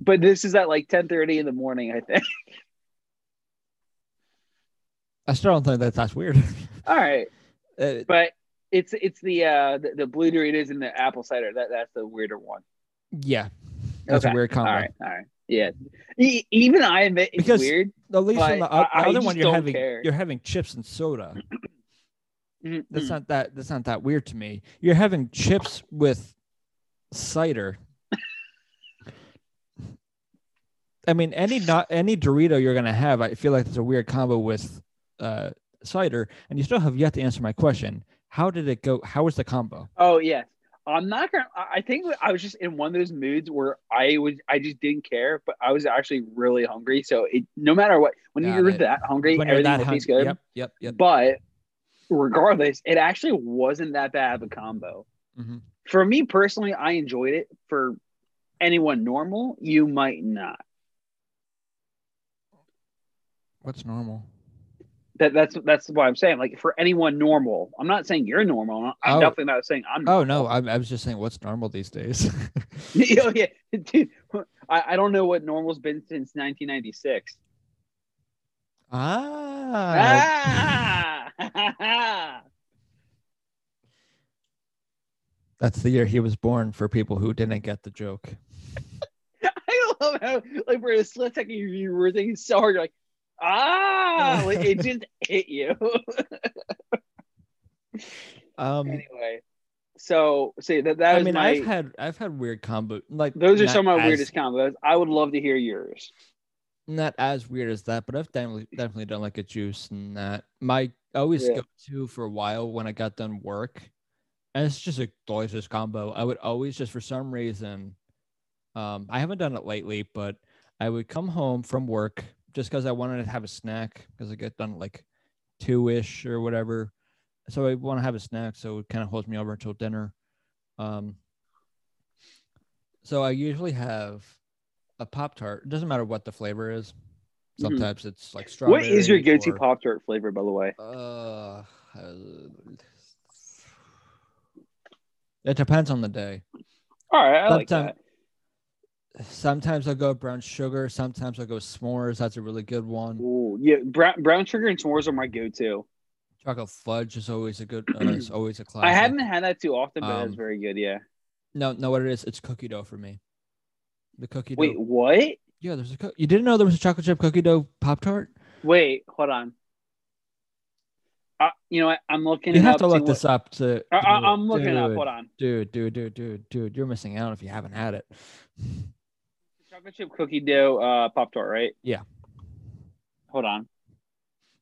[SPEAKER 5] but this is at like ten thirty in the morning. I think.
[SPEAKER 1] I still don't think that that's weird.
[SPEAKER 5] All right,
[SPEAKER 1] Uh,
[SPEAKER 5] but it's it's the uh the, the blue Doritos and the apple cider. That that's the weirder one.
[SPEAKER 1] yeah, that's
[SPEAKER 5] Okay.
[SPEAKER 1] a weird
[SPEAKER 5] All
[SPEAKER 1] combo.
[SPEAKER 5] right, all right, yeah. E- even I admit it's
[SPEAKER 1] Oh, Because-
[SPEAKER 5] weird.
[SPEAKER 1] At least in the,
[SPEAKER 5] But
[SPEAKER 1] o- the
[SPEAKER 5] I- I
[SPEAKER 1] other
[SPEAKER 5] just
[SPEAKER 1] one, you're
[SPEAKER 5] don't
[SPEAKER 1] having
[SPEAKER 5] care.
[SPEAKER 1] you're having chips and soda.
[SPEAKER 5] Mm,
[SPEAKER 1] That's
[SPEAKER 5] mm.
[SPEAKER 1] not that that's not that weird to me. You're having chips with cider. I mean, any not any Dorito you're gonna have, I feel like it's a weird combo with uh, cider, and you still have yet to answer my question. How did it go? How was the combo?
[SPEAKER 5] Oh yes. I'm not gonna. I I think I was just in one of those moods where I was, I just didn't care, but I was actually really hungry. So it, no matter what, when
[SPEAKER 1] Got
[SPEAKER 5] you're
[SPEAKER 1] it.
[SPEAKER 5] that hungry,
[SPEAKER 1] When you're
[SPEAKER 5] everything
[SPEAKER 1] that
[SPEAKER 5] will taste
[SPEAKER 1] hungry-
[SPEAKER 5] good.
[SPEAKER 1] Yep, yep, yep.
[SPEAKER 5] But regardless, it actually wasn't that bad of a combo.
[SPEAKER 1] Mhm.
[SPEAKER 5] For me personally, I enjoyed it. For anyone normal, you might not.
[SPEAKER 1] What's normal?
[SPEAKER 5] That that's that's what I'm saying. Like for anyone normal, I'm not saying you're normal. I'm
[SPEAKER 1] Oh.
[SPEAKER 5] definitely not saying I'm.
[SPEAKER 1] Oh no, I, I was just saying, what's normal these days?
[SPEAKER 5] oh yeah, dude. I, I don't know what normal's been since 1996.
[SPEAKER 1] ah,
[SPEAKER 5] Ah!
[SPEAKER 1] that's the year he was born. For people who didn't get the joke.
[SPEAKER 5] I love how like we're in a slit second you you were thinking so hard. You're like, Ah, like, it just hit you.
[SPEAKER 1] Um,
[SPEAKER 5] anyway, so see that
[SPEAKER 1] I
[SPEAKER 5] that was
[SPEAKER 1] mean,
[SPEAKER 5] my.
[SPEAKER 1] I've had I've had weird combo like
[SPEAKER 5] those are
[SPEAKER 1] not
[SPEAKER 5] some of my
[SPEAKER 1] as-
[SPEAKER 5] weirdest combos. I would love to hear yours.
[SPEAKER 1] Not as weird as that, but I've definitely definitely done like a juice and that. My always
[SPEAKER 5] Yeah.
[SPEAKER 1] go to for a while when I got done work, and it's just a delicious combo. I would always just for some reason, um, I haven't done it lately, but I would come home from work just because I wanted to have a snack because I get done at like two ish or whatever. So I want to have a snack, so it kind of holds me over until dinner. Um, so I usually have a Pop Tart. It doesn't matter what the flavor is.
[SPEAKER 5] Mhm.
[SPEAKER 1] Sometimes it's like strawberry.
[SPEAKER 5] What is your go-to
[SPEAKER 1] or-
[SPEAKER 5] Pop Tart flavor, by the way?
[SPEAKER 1] Uh, it depends on the day.
[SPEAKER 5] All right, I like
[SPEAKER 1] Sometime-
[SPEAKER 5] that.
[SPEAKER 1] Sometimes I'll go brown sugar. Sometimes I'll go s'mores. That's a really good one.
[SPEAKER 5] Ooh, yeah, brown, brown sugar and s'mores are my go-to.
[SPEAKER 1] Chocolate fudge is always a good. Uh, it's always a classic.
[SPEAKER 5] I haven't had that too often, but that's
[SPEAKER 1] Um,
[SPEAKER 5] very good. Yeah.
[SPEAKER 1] No, no. What it is? It's cookie dough for me. The cookie
[SPEAKER 5] Wait,
[SPEAKER 1] dough.
[SPEAKER 5] what?
[SPEAKER 1] Yeah, there's a. Co- you didn't know there was a chocolate chip cookie dough pop tart?
[SPEAKER 5] Wait, hold on. Uh, you know what? I'm looking.
[SPEAKER 1] You
[SPEAKER 5] it
[SPEAKER 1] have
[SPEAKER 5] up
[SPEAKER 1] to look
[SPEAKER 5] what-
[SPEAKER 1] this up to.
[SPEAKER 5] I,
[SPEAKER 1] dude,
[SPEAKER 5] I, I'm looking it up.
[SPEAKER 1] dude,
[SPEAKER 5] Hold on.
[SPEAKER 1] Dude, dude, dude, dude, dude, you're missing out if you haven't had it.
[SPEAKER 5] Chocolate chip cookie dough uh, pop tart, right?
[SPEAKER 1] Yeah.
[SPEAKER 5] Hold on.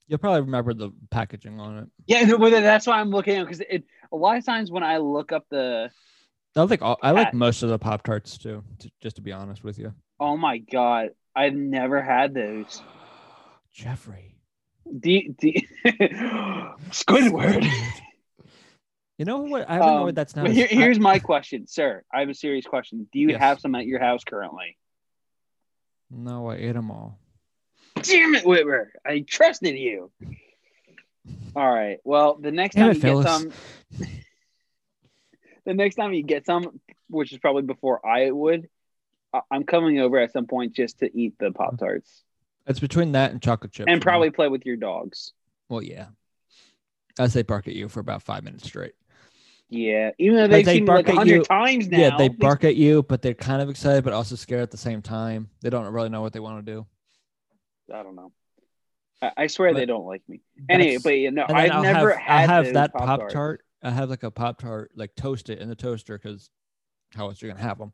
[SPEAKER 1] You'll probably remember the packaging on it.
[SPEAKER 5] Yeah, no, but that's why I'm looking at because it. A lot of times when I look up the,
[SPEAKER 1] I don't think all, I like
[SPEAKER 5] Pat.
[SPEAKER 1] most of the Pop Tarts too. t- just to be honest with you,
[SPEAKER 5] oh my god, I've never had those.
[SPEAKER 1] Jeffrey.
[SPEAKER 5] D D. Squidward.
[SPEAKER 1] You know what? I haven't know
[SPEAKER 5] Um,
[SPEAKER 1] what that's not.
[SPEAKER 5] But
[SPEAKER 1] as-
[SPEAKER 5] here,
[SPEAKER 1] I-
[SPEAKER 5] here's my question, sir. I have a serious question. Do you
[SPEAKER 1] Yes.
[SPEAKER 5] have some at your house currently?
[SPEAKER 1] no, I ate them all.
[SPEAKER 5] Damn it, Whitmer. I trusted you. All right. Well, the next
[SPEAKER 1] Damn
[SPEAKER 5] time
[SPEAKER 1] it,
[SPEAKER 5] you
[SPEAKER 1] Phyllis.
[SPEAKER 5] get some, the next time you get some, which is probably before I would, I- I'm coming over at some point just to eat the Pop Tarts
[SPEAKER 1] It's between that and chocolate chip. for me.
[SPEAKER 5] and probably play with your dogs.
[SPEAKER 1] Well, yeah. As they bark at you for about five minutes straight.
[SPEAKER 5] Yeah. Even though
[SPEAKER 1] But
[SPEAKER 5] they've
[SPEAKER 1] they
[SPEAKER 5] seen me like
[SPEAKER 1] bark at
[SPEAKER 5] a
[SPEAKER 1] you-
[SPEAKER 5] hundred times now.
[SPEAKER 1] yeah, they
[SPEAKER 5] they-
[SPEAKER 1] bark at you, but they're kind of excited, but also scared at the same time. They don't really know what they want to do.
[SPEAKER 5] I don't know. I, I swear
[SPEAKER 1] But
[SPEAKER 5] they don't like me. Anyway,
[SPEAKER 1] That's-
[SPEAKER 5] but yeah, no,
[SPEAKER 1] and then
[SPEAKER 5] I've
[SPEAKER 1] I'll
[SPEAKER 5] never
[SPEAKER 1] have,
[SPEAKER 5] had
[SPEAKER 1] I'll
[SPEAKER 5] those
[SPEAKER 1] have that
[SPEAKER 5] Pop-Tarts.
[SPEAKER 1] pop tart. I have like a pop tart, like toast it in the toaster because how else are you gonna have them?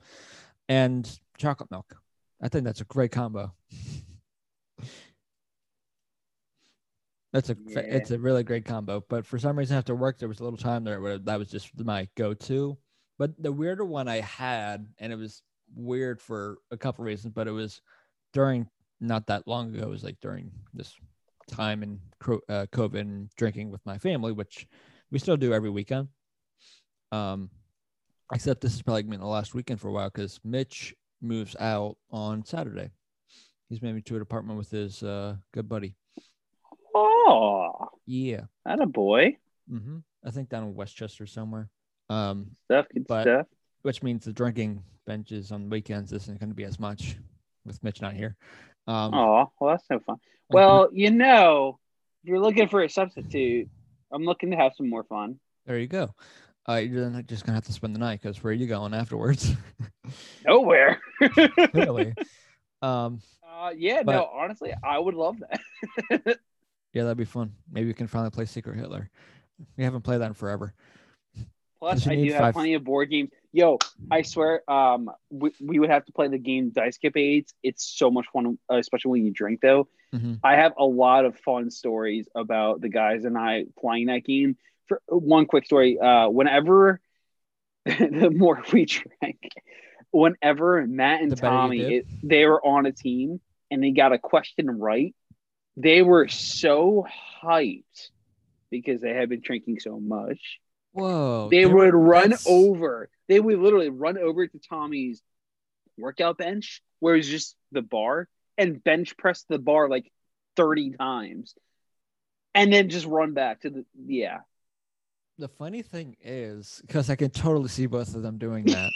[SPEAKER 1] And chocolate milk. I think that's a great combo. That's a fa-
[SPEAKER 5] Yeah.
[SPEAKER 1] it's a really great combo. But for some reason, after work, there was a little time there where that was just my go to. But the weirder one I had, and it was weird for a couple reasons, but it was during not that long ago. It was like during this time in cro- uh, COVID and drinking with my family, which we still do every weekend. Um, except this is probably been the last weekend for a while because Mitch moves out on Saturday. He's moving to an apartment with his uh, good buddy.
[SPEAKER 5] Oh,
[SPEAKER 1] Yeah.
[SPEAKER 5] that a boy.
[SPEAKER 1] hmm I think down in Westchester somewhere. Um,
[SPEAKER 5] Stuff, good
[SPEAKER 1] But-
[SPEAKER 5] stuff.
[SPEAKER 1] which means the drinking benches on weekends isn't going to be as much with Mitch not here. Um,
[SPEAKER 5] Oh, well, that's no fun.
[SPEAKER 1] but-
[SPEAKER 5] Well, you know, if you're looking for a substitute, I'm looking to have some more fun.
[SPEAKER 1] there you go. Uh, you're then just going to have to spend the night because where are you going afterwards?
[SPEAKER 5] Nowhere. uh,
[SPEAKER 1] Clearly. Um,
[SPEAKER 5] yeah, no,
[SPEAKER 1] But-
[SPEAKER 5] honestly, I would love that.
[SPEAKER 1] yeah, that'd be fun. Maybe we can finally play Secret Hitler. We haven't played that in forever.
[SPEAKER 5] Plus,
[SPEAKER 1] you
[SPEAKER 5] I
[SPEAKER 1] need
[SPEAKER 5] do have
[SPEAKER 1] five-
[SPEAKER 5] plenty of board games. Yo, I swear, um, we, we would have to play the game Dice Skip Aids. It's so much fun, uh, especially when you drink, though.
[SPEAKER 1] Mhm.
[SPEAKER 5] I have a lot of fun stories about the guys and I playing that game. For one quick story, uh, whenever the more we drank, whenever Matt and
[SPEAKER 1] The better you
[SPEAKER 5] Tommy
[SPEAKER 1] did.
[SPEAKER 5] it, they were on a team and they got a question right, they were so hyped because they had been drinking so much
[SPEAKER 1] Whoa.
[SPEAKER 5] they
[SPEAKER 1] there
[SPEAKER 5] would
[SPEAKER 1] were-
[SPEAKER 5] run
[SPEAKER 1] that's-
[SPEAKER 5] over. They would literally run over to Tommy's workout bench, where it was just the bar, and bench press the bar like 30 times. And then just run back to the yeah.
[SPEAKER 1] The funny thing is, because I can totally see both of them doing that.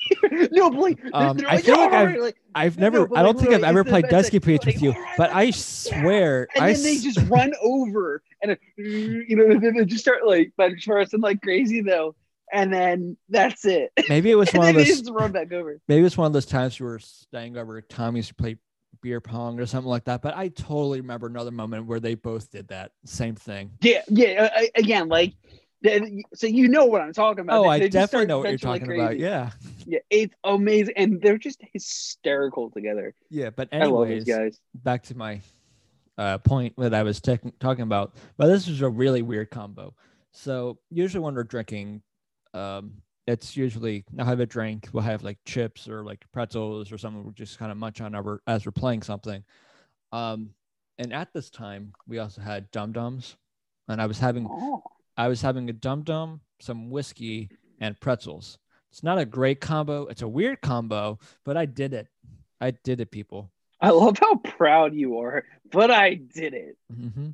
[SPEAKER 5] no, but like, they're-
[SPEAKER 1] Um,
[SPEAKER 5] they're
[SPEAKER 1] I
[SPEAKER 5] like,
[SPEAKER 1] feel
[SPEAKER 5] "No,
[SPEAKER 1] like I've-
[SPEAKER 5] alright," like-
[SPEAKER 1] I've
[SPEAKER 5] No, no,
[SPEAKER 1] never,
[SPEAKER 5] but
[SPEAKER 1] I
[SPEAKER 5] like,
[SPEAKER 1] don't think I've
[SPEAKER 5] literally,
[SPEAKER 1] ever
[SPEAKER 5] it's the
[SPEAKER 1] played
[SPEAKER 5] best,
[SPEAKER 1] Dusky
[SPEAKER 5] like,
[SPEAKER 1] Page
[SPEAKER 5] like,
[SPEAKER 1] with you,
[SPEAKER 5] alright,
[SPEAKER 1] but I
[SPEAKER 5] like, yeah.
[SPEAKER 1] swear,
[SPEAKER 5] and
[SPEAKER 1] I
[SPEAKER 5] then they
[SPEAKER 1] s-
[SPEAKER 5] just run over and uh, you know they, they just start like bench pressing like crazy though, and then that's it.
[SPEAKER 1] maybe it was
[SPEAKER 5] and
[SPEAKER 1] one
[SPEAKER 5] then
[SPEAKER 1] of
[SPEAKER 5] they
[SPEAKER 1] those,
[SPEAKER 5] just run back over.
[SPEAKER 1] maybe it was one of those times you were staying over at Tommy's to play beer pong or something like that. But I totally remember another moment where they both did that same thing.
[SPEAKER 5] Yeah, yeah. uh, uh, Again, like, the- so you know what I'm talking about.
[SPEAKER 1] Oh,
[SPEAKER 5] They-
[SPEAKER 1] I
[SPEAKER 5] they just
[SPEAKER 1] definitely
[SPEAKER 5] start
[SPEAKER 1] know what you're
[SPEAKER 5] dancing like
[SPEAKER 1] talking about.
[SPEAKER 5] crazy.
[SPEAKER 1] Yeah,
[SPEAKER 5] yeah, it's amazing, and they're just hysterical together.
[SPEAKER 1] yeah. But
[SPEAKER 5] I love these
[SPEAKER 1] anyways,
[SPEAKER 5] guys.
[SPEAKER 1] back to my uh, point that I was tec- talking about. But this is a really weird combo. So usually when we're drinking, um, it's usually I'll have a drink. We'll have like chips or like pretzels or something. We'll just kind of munch on over as we're playing something. Um, and at this time, we also had dum dums, and I was having
[SPEAKER 5] Oh,
[SPEAKER 1] I was having a dum dum, some whiskey, and pretzels. It's not a great combo. It's a weird combo, but I did it. I did it, people.
[SPEAKER 5] I love how proud you are, but I did it.
[SPEAKER 1] Mm-hmm.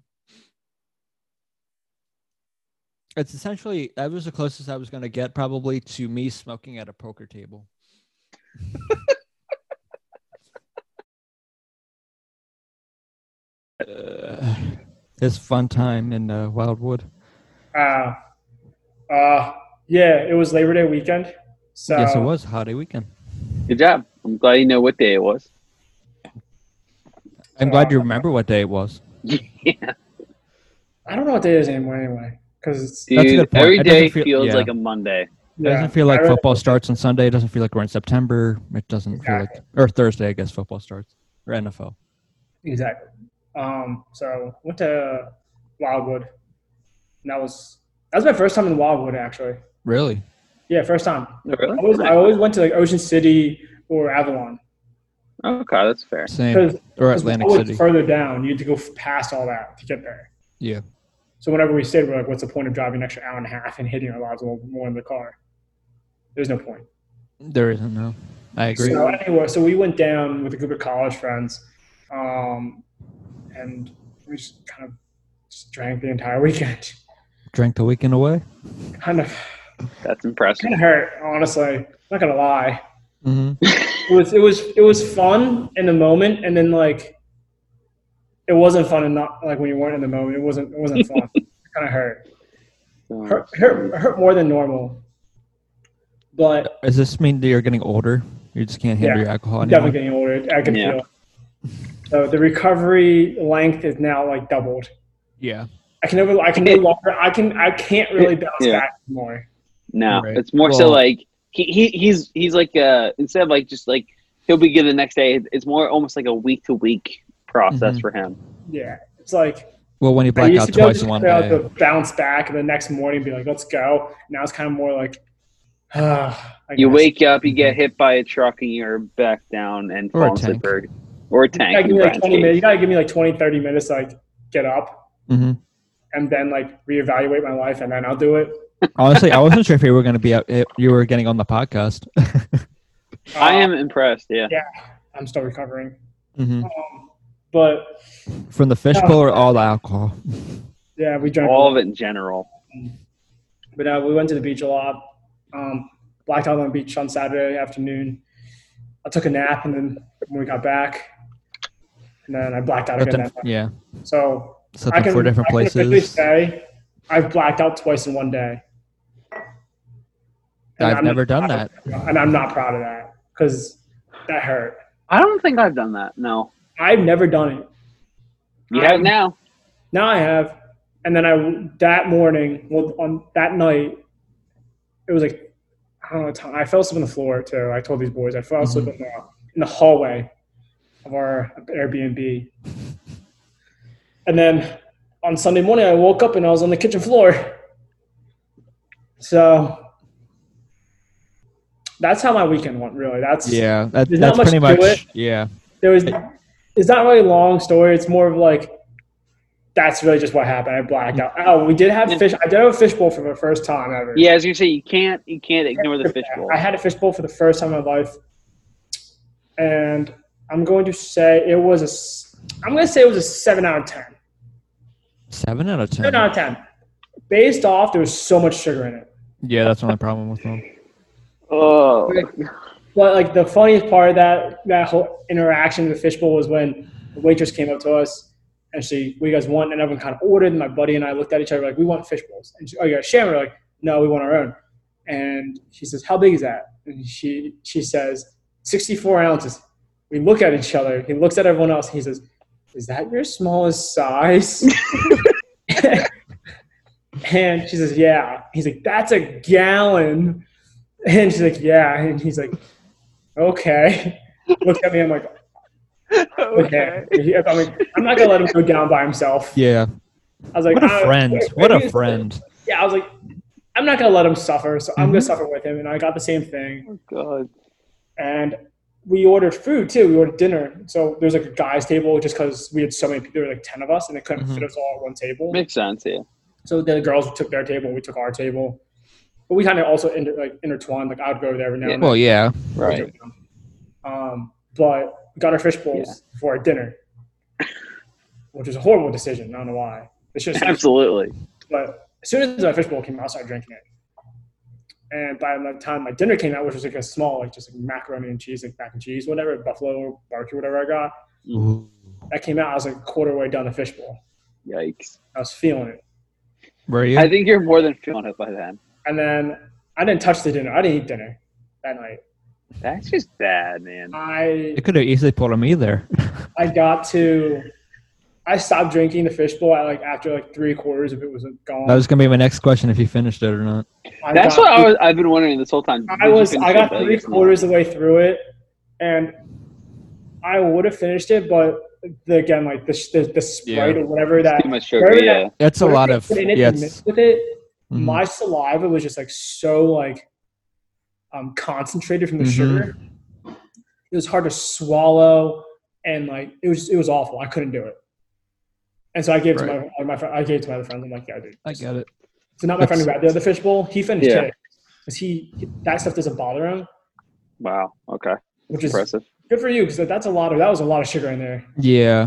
[SPEAKER 1] It's essentially that was the closest I was going to get probably to me smoking at a poker table. uh, it's fun time in uh, Wildwood.
[SPEAKER 2] Uh, uh, yeah, it was Labor Day weekend. So
[SPEAKER 1] yes, it was holiday weekend.
[SPEAKER 5] Good job. I'm glad you know what day it was.
[SPEAKER 1] I'm
[SPEAKER 2] uh,
[SPEAKER 1] glad you remember what day it was.
[SPEAKER 5] Yeah,
[SPEAKER 2] I don't know what day it is anymore anyway. Because it's
[SPEAKER 5] dude.
[SPEAKER 1] That's a good point.
[SPEAKER 5] Every
[SPEAKER 1] It doesn't
[SPEAKER 5] day
[SPEAKER 1] feel-
[SPEAKER 5] feels
[SPEAKER 1] yeah.
[SPEAKER 5] like a Monday.
[SPEAKER 1] It doesn't feel like football starts on Sunday. It doesn't feel like we're in September. It doesn't feel like or Thursday. I guess football starts or NFL.
[SPEAKER 2] Exactly. Um, so went to Wildwood. And that was that was my first time in Wildwood actually.
[SPEAKER 1] Really?
[SPEAKER 2] Yeah, first time.
[SPEAKER 5] No,
[SPEAKER 2] I
[SPEAKER 5] Oh, Really?
[SPEAKER 2] always I always went to like Ocean City or Avalon
[SPEAKER 5] Okay, that's fair.
[SPEAKER 1] Same
[SPEAKER 2] because
[SPEAKER 1] or
[SPEAKER 2] it's
[SPEAKER 1] Atlantic
[SPEAKER 2] always
[SPEAKER 1] City?
[SPEAKER 2] further down. You had to go f- past all that to get there.
[SPEAKER 1] Yeah.
[SPEAKER 2] So whenever we stayed, we're like, "What's the point of driving an extra hour and a half and hitting our lives a little more in the car? There's no point."
[SPEAKER 1] There isn't no. I agree.
[SPEAKER 2] So anyway, so we went down with a group of college friends, um, and we just kind of just drank the entire weekend.
[SPEAKER 1] Drank the weekend away.
[SPEAKER 2] kind of
[SPEAKER 5] That's impressive.
[SPEAKER 2] kind of hurt, honestly. Not gonna lie.
[SPEAKER 1] Mm-hmm.
[SPEAKER 2] It was it was it was fun in the moment, and then like it wasn't fun, and not like when you weren't in the moment. It wasn't it wasn't fun. it kind of hurt. hurt. Hurt hurt more than normal. But
[SPEAKER 1] Does this mean that you're getting older? You just can't handle
[SPEAKER 2] Yeah,
[SPEAKER 1] your alcohol anymore.
[SPEAKER 2] definitely getting older. I can
[SPEAKER 5] Yeah.
[SPEAKER 2] feel. So the recovery length is now like doubled.
[SPEAKER 1] Yeah.
[SPEAKER 2] I can never. I can no longer. I can. I can't really bounce
[SPEAKER 5] Yeah.
[SPEAKER 2] back anymore.
[SPEAKER 5] No,
[SPEAKER 1] Right.
[SPEAKER 5] it's more so
[SPEAKER 1] Well-
[SPEAKER 5] like he, he he's he's like uh instead of like just like he'll be good the next day. It's more almost like a week to week process
[SPEAKER 1] Mhm.
[SPEAKER 5] for him.
[SPEAKER 2] Yeah, it's like
[SPEAKER 1] Well, when you
[SPEAKER 2] I
[SPEAKER 1] black
[SPEAKER 2] used
[SPEAKER 1] out
[SPEAKER 2] to be able to
[SPEAKER 1] twice
[SPEAKER 2] just
[SPEAKER 1] in one
[SPEAKER 2] be able
[SPEAKER 1] day.
[SPEAKER 2] to bounce back and the next morning be like, let's go. Now it's kind of more like, ah. I
[SPEAKER 5] You
[SPEAKER 2] guess.
[SPEAKER 5] wake up, you get hit by a truck, and you're back down and
[SPEAKER 1] Mm-hmm. Or a
[SPEAKER 5] fall asleep
[SPEAKER 1] tank.
[SPEAKER 5] or, or a
[SPEAKER 2] You gotta,
[SPEAKER 5] tank.
[SPEAKER 2] give
[SPEAKER 5] in
[SPEAKER 2] me like 20
[SPEAKER 5] Brian's case.
[SPEAKER 2] minutes. you gotta give me like 20, 30 minutes to like get up
[SPEAKER 1] hmm
[SPEAKER 2] and then like reevaluate my life and then I'll do it.
[SPEAKER 1] Honestly, I wasn't sure if you were going to be out. If you were getting on the podcast.
[SPEAKER 2] Uh,
[SPEAKER 5] I am impressed. Yeah,
[SPEAKER 2] I'm still recovering.
[SPEAKER 1] hmm
[SPEAKER 2] Um, but
[SPEAKER 1] From the fishbowl or all the alcohol.
[SPEAKER 2] yeah, we drank.
[SPEAKER 5] all of it in general.
[SPEAKER 2] But uh, we went to the beach a lot. Um, blacked out on the beach on Saturday afternoon. I took a nap and then when we got back, and then I blacked out again.
[SPEAKER 1] Something,
[SPEAKER 2] That
[SPEAKER 1] yeah.
[SPEAKER 2] night. So
[SPEAKER 1] Something for different
[SPEAKER 2] I officially
[SPEAKER 1] places.
[SPEAKER 2] say I've blacked out twice in one day. And
[SPEAKER 1] I've
[SPEAKER 2] I'm
[SPEAKER 1] never
[SPEAKER 2] not
[SPEAKER 1] done
[SPEAKER 2] proud
[SPEAKER 1] that.
[SPEAKER 2] of- and I'm not proud of that because that hurt.
[SPEAKER 5] I don't think I've done that. No, Um,
[SPEAKER 2] I've never done it.
[SPEAKER 5] you
[SPEAKER 2] I-
[SPEAKER 5] have now.
[SPEAKER 2] Now I have, and then I that morning, well, on that night, it was like I don't know. Tom, I fell asleep on the floor too. I told these boys I fell asleep in, the, in the hallway of our Airbnb, and then on Sunday morning I woke up and I was on the kitchen floor. So that's how my weekend went. Really, that's
[SPEAKER 1] Yeah. That,
[SPEAKER 2] There's not
[SPEAKER 1] that's pretty
[SPEAKER 2] much
[SPEAKER 1] much.
[SPEAKER 2] to
[SPEAKER 1] Yeah.
[SPEAKER 2] there was it's not really a long story it's more of like that's really just what happened i blacked out oh we did have fish i did have a fish bowl for the first time ever
[SPEAKER 5] Yeah, as you say, you can't you can't ignore the fishbowl.
[SPEAKER 2] i had a fish bowl for the first time in my life and i'm going to say it was a s- i'm going to say it was a 7 out of 10
[SPEAKER 1] Seven out of
[SPEAKER 2] 7
[SPEAKER 1] ten.
[SPEAKER 2] out of 10 based off there was so much sugar in it
[SPEAKER 1] Yeah, that's my problem with them.
[SPEAKER 5] Oh,
[SPEAKER 2] but like the funniest part of that that whole interaction with the fishbowl was when the waitress came up to us and she, "What do you guys want?" And everyone kind of ordered. And my buddy and I looked at each other like, "We want fishbowls." And she, "Oh, you got sham?" We're like, "No, we want our own." And she says, "How big is that?" And she she says, "64 ounces." We look at each other. He looks at everyone else. And he says, "Is that your smallest size?" and she says, "Yeah." He's like, "That's a gallon." And she's like, "Yeah." And he's like, "Okay." Looks at me. I'm like, "Okay." I'm like, I'm not gonna let him go down by himself.
[SPEAKER 1] Yeah.
[SPEAKER 2] I was like,
[SPEAKER 1] What a
[SPEAKER 2] "Uh,
[SPEAKER 1] friend.
[SPEAKER 2] wait,
[SPEAKER 1] What
[SPEAKER 2] maybe
[SPEAKER 1] a
[SPEAKER 2] it's-
[SPEAKER 1] friend.
[SPEAKER 2] Yeah, I was like, I'm not gonna let him suffer, so
[SPEAKER 1] Mhm.
[SPEAKER 2] I'm gonna suffer with him, and I got the same thing.
[SPEAKER 5] Oh God.
[SPEAKER 2] and we ordered food too. We ordered dinner, so there was like a guys' table just because we had so many. There were like ten of us, and they couldn't
[SPEAKER 1] Mhm.
[SPEAKER 2] fit us all at one table.
[SPEAKER 5] Makes sense, yeah.
[SPEAKER 2] So then the girls took their table, we took our table, but we kind of also inter- like intertwined. Like I would go there every now
[SPEAKER 5] Yeah.
[SPEAKER 2] and then.
[SPEAKER 8] Well, yeah.
[SPEAKER 5] Right.
[SPEAKER 2] Um, but we got our fish bowls for our dinner, which was a horrible decision. I don't know why. It's just
[SPEAKER 5] Absolutely.
[SPEAKER 2] but as soon as my fishbowl came out, I started drinking it. And by the time my dinner came out, which was like a small, like just like macaroni and cheese, like mac and cheese, whatever, buffalo barbecue, whatever I got, that came out. I was like quarter way down the fishbowl.
[SPEAKER 5] Yikes.
[SPEAKER 2] I was feeling it.
[SPEAKER 1] Were you?
[SPEAKER 5] I think you're more than feeling it by then.
[SPEAKER 2] And then I didn't touch the dinner. I didn't eat dinner that night.
[SPEAKER 5] That's just bad, man.
[SPEAKER 2] I
[SPEAKER 1] It could have easily pulled me there.
[SPEAKER 2] I got to, I stopped drinking the fishbowl at like after like three quarters of it was gone.
[SPEAKER 1] That was gonna be my next question if you finished it or not.
[SPEAKER 2] I
[SPEAKER 5] That's
[SPEAKER 2] got-
[SPEAKER 5] what I was, I've been wondering this whole time. Did
[SPEAKER 2] I
[SPEAKER 5] you
[SPEAKER 2] was
[SPEAKER 5] finish
[SPEAKER 2] I got
[SPEAKER 5] it,
[SPEAKER 2] three
[SPEAKER 5] guess not.
[SPEAKER 2] quarters of the way through it, and I would have finished it, but the, again, like the sh- the, the sprite or whatever that
[SPEAKER 5] Too much sugar,
[SPEAKER 2] whatever
[SPEAKER 5] yeah.
[SPEAKER 1] That's a
[SPEAKER 2] whatever
[SPEAKER 1] lot
[SPEAKER 2] they
[SPEAKER 1] of
[SPEAKER 2] put in it to
[SPEAKER 1] yes.
[SPEAKER 2] mix with it.
[SPEAKER 1] Mhm.
[SPEAKER 2] My saliva was just like so like um concentrated from the
[SPEAKER 1] Mhm.
[SPEAKER 2] sugar. It was hard to swallow, and like it was it was awful. I couldn't do it. And so I gave it to my, my friend. I gave it to my other friends. I'm like, yeah, dude.
[SPEAKER 1] I get it.
[SPEAKER 2] So not my friend who had the other fishbowl. He finished
[SPEAKER 5] Yeah.
[SPEAKER 2] it because he that stuff doesn't bother him,
[SPEAKER 5] Wow. Okay.
[SPEAKER 2] which is
[SPEAKER 5] Impressive.
[SPEAKER 2] Good for you, because that's a lot of that was a lot of sugar in there.
[SPEAKER 1] Yeah.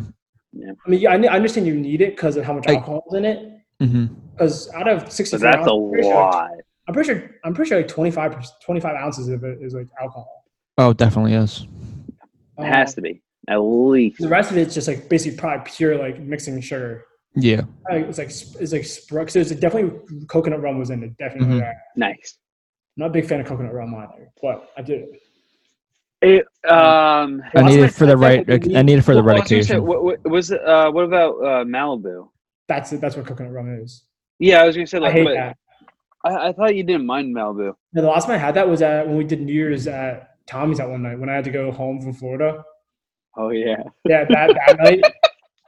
[SPEAKER 2] I mean, yeah, I, kn- I understand you need it because of how much
[SPEAKER 1] I-
[SPEAKER 2] alcohol's in it.
[SPEAKER 1] hmm
[SPEAKER 2] Because out of sixty,
[SPEAKER 5] But that's a
[SPEAKER 2] ounces, I'm pretty sure-
[SPEAKER 5] lot.
[SPEAKER 2] I'm pretty sure. I'm pretty sure like 25, 25 ounces of it is like alcohol.
[SPEAKER 1] Oh, definitely is.
[SPEAKER 2] Um,
[SPEAKER 5] It has to be. At least.
[SPEAKER 2] The rest of it's just like basically probably pure like mixing sugar.
[SPEAKER 1] Yeah.
[SPEAKER 2] Like, it's like sp- it's like spr- so it's definitely coconut rum was in it. Definitely.
[SPEAKER 1] Mhm.
[SPEAKER 2] I'm
[SPEAKER 5] Nice.
[SPEAKER 2] not a big fan of coconut rum either, but I did. it.
[SPEAKER 5] It, um,
[SPEAKER 1] I
[SPEAKER 2] Well,
[SPEAKER 1] need
[SPEAKER 2] that's
[SPEAKER 1] it for the
[SPEAKER 2] what I
[SPEAKER 1] right.
[SPEAKER 2] said, like, you
[SPEAKER 1] I need it for the
[SPEAKER 5] well, I
[SPEAKER 1] right
[SPEAKER 5] was gonna say,
[SPEAKER 1] occasion.
[SPEAKER 5] What, what, was, it, uh, what about uh, Malibu?
[SPEAKER 2] That's it. That's what coconut rum is.
[SPEAKER 5] Yeah, I was going to say,
[SPEAKER 2] I
[SPEAKER 5] like,
[SPEAKER 2] hate
[SPEAKER 5] but
[SPEAKER 2] that.
[SPEAKER 5] I, I thought you didn't mind Malibu.
[SPEAKER 2] No, the last time I had that was at when we did New Year's at Tommy's that one night when I had to go home from Florida.
[SPEAKER 5] Oh, yeah.
[SPEAKER 2] Yeah, that, that night,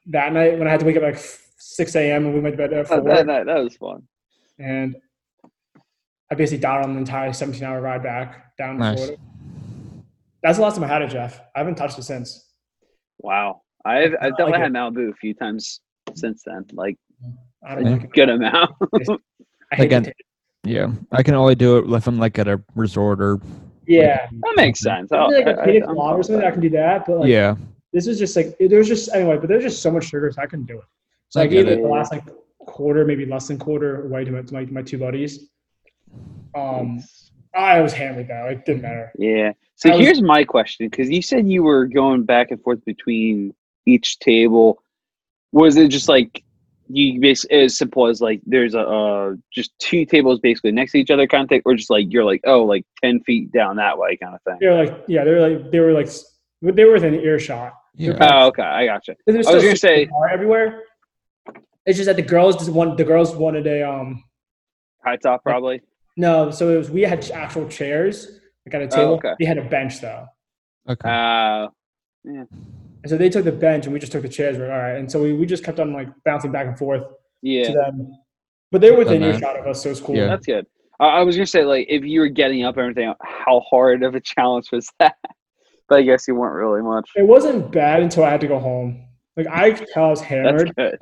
[SPEAKER 2] that night when I had to wake up at like f- six a.m. and we went to bed at
[SPEAKER 5] Oh, that,
[SPEAKER 2] four,
[SPEAKER 5] that, that was fun.
[SPEAKER 2] and I basically dialed on the entire seventeen-hour ride back down to
[SPEAKER 1] Nice.
[SPEAKER 2] Florida. That's the last time I had it, Jeff. I haven't touched it since.
[SPEAKER 5] Wow. I've, I've definitely
[SPEAKER 2] like
[SPEAKER 5] had Malibu a few times since then, like
[SPEAKER 2] I don't
[SPEAKER 1] Yeah.
[SPEAKER 2] like it.
[SPEAKER 5] good amount.
[SPEAKER 2] I hate
[SPEAKER 1] Again.
[SPEAKER 2] it.
[SPEAKER 1] Yeah. I can only do it if I'm like at a resort or.
[SPEAKER 2] Yeah,
[SPEAKER 5] That makes sense.
[SPEAKER 2] I
[SPEAKER 5] Oh,
[SPEAKER 2] feel like a
[SPEAKER 5] I- I-
[SPEAKER 2] pina
[SPEAKER 5] I'm-
[SPEAKER 2] colada or something. I can do that, but like
[SPEAKER 1] yeah.
[SPEAKER 2] this is just like there's just anyway, but there's just so much sugar, so I couldn't do it. So I,
[SPEAKER 1] I
[SPEAKER 2] gave
[SPEAKER 1] get
[SPEAKER 2] it the
[SPEAKER 5] it.
[SPEAKER 2] last like quarter, maybe less than quarter, away to my to my, my two buddies. Um, I was hammered though. It didn't matter.
[SPEAKER 5] Yeah. So
[SPEAKER 2] I was-
[SPEAKER 5] here's my question because you said you were going back and forth between each table. Was it just like you basically as simple as like there's a uh, just two tables basically next to each other kind of thing, or just like you're like oh like ten feet down that way kind of thing?
[SPEAKER 2] They were like, yeah, they were like, they were like, s- they were within earshot.
[SPEAKER 1] Yeah.
[SPEAKER 5] Oh, okay, I gotcha.
[SPEAKER 2] There was
[SPEAKER 5] I was
[SPEAKER 2] still
[SPEAKER 5] gonna say-
[SPEAKER 2] bar everywhere. It's just that the girls just want the girls wanted a um
[SPEAKER 5] High top probably.
[SPEAKER 2] no, so it was we had actual chairs like at a table.
[SPEAKER 5] Oh, okay.
[SPEAKER 2] They had a bench though,
[SPEAKER 1] Okay.
[SPEAKER 5] Uh,
[SPEAKER 2] and so they took the bench and we just took the chairs. We're like, all right, and so we, we just kept on like bouncing back and forth to
[SPEAKER 5] yeah,
[SPEAKER 2] them, but they were within
[SPEAKER 1] Doesn't
[SPEAKER 2] earshot of us, so it's cool.
[SPEAKER 1] Yeah.
[SPEAKER 5] that's good. I, I was gonna say like if you were getting up and everything, how hard of a challenge was that? but I guess you weren't really much.
[SPEAKER 2] It wasn't bad until I had to go home. Like I could tell I was
[SPEAKER 5] That's
[SPEAKER 2] hammered,
[SPEAKER 5] good.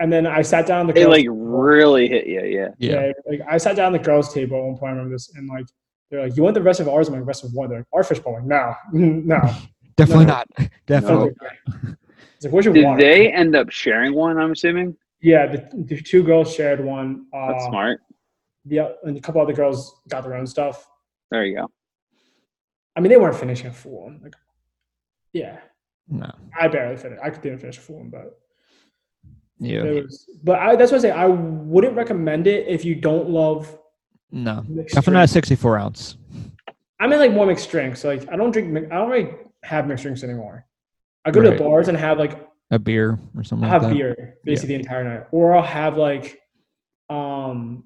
[SPEAKER 2] and then I sat down. at The
[SPEAKER 5] It
[SPEAKER 2] girls'
[SPEAKER 5] like really hit you. Yeah.
[SPEAKER 1] Yeah.
[SPEAKER 2] Yeah, Like I sat down at the girls' table at one point. I remember this, and like they're like, "You want the rest of ours?" I'm like, "Rest of what?" They're like, "Our fishbowl." I'm Like, no, no.
[SPEAKER 1] Definitely
[SPEAKER 2] No.
[SPEAKER 1] not. Definitely.
[SPEAKER 2] It's like, "Where's your
[SPEAKER 5] Did
[SPEAKER 2] water?"
[SPEAKER 5] they end up sharing one? I'm assuming.
[SPEAKER 2] Yeah, the, the two girls shared one. Uh,
[SPEAKER 5] That's smart.
[SPEAKER 2] Yeah, and a couple other girls got their own stuff.
[SPEAKER 5] There you go.
[SPEAKER 2] I mean, they weren't finishing a full one. Like, yeah,
[SPEAKER 1] No.
[SPEAKER 2] I barely finished. I didn't finish a full one, but
[SPEAKER 1] Yeah.
[SPEAKER 2] it was. But I, that's what I say. I wouldn't recommend it if you don't love.
[SPEAKER 1] No.
[SPEAKER 2] mixed
[SPEAKER 1] Definitely not a
[SPEAKER 2] drinks.
[SPEAKER 1] 64 ounce.
[SPEAKER 2] I mean, like more mixed drinks. Like I don't drink. mi- I don't really have mixed drinks anymore. I go to
[SPEAKER 1] Right.
[SPEAKER 2] the bars and have like
[SPEAKER 1] a beer or
[SPEAKER 2] I'll
[SPEAKER 1] something like
[SPEAKER 2] have
[SPEAKER 1] that.
[SPEAKER 2] beer basically the entire night, or I'll have like, um,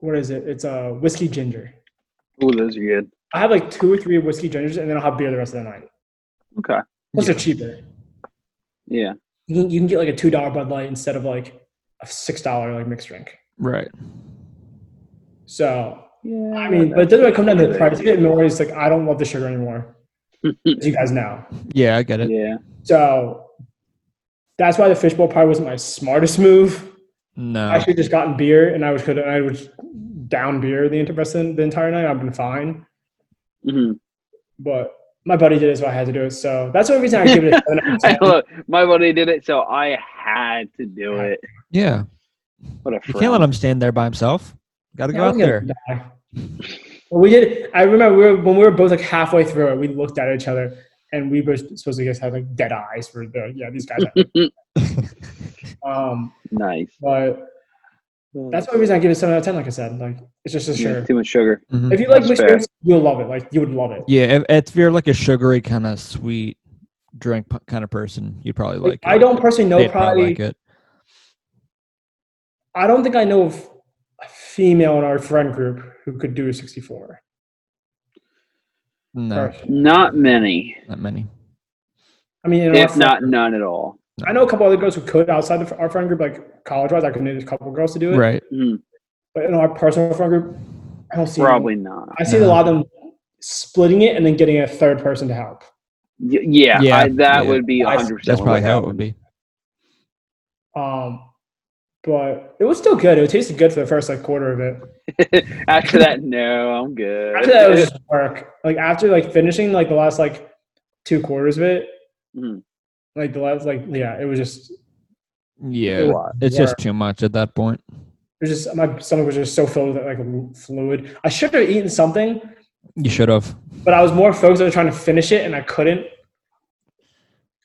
[SPEAKER 2] what is it? It's a uh, whiskey ginger.
[SPEAKER 5] Ooh, those are good.
[SPEAKER 2] I have like two or three whiskey gingers, and then I'll have beer the rest of the night.
[SPEAKER 5] Okay.
[SPEAKER 2] Plus,
[SPEAKER 1] Yeah.
[SPEAKER 2] they're cheaper.
[SPEAKER 5] Yeah.
[SPEAKER 2] You can, you can get like a two dollar Bud Light instead of like a six dollar like mixed drink.
[SPEAKER 1] Right.
[SPEAKER 2] So
[SPEAKER 5] Yeah.
[SPEAKER 2] I mean, but it doesn't really come down to the price. It gets more it's like I don't love the sugar anymore, as you guys know.
[SPEAKER 1] Yeah, I get it.
[SPEAKER 5] yeah.
[SPEAKER 2] So that's why the fishbowl probably wasn't my smartest move.
[SPEAKER 8] No.
[SPEAKER 2] I should have just gotten beer, and I was could I was down beer the entire the entire night. I've been fine.
[SPEAKER 5] hmm
[SPEAKER 2] but my buddy did it, so I had to do it. So that's the only reason I give it a seven out of
[SPEAKER 5] I
[SPEAKER 2] ten.
[SPEAKER 5] look, my buddy did it, so I had to do it.
[SPEAKER 1] Yeah.
[SPEAKER 5] What a
[SPEAKER 1] You
[SPEAKER 5] friend.
[SPEAKER 1] can't let him stand there by himself. Got to
[SPEAKER 2] Yeah,
[SPEAKER 1] go
[SPEAKER 2] I
[SPEAKER 1] out
[SPEAKER 2] was gonna
[SPEAKER 1] there.
[SPEAKER 2] die. Well, we did. I remember we were, when we were both like halfway through it, we looked at each other and we were supposed to just have like dead eyes for the yeah these guys. um,
[SPEAKER 5] nice.
[SPEAKER 2] but that's the only reason I give it seven out of ten. Like I said, like it's just a
[SPEAKER 5] Yeah,
[SPEAKER 2] sure.
[SPEAKER 5] Too much sugar.
[SPEAKER 1] Mhm.
[SPEAKER 2] If you like
[SPEAKER 5] That's
[SPEAKER 2] mixed
[SPEAKER 5] fair.
[SPEAKER 2] drinks, you'll love it. Like you would love it.
[SPEAKER 1] Yeah, if, if you're like a sugary kind of sweet drink kind of person, you'd probably
[SPEAKER 2] Like,
[SPEAKER 1] like.
[SPEAKER 2] I
[SPEAKER 1] it.
[SPEAKER 2] don't personally know
[SPEAKER 1] They'd
[SPEAKER 2] probably.
[SPEAKER 1] like it.
[SPEAKER 2] I don't think I know of a female in our friend group who could do a sixty-four.
[SPEAKER 1] No,
[SPEAKER 2] Personally.
[SPEAKER 5] Not many,
[SPEAKER 1] not many.
[SPEAKER 2] I mean, in our
[SPEAKER 5] if
[SPEAKER 2] friend
[SPEAKER 5] not
[SPEAKER 2] group.
[SPEAKER 5] none at all.
[SPEAKER 2] I know a couple other girls who could outside of our friend group, like college wise. I could name a couple girls to do it,
[SPEAKER 1] Right.
[SPEAKER 5] Mm,
[SPEAKER 2] but in our personal friend group, I don't see.
[SPEAKER 5] probably not.
[SPEAKER 2] I see
[SPEAKER 1] No.
[SPEAKER 2] a lot of them splitting it and then getting a third person to help.
[SPEAKER 5] Y- yeah,
[SPEAKER 1] Yeah,
[SPEAKER 5] I, that
[SPEAKER 1] yeah.
[SPEAKER 5] would be
[SPEAKER 2] That's-
[SPEAKER 5] 100.
[SPEAKER 1] That's probably how it would be.
[SPEAKER 2] Um, but it was still good. It tasted good for the first like quarter of it.
[SPEAKER 5] After that, no, I'm good.
[SPEAKER 2] After that, it was just work. Like after like finishing like the last like two quarters of it,
[SPEAKER 5] Mhm.
[SPEAKER 2] like the last like yeah, it was just it
[SPEAKER 1] Yeah,
[SPEAKER 2] was
[SPEAKER 1] it's
[SPEAKER 2] work.
[SPEAKER 1] just too much at that point.
[SPEAKER 2] it was just my stomach was just so filled with like fluid. I should have eaten something,
[SPEAKER 1] You should have.
[SPEAKER 2] but I was more focused on trying to finish it and I couldn't.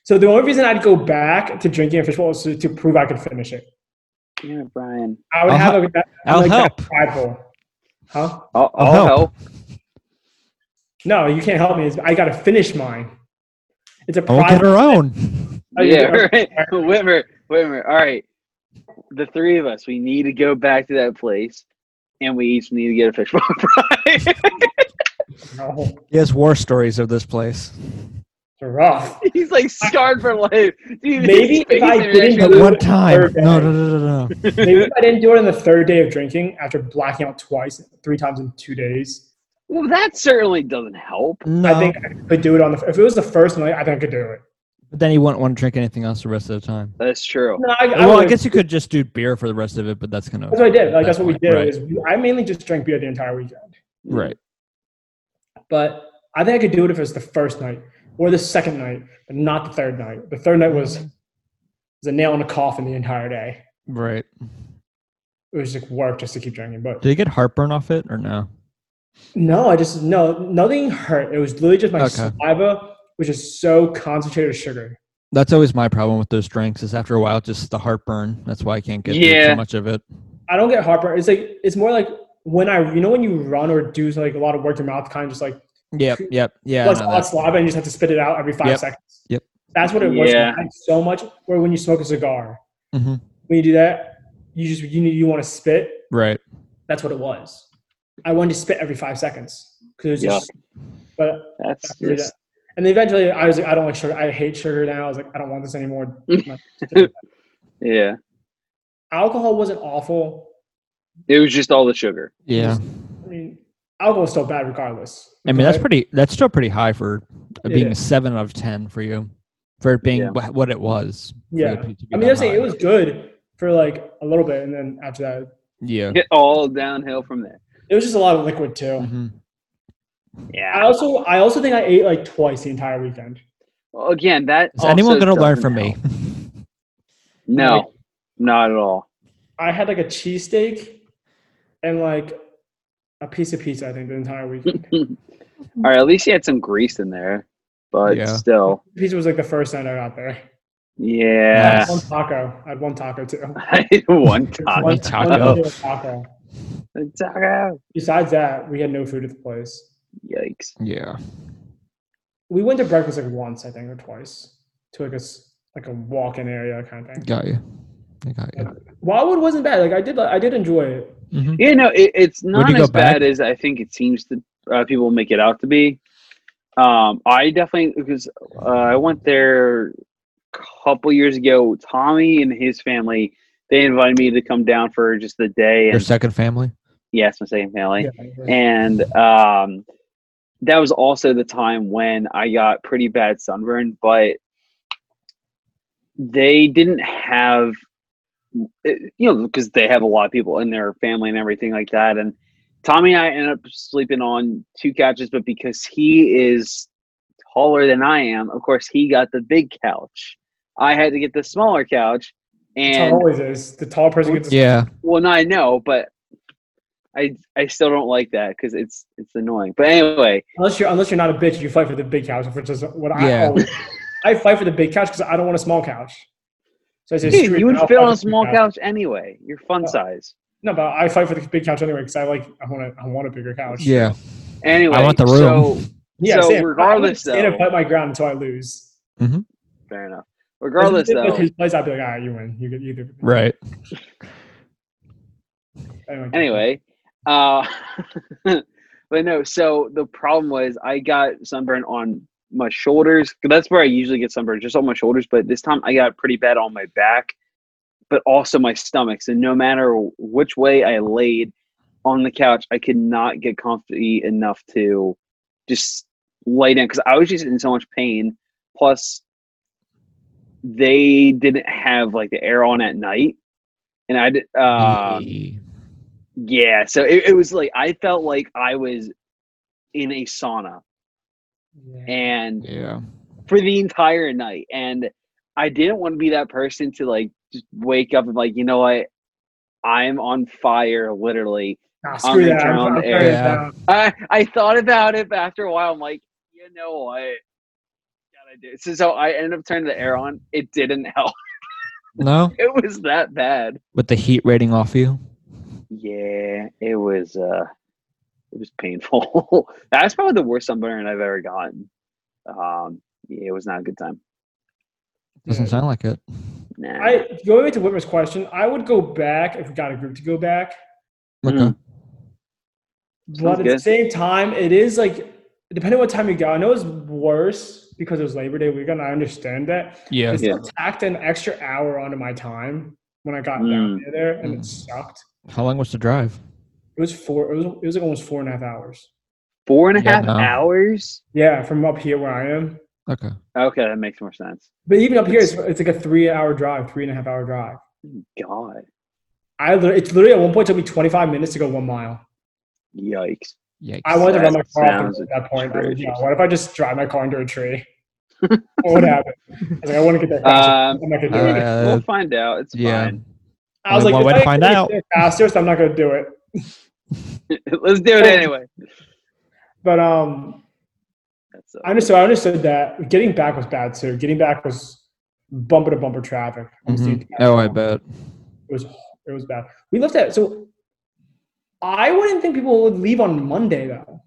[SPEAKER 2] So the only reason I'd go back to drinking a fishbowl is to, to prove I could finish it.
[SPEAKER 5] yeah, Brian.
[SPEAKER 2] I would
[SPEAKER 1] I'll
[SPEAKER 2] have a that-
[SPEAKER 1] I'll
[SPEAKER 2] like that
[SPEAKER 1] help.
[SPEAKER 2] prideful. Huh?
[SPEAKER 5] I'll,
[SPEAKER 1] I'll
[SPEAKER 5] I'll
[SPEAKER 1] help.
[SPEAKER 5] help.
[SPEAKER 2] No, you can't help me. It's, I got to finish mine. It's a
[SPEAKER 1] I won't get
[SPEAKER 2] pride.
[SPEAKER 1] her own.
[SPEAKER 2] Oh, you
[SPEAKER 5] yeah,
[SPEAKER 2] do?
[SPEAKER 5] right. Whitmer, Whitmer. All right, the three of us. We need to go back to that place, and we each need to get a fishbowl fry.
[SPEAKER 2] No, it's
[SPEAKER 1] He has war stories of this place.
[SPEAKER 2] rough.
[SPEAKER 5] He's like scarred for life. Dude,
[SPEAKER 2] Maybe
[SPEAKER 5] his
[SPEAKER 2] if
[SPEAKER 5] face
[SPEAKER 2] I
[SPEAKER 5] and
[SPEAKER 2] didn't
[SPEAKER 1] At
[SPEAKER 5] reaction-
[SPEAKER 2] do
[SPEAKER 1] one time.
[SPEAKER 2] Perfect.
[SPEAKER 1] No, no, no, no, no.
[SPEAKER 2] Maybe if I didn't do it on the third day of drinking after blacking out twice, three times in two days,
[SPEAKER 5] Well, that certainly doesn't help.
[SPEAKER 1] No.
[SPEAKER 2] I think I could do it on the. If it was the first night, I think I could do it.
[SPEAKER 1] but then he wouldn't want to drink anything else the rest of the time.
[SPEAKER 5] That's true.
[SPEAKER 2] No, I, I
[SPEAKER 1] well, I
[SPEAKER 2] would've-
[SPEAKER 1] guess you could just do beer for the rest of it, but that's kind of
[SPEAKER 2] That's what I did. Like that's what we did.
[SPEAKER 1] Right.
[SPEAKER 2] Is we, I mainly just drank beer the entire weekend.
[SPEAKER 1] right.
[SPEAKER 2] But I think I could do it if it was the first night or the second night, but not the third night. The third night was was a nail in a coffin the entire day.
[SPEAKER 1] Right.
[SPEAKER 2] It was like work just to keep drinking. But
[SPEAKER 1] Did he get heartburn off it or no?
[SPEAKER 2] no, I just no nothing hurt. It was literally just my
[SPEAKER 1] Okay.
[SPEAKER 2] saliva, which is so concentrated with sugar.
[SPEAKER 1] That's always my problem with those drinks. Is after a while, just the heartburn. That's why I can't get
[SPEAKER 5] Yeah.
[SPEAKER 1] too much of it.
[SPEAKER 2] I don't get heartburn. It's like it's more like when I you know when you run or do like a lot of work your mouth kind of just like
[SPEAKER 1] Yep, yep, yeah.
[SPEAKER 2] plus
[SPEAKER 1] I know
[SPEAKER 2] all that
[SPEAKER 1] that.
[SPEAKER 2] saliva and you just have to spit it out every five
[SPEAKER 1] Yep.
[SPEAKER 2] seconds.
[SPEAKER 1] Yep.
[SPEAKER 2] That's what it was.
[SPEAKER 5] Yeah.
[SPEAKER 2] Like, so much. Or when you smoke a cigar,
[SPEAKER 1] Mhm.
[SPEAKER 2] when you do that, you just you you want to spit.
[SPEAKER 1] Right.
[SPEAKER 2] That's what it was. I wanted to spit every five seconds because
[SPEAKER 5] Yeah.
[SPEAKER 2] just but
[SPEAKER 5] That's
[SPEAKER 2] after
[SPEAKER 5] just.
[SPEAKER 2] that- and then eventually I was like, I don't like sugar. I hate sugar now. I was like, I don't want this anymore.
[SPEAKER 5] Yeah.
[SPEAKER 2] Alcohol wasn't awful.
[SPEAKER 5] It was just all the sugar.
[SPEAKER 1] Yeah.
[SPEAKER 2] I mean, alcohol is still bad regardless.
[SPEAKER 1] I mean, that's
[SPEAKER 2] But-
[SPEAKER 1] pretty. That's still pretty high for it
[SPEAKER 2] It
[SPEAKER 1] being a
[SPEAKER 2] is.
[SPEAKER 1] seven out of ten for you, for it being
[SPEAKER 5] Yeah.
[SPEAKER 1] wha- what it was. for
[SPEAKER 2] Yeah.
[SPEAKER 1] it to be
[SPEAKER 2] I mean,
[SPEAKER 1] that
[SPEAKER 2] I'm saying it
[SPEAKER 1] high.
[SPEAKER 2] was good for like a little bit, and then after that,
[SPEAKER 1] Yeah.
[SPEAKER 5] It all downhill from there.
[SPEAKER 2] it was just a lot of liquid too.
[SPEAKER 1] Mhm.
[SPEAKER 2] I
[SPEAKER 5] Yeah.
[SPEAKER 2] also I also think I ate like twice the entire weekend.
[SPEAKER 5] Well, Again, that.
[SPEAKER 1] Is anyone
[SPEAKER 5] also
[SPEAKER 1] going to learn
[SPEAKER 5] doesn't
[SPEAKER 1] from me?
[SPEAKER 5] help. No, not at all.
[SPEAKER 2] I had like a cheesesteak and like a piece of pizza, I think, the entire weekend.
[SPEAKER 5] All right. At least you had some grease in there, but
[SPEAKER 1] Yeah.
[SPEAKER 5] still.
[SPEAKER 2] pizza was like the first night I got there. I
[SPEAKER 5] Yeah.
[SPEAKER 2] had one taco. I had one taco too.
[SPEAKER 5] I had one taco.
[SPEAKER 2] One-
[SPEAKER 1] taco.
[SPEAKER 2] one taco.
[SPEAKER 5] Taco.
[SPEAKER 2] Besides that, we had no food at the place.
[SPEAKER 5] Yikes.
[SPEAKER 1] Yeah.
[SPEAKER 2] we went to breakfast like once, I think, or twice to like a s- like a walk-in area kind of thing.
[SPEAKER 8] Got you. I got you.
[SPEAKER 2] Wildwood wasn't bad. Like I did, I did enjoy it.
[SPEAKER 5] Yeah, no, it, it's not
[SPEAKER 8] you go
[SPEAKER 5] as
[SPEAKER 8] back?
[SPEAKER 5] bad as I think it seems to uh, people make it out to be. Um, I definitely because uh, I went there a couple years ago. Tommy and his family they invited me to come down for just the day.
[SPEAKER 8] Your
[SPEAKER 5] And
[SPEAKER 8] second family?
[SPEAKER 5] yes, my second family,
[SPEAKER 2] Yeah.
[SPEAKER 5] and um, that was also the time when I got pretty bad sunburn, but they didn't have it- you know because they have a lot of people in their family and everything like that and tommy and i ended up sleeping on two couches but because he is taller than i am of course he got the big couch i had to get the smaller couch
[SPEAKER 2] That's
[SPEAKER 5] and
[SPEAKER 2] how it always is. The tall person gets.
[SPEAKER 8] Yeah.
[SPEAKER 5] well, no, I know, but I I still don't like that because it's it's annoying. But anyway,
[SPEAKER 2] Unless you're unless you're not a bitch, you fight for the big couch, which is what I
[SPEAKER 8] Yeah.
[SPEAKER 2] always. I fight for the big couch because I don't want a small couch. So I say,
[SPEAKER 5] dude,
[SPEAKER 2] "Screw it,
[SPEAKER 5] you would
[SPEAKER 2] I'll
[SPEAKER 5] fit
[SPEAKER 2] fight
[SPEAKER 5] on
[SPEAKER 2] for
[SPEAKER 5] a
[SPEAKER 2] the
[SPEAKER 5] small
[SPEAKER 2] big
[SPEAKER 5] couch anyway. You're fun
[SPEAKER 2] Yeah.
[SPEAKER 5] size.
[SPEAKER 2] No, but I fight for the big couch anyway because I like I want to I want a bigger couch.
[SPEAKER 8] Yeah.
[SPEAKER 5] Anyway,
[SPEAKER 8] I want the
[SPEAKER 5] So,
[SPEAKER 8] room.
[SPEAKER 2] yeah.
[SPEAKER 5] so
[SPEAKER 2] same.
[SPEAKER 5] regardless,
[SPEAKER 2] I
[SPEAKER 5] though,
[SPEAKER 2] to fight my ground until I lose.
[SPEAKER 5] fair enough. Regardless,
[SPEAKER 2] If it was
[SPEAKER 5] though,
[SPEAKER 2] his place, I'd be like, all right, you win. You get you do. it."
[SPEAKER 8] Right.
[SPEAKER 5] anyway, uh, but no. So the problem was I got sunburn on my shoulders. 'cause That's where I usually get sunburn, just on my shoulders. But this time I got pretty bad on my back, but also my stomach. So no matter which way I laid on the couch, I could not get comfy enough to just lay down because I was just in so much pain. Plus, they didn't have like the air on at night, and I d- uh, yeah, so it, it was like I felt like I was in a sauna and
[SPEAKER 8] yeah.
[SPEAKER 5] for the entire night. And I didn't want to be that person to like just wake up and like, you know what? I'm on fire, literally.
[SPEAKER 2] Nah, screw that. I'm,
[SPEAKER 5] ground
[SPEAKER 2] I'm
[SPEAKER 5] air.
[SPEAKER 2] turning it
[SPEAKER 8] Yeah.
[SPEAKER 2] down.
[SPEAKER 5] I I thought about it, but after a while I'm like, you know what? Gotta do it. So, so I ended up turning the air on. It didn't help.
[SPEAKER 8] No?
[SPEAKER 5] It was that bad.
[SPEAKER 8] With the heat rating off you?
[SPEAKER 5] Yeah, it was uh it was painful. That's probably the worst sunburn I've ever gotten. Um yeah, it was not a good time.
[SPEAKER 8] Doesn't sound like it.
[SPEAKER 5] Nah.
[SPEAKER 2] I going back to Whitmer's question, I would go back if we got a group to go back.
[SPEAKER 8] Okay.
[SPEAKER 5] Mm.
[SPEAKER 2] But at the
[SPEAKER 5] good.
[SPEAKER 2] same time, it is like depending what time you go. I know it's worse because it was Labor Day weekend. I understand that.
[SPEAKER 8] Yeah.
[SPEAKER 2] It still
[SPEAKER 5] Yeah.
[SPEAKER 2] tacked an extra hour onto my time when I got down
[SPEAKER 5] Mm.
[SPEAKER 2] near there, and
[SPEAKER 8] Mm.
[SPEAKER 2] it sucked.
[SPEAKER 8] How long was the drive?
[SPEAKER 2] It was four. It was it was like almost four and a half hours.
[SPEAKER 5] Four and a
[SPEAKER 8] Yeah,
[SPEAKER 5] half
[SPEAKER 8] no.
[SPEAKER 5] hours?
[SPEAKER 2] Yeah, from up here where I am.
[SPEAKER 8] Okay.
[SPEAKER 5] Okay, that makes more sense.
[SPEAKER 2] But even up here, it's, it's like a three-hour drive, three and a half hour drive.
[SPEAKER 5] God.
[SPEAKER 2] I literally, it's literally at one point took me 25 minutes to go one mile.
[SPEAKER 5] Yikes.
[SPEAKER 8] Yikes.
[SPEAKER 2] I wanted to run my
[SPEAKER 5] That
[SPEAKER 2] car off
[SPEAKER 5] sounds
[SPEAKER 2] the road at that point. I was like,
[SPEAKER 5] atrocious.
[SPEAKER 2] "Yo, what if I just drive my car into a tree? what would happen? I was like, I want to get there faster.
[SPEAKER 5] Um,
[SPEAKER 2] I'm not gonna do
[SPEAKER 8] all
[SPEAKER 2] it.
[SPEAKER 8] right. Uh,
[SPEAKER 5] we'll find out. It's
[SPEAKER 8] yeah.
[SPEAKER 5] fine.
[SPEAKER 2] I was
[SPEAKER 8] Only
[SPEAKER 2] like,
[SPEAKER 8] one
[SPEAKER 2] if
[SPEAKER 8] way to
[SPEAKER 2] I
[SPEAKER 8] find
[SPEAKER 2] get
[SPEAKER 8] out.
[SPEAKER 2] there faster, so I'm not gonna do it.
[SPEAKER 5] Let's do it anyway.
[SPEAKER 2] But um,
[SPEAKER 5] That's uh,
[SPEAKER 2] I understood. I understood that getting back was bad too. Getting back was bumper to bumper traffic. I was
[SPEAKER 8] mhm.
[SPEAKER 2] doing-
[SPEAKER 8] Oh, I bet.
[SPEAKER 2] It was it was bad. We left at so. I wouldn't think people would leave on Monday though.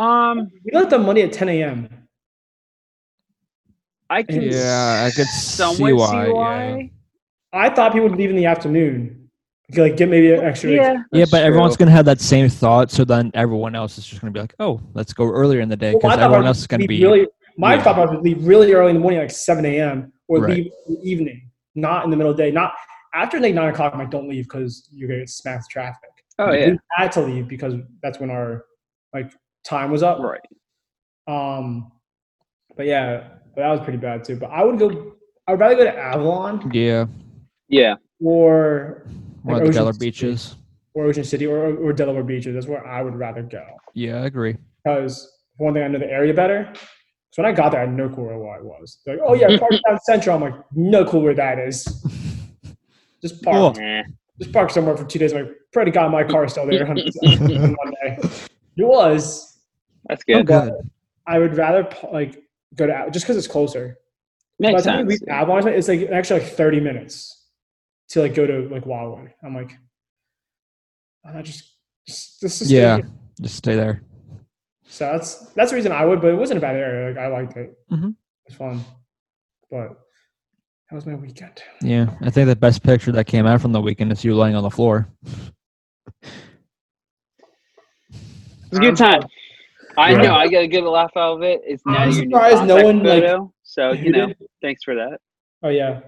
[SPEAKER 5] um
[SPEAKER 2] We left on Monday at 10 a.m.
[SPEAKER 5] I can
[SPEAKER 8] Yeah, I could
[SPEAKER 5] somewhat
[SPEAKER 8] see why, yeah.
[SPEAKER 2] I thought people would leave in the afternoon. Like get maybe an extra.
[SPEAKER 5] Yeah.
[SPEAKER 8] yeah, but
[SPEAKER 5] that's
[SPEAKER 8] everyone's
[SPEAKER 5] true.
[SPEAKER 8] gonna have that same thought, so then everyone else is just gonna be like, "Oh, let's go earlier in the day,"
[SPEAKER 2] Well,
[SPEAKER 8] because
[SPEAKER 2] my thought
[SPEAKER 8] everyone
[SPEAKER 2] was
[SPEAKER 8] else is gonna
[SPEAKER 2] leave
[SPEAKER 8] be.
[SPEAKER 2] really. My
[SPEAKER 8] yeah.
[SPEAKER 2] thought I would leave really early in the morning, like seven a.m. or
[SPEAKER 8] Right.
[SPEAKER 2] leave in the evening, not in the middle of the day. Not after like nine o'clock. I'm like, don't leave because you're gonna get smacked with traffic.
[SPEAKER 5] Oh yeah.
[SPEAKER 2] We had to leave because that's when our like time was up.
[SPEAKER 5] Right.
[SPEAKER 2] Um, but yeah, but that was pretty bad too. But I would go. I would rather go to Avalon
[SPEAKER 8] yeah,
[SPEAKER 5] Yeah.
[SPEAKER 2] or
[SPEAKER 8] one of the
[SPEAKER 2] Like Ocean
[SPEAKER 8] Delaware
[SPEAKER 2] City.
[SPEAKER 8] beaches.
[SPEAKER 2] or Ocean City or or Delaware Beaches. That's where I would rather go.
[SPEAKER 8] Yeah, I agree.
[SPEAKER 2] because for one thing, I know the area better. So when I got there, I had no clue where I was. They're like, oh yeah, park down central. I'm like, no clue where that is. Just park.
[SPEAKER 5] Nah.
[SPEAKER 2] Just park somewhere for two days. I'm like, pray to God, my car is still there. on Monday. It was.
[SPEAKER 5] That's
[SPEAKER 1] Oh,
[SPEAKER 5] good.
[SPEAKER 8] good.
[SPEAKER 2] I would rather like go to Av- just because it's closer.
[SPEAKER 5] Makes
[SPEAKER 2] By the time we
[SPEAKER 5] sense.
[SPEAKER 2] reach Avalon, it's like an extra like 30 minutes to like go to like Wildwood. I'm like, I'm not just, just, just, just
[SPEAKER 8] Yeah, just stay there.
[SPEAKER 2] So that's that's the reason I would, but it wasn't a bad area. Like I liked it.
[SPEAKER 1] Mhm.
[SPEAKER 2] It's fun, but that was my weekend.
[SPEAKER 1] Yeah, I think the best picture that came out from the weekend is you laying on the floor.
[SPEAKER 5] It's a good time. I
[SPEAKER 1] Yeah.
[SPEAKER 5] know. I got to get a laugh out of it. It's now
[SPEAKER 2] Um, I'm
[SPEAKER 5] your new
[SPEAKER 2] surprised no
[SPEAKER 5] contact
[SPEAKER 2] one, like,
[SPEAKER 5] photo, so you know. Thanks for that.
[SPEAKER 2] Oh yeah,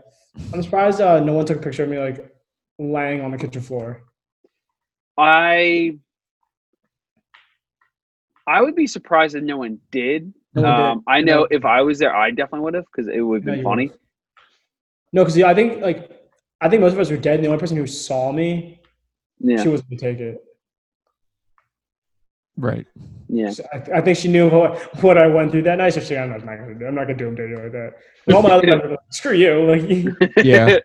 [SPEAKER 2] I'm surprised uh, no one took a picture of me like laying on the kitchen floor.
[SPEAKER 5] I I would be surprised if no one did.
[SPEAKER 2] No, one did.
[SPEAKER 5] Um, I know if I was there, I definitely would have because it would
[SPEAKER 2] No,
[SPEAKER 5] have been
[SPEAKER 2] you
[SPEAKER 5] funny.
[SPEAKER 2] no, because yeah, I think like I think most of us were dead. And the only person who saw me,
[SPEAKER 5] Yeah,
[SPEAKER 2] she was gonna take it.
[SPEAKER 1] Right.
[SPEAKER 5] yeah.
[SPEAKER 2] So I, I think she knew what, what I went through that night. So she, I'm not, I'm not gonna do. I'm not gonna do him dirty like that. And all my other members, were like, screw you. Like,
[SPEAKER 1] Yeah.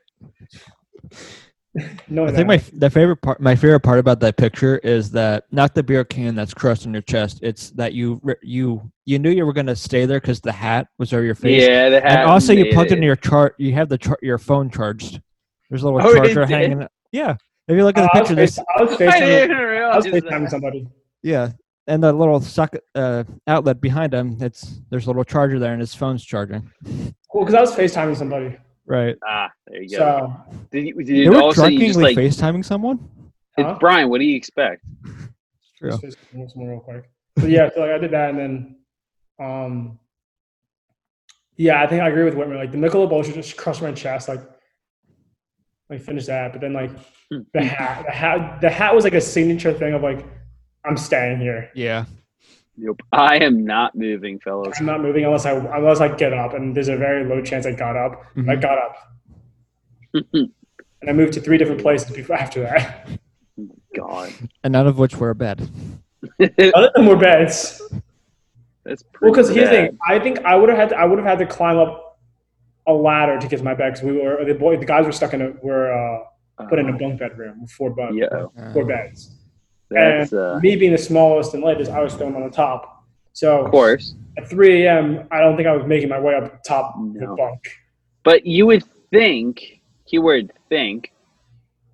[SPEAKER 2] no,
[SPEAKER 1] I think my f- the favorite part, my favorite part about that picture is that not the beer can that's crushed on your chest. It's that you re- you you knew you were gonna stay there because the hat was over your face.
[SPEAKER 5] yeah, the hat.
[SPEAKER 1] And also, you plugged in
[SPEAKER 5] made it.
[SPEAKER 1] your chart. You have the char- your phone charged. There's a little
[SPEAKER 5] Oh, it Oh,
[SPEAKER 1] charger
[SPEAKER 5] did?
[SPEAKER 1] hanging. Yeah. If you look at the
[SPEAKER 2] I was
[SPEAKER 1] picture, this
[SPEAKER 2] face- I was
[SPEAKER 5] I
[SPEAKER 2] FaceTiming
[SPEAKER 5] didn't
[SPEAKER 2] I
[SPEAKER 5] realize
[SPEAKER 2] was
[SPEAKER 5] that.
[SPEAKER 2] FaceTiming somebody.
[SPEAKER 1] yeah, and the little socket uh, outlet behind him. It's there's a little charger there, and his phone's charging.
[SPEAKER 2] Well, because I was FaceTiming somebody.
[SPEAKER 1] Right.
[SPEAKER 5] Ah, there you go.
[SPEAKER 2] So
[SPEAKER 5] did you, did
[SPEAKER 1] They
[SPEAKER 5] you,
[SPEAKER 1] were
[SPEAKER 5] also, you just
[SPEAKER 1] drunkenly
[SPEAKER 5] like
[SPEAKER 1] facetiming someone.
[SPEAKER 2] Huh?
[SPEAKER 5] it's Brian. What do you expect?
[SPEAKER 1] True.
[SPEAKER 2] Just FaceTiming someone real quick. But yeah, so like I did that, and then, um, yeah, I think I agree with Whitmer. Like the Michelob Ultra just crushed my chest. Like, like finish that, but then like the hat, the hat, the hat was like a signature thing of like, I'm staying here.
[SPEAKER 1] Yeah.
[SPEAKER 5] Nope. I am not moving, fellas.
[SPEAKER 2] I'm not moving unless I unless I get up, and there's a very low chance I got up. I
[SPEAKER 1] Mhm.
[SPEAKER 2] got up, and I moved to three different places before after that.
[SPEAKER 5] God,
[SPEAKER 1] And none of which were a bed.
[SPEAKER 5] that's
[SPEAKER 2] Other than more beds. Well,
[SPEAKER 5] pretty
[SPEAKER 2] because here's the
[SPEAKER 5] bad.
[SPEAKER 2] thing. I think I would have had. To, I would have had to climb up a ladder to get to my bed because we were the boy. The guys were stuck in a were uh, put in a bunk bedroom with four bunk,
[SPEAKER 5] Uh, Yeah,
[SPEAKER 2] four
[SPEAKER 1] Um,
[SPEAKER 2] beds.
[SPEAKER 5] that's
[SPEAKER 2] and
[SPEAKER 5] uh,
[SPEAKER 2] me being the smallest and lightest, I was thrown on the top. So
[SPEAKER 5] of course.
[SPEAKER 2] at 3 a.m., I don't think I was making my way up the top of the
[SPEAKER 5] No.
[SPEAKER 2] bunk.
[SPEAKER 5] But you would think, keyword think,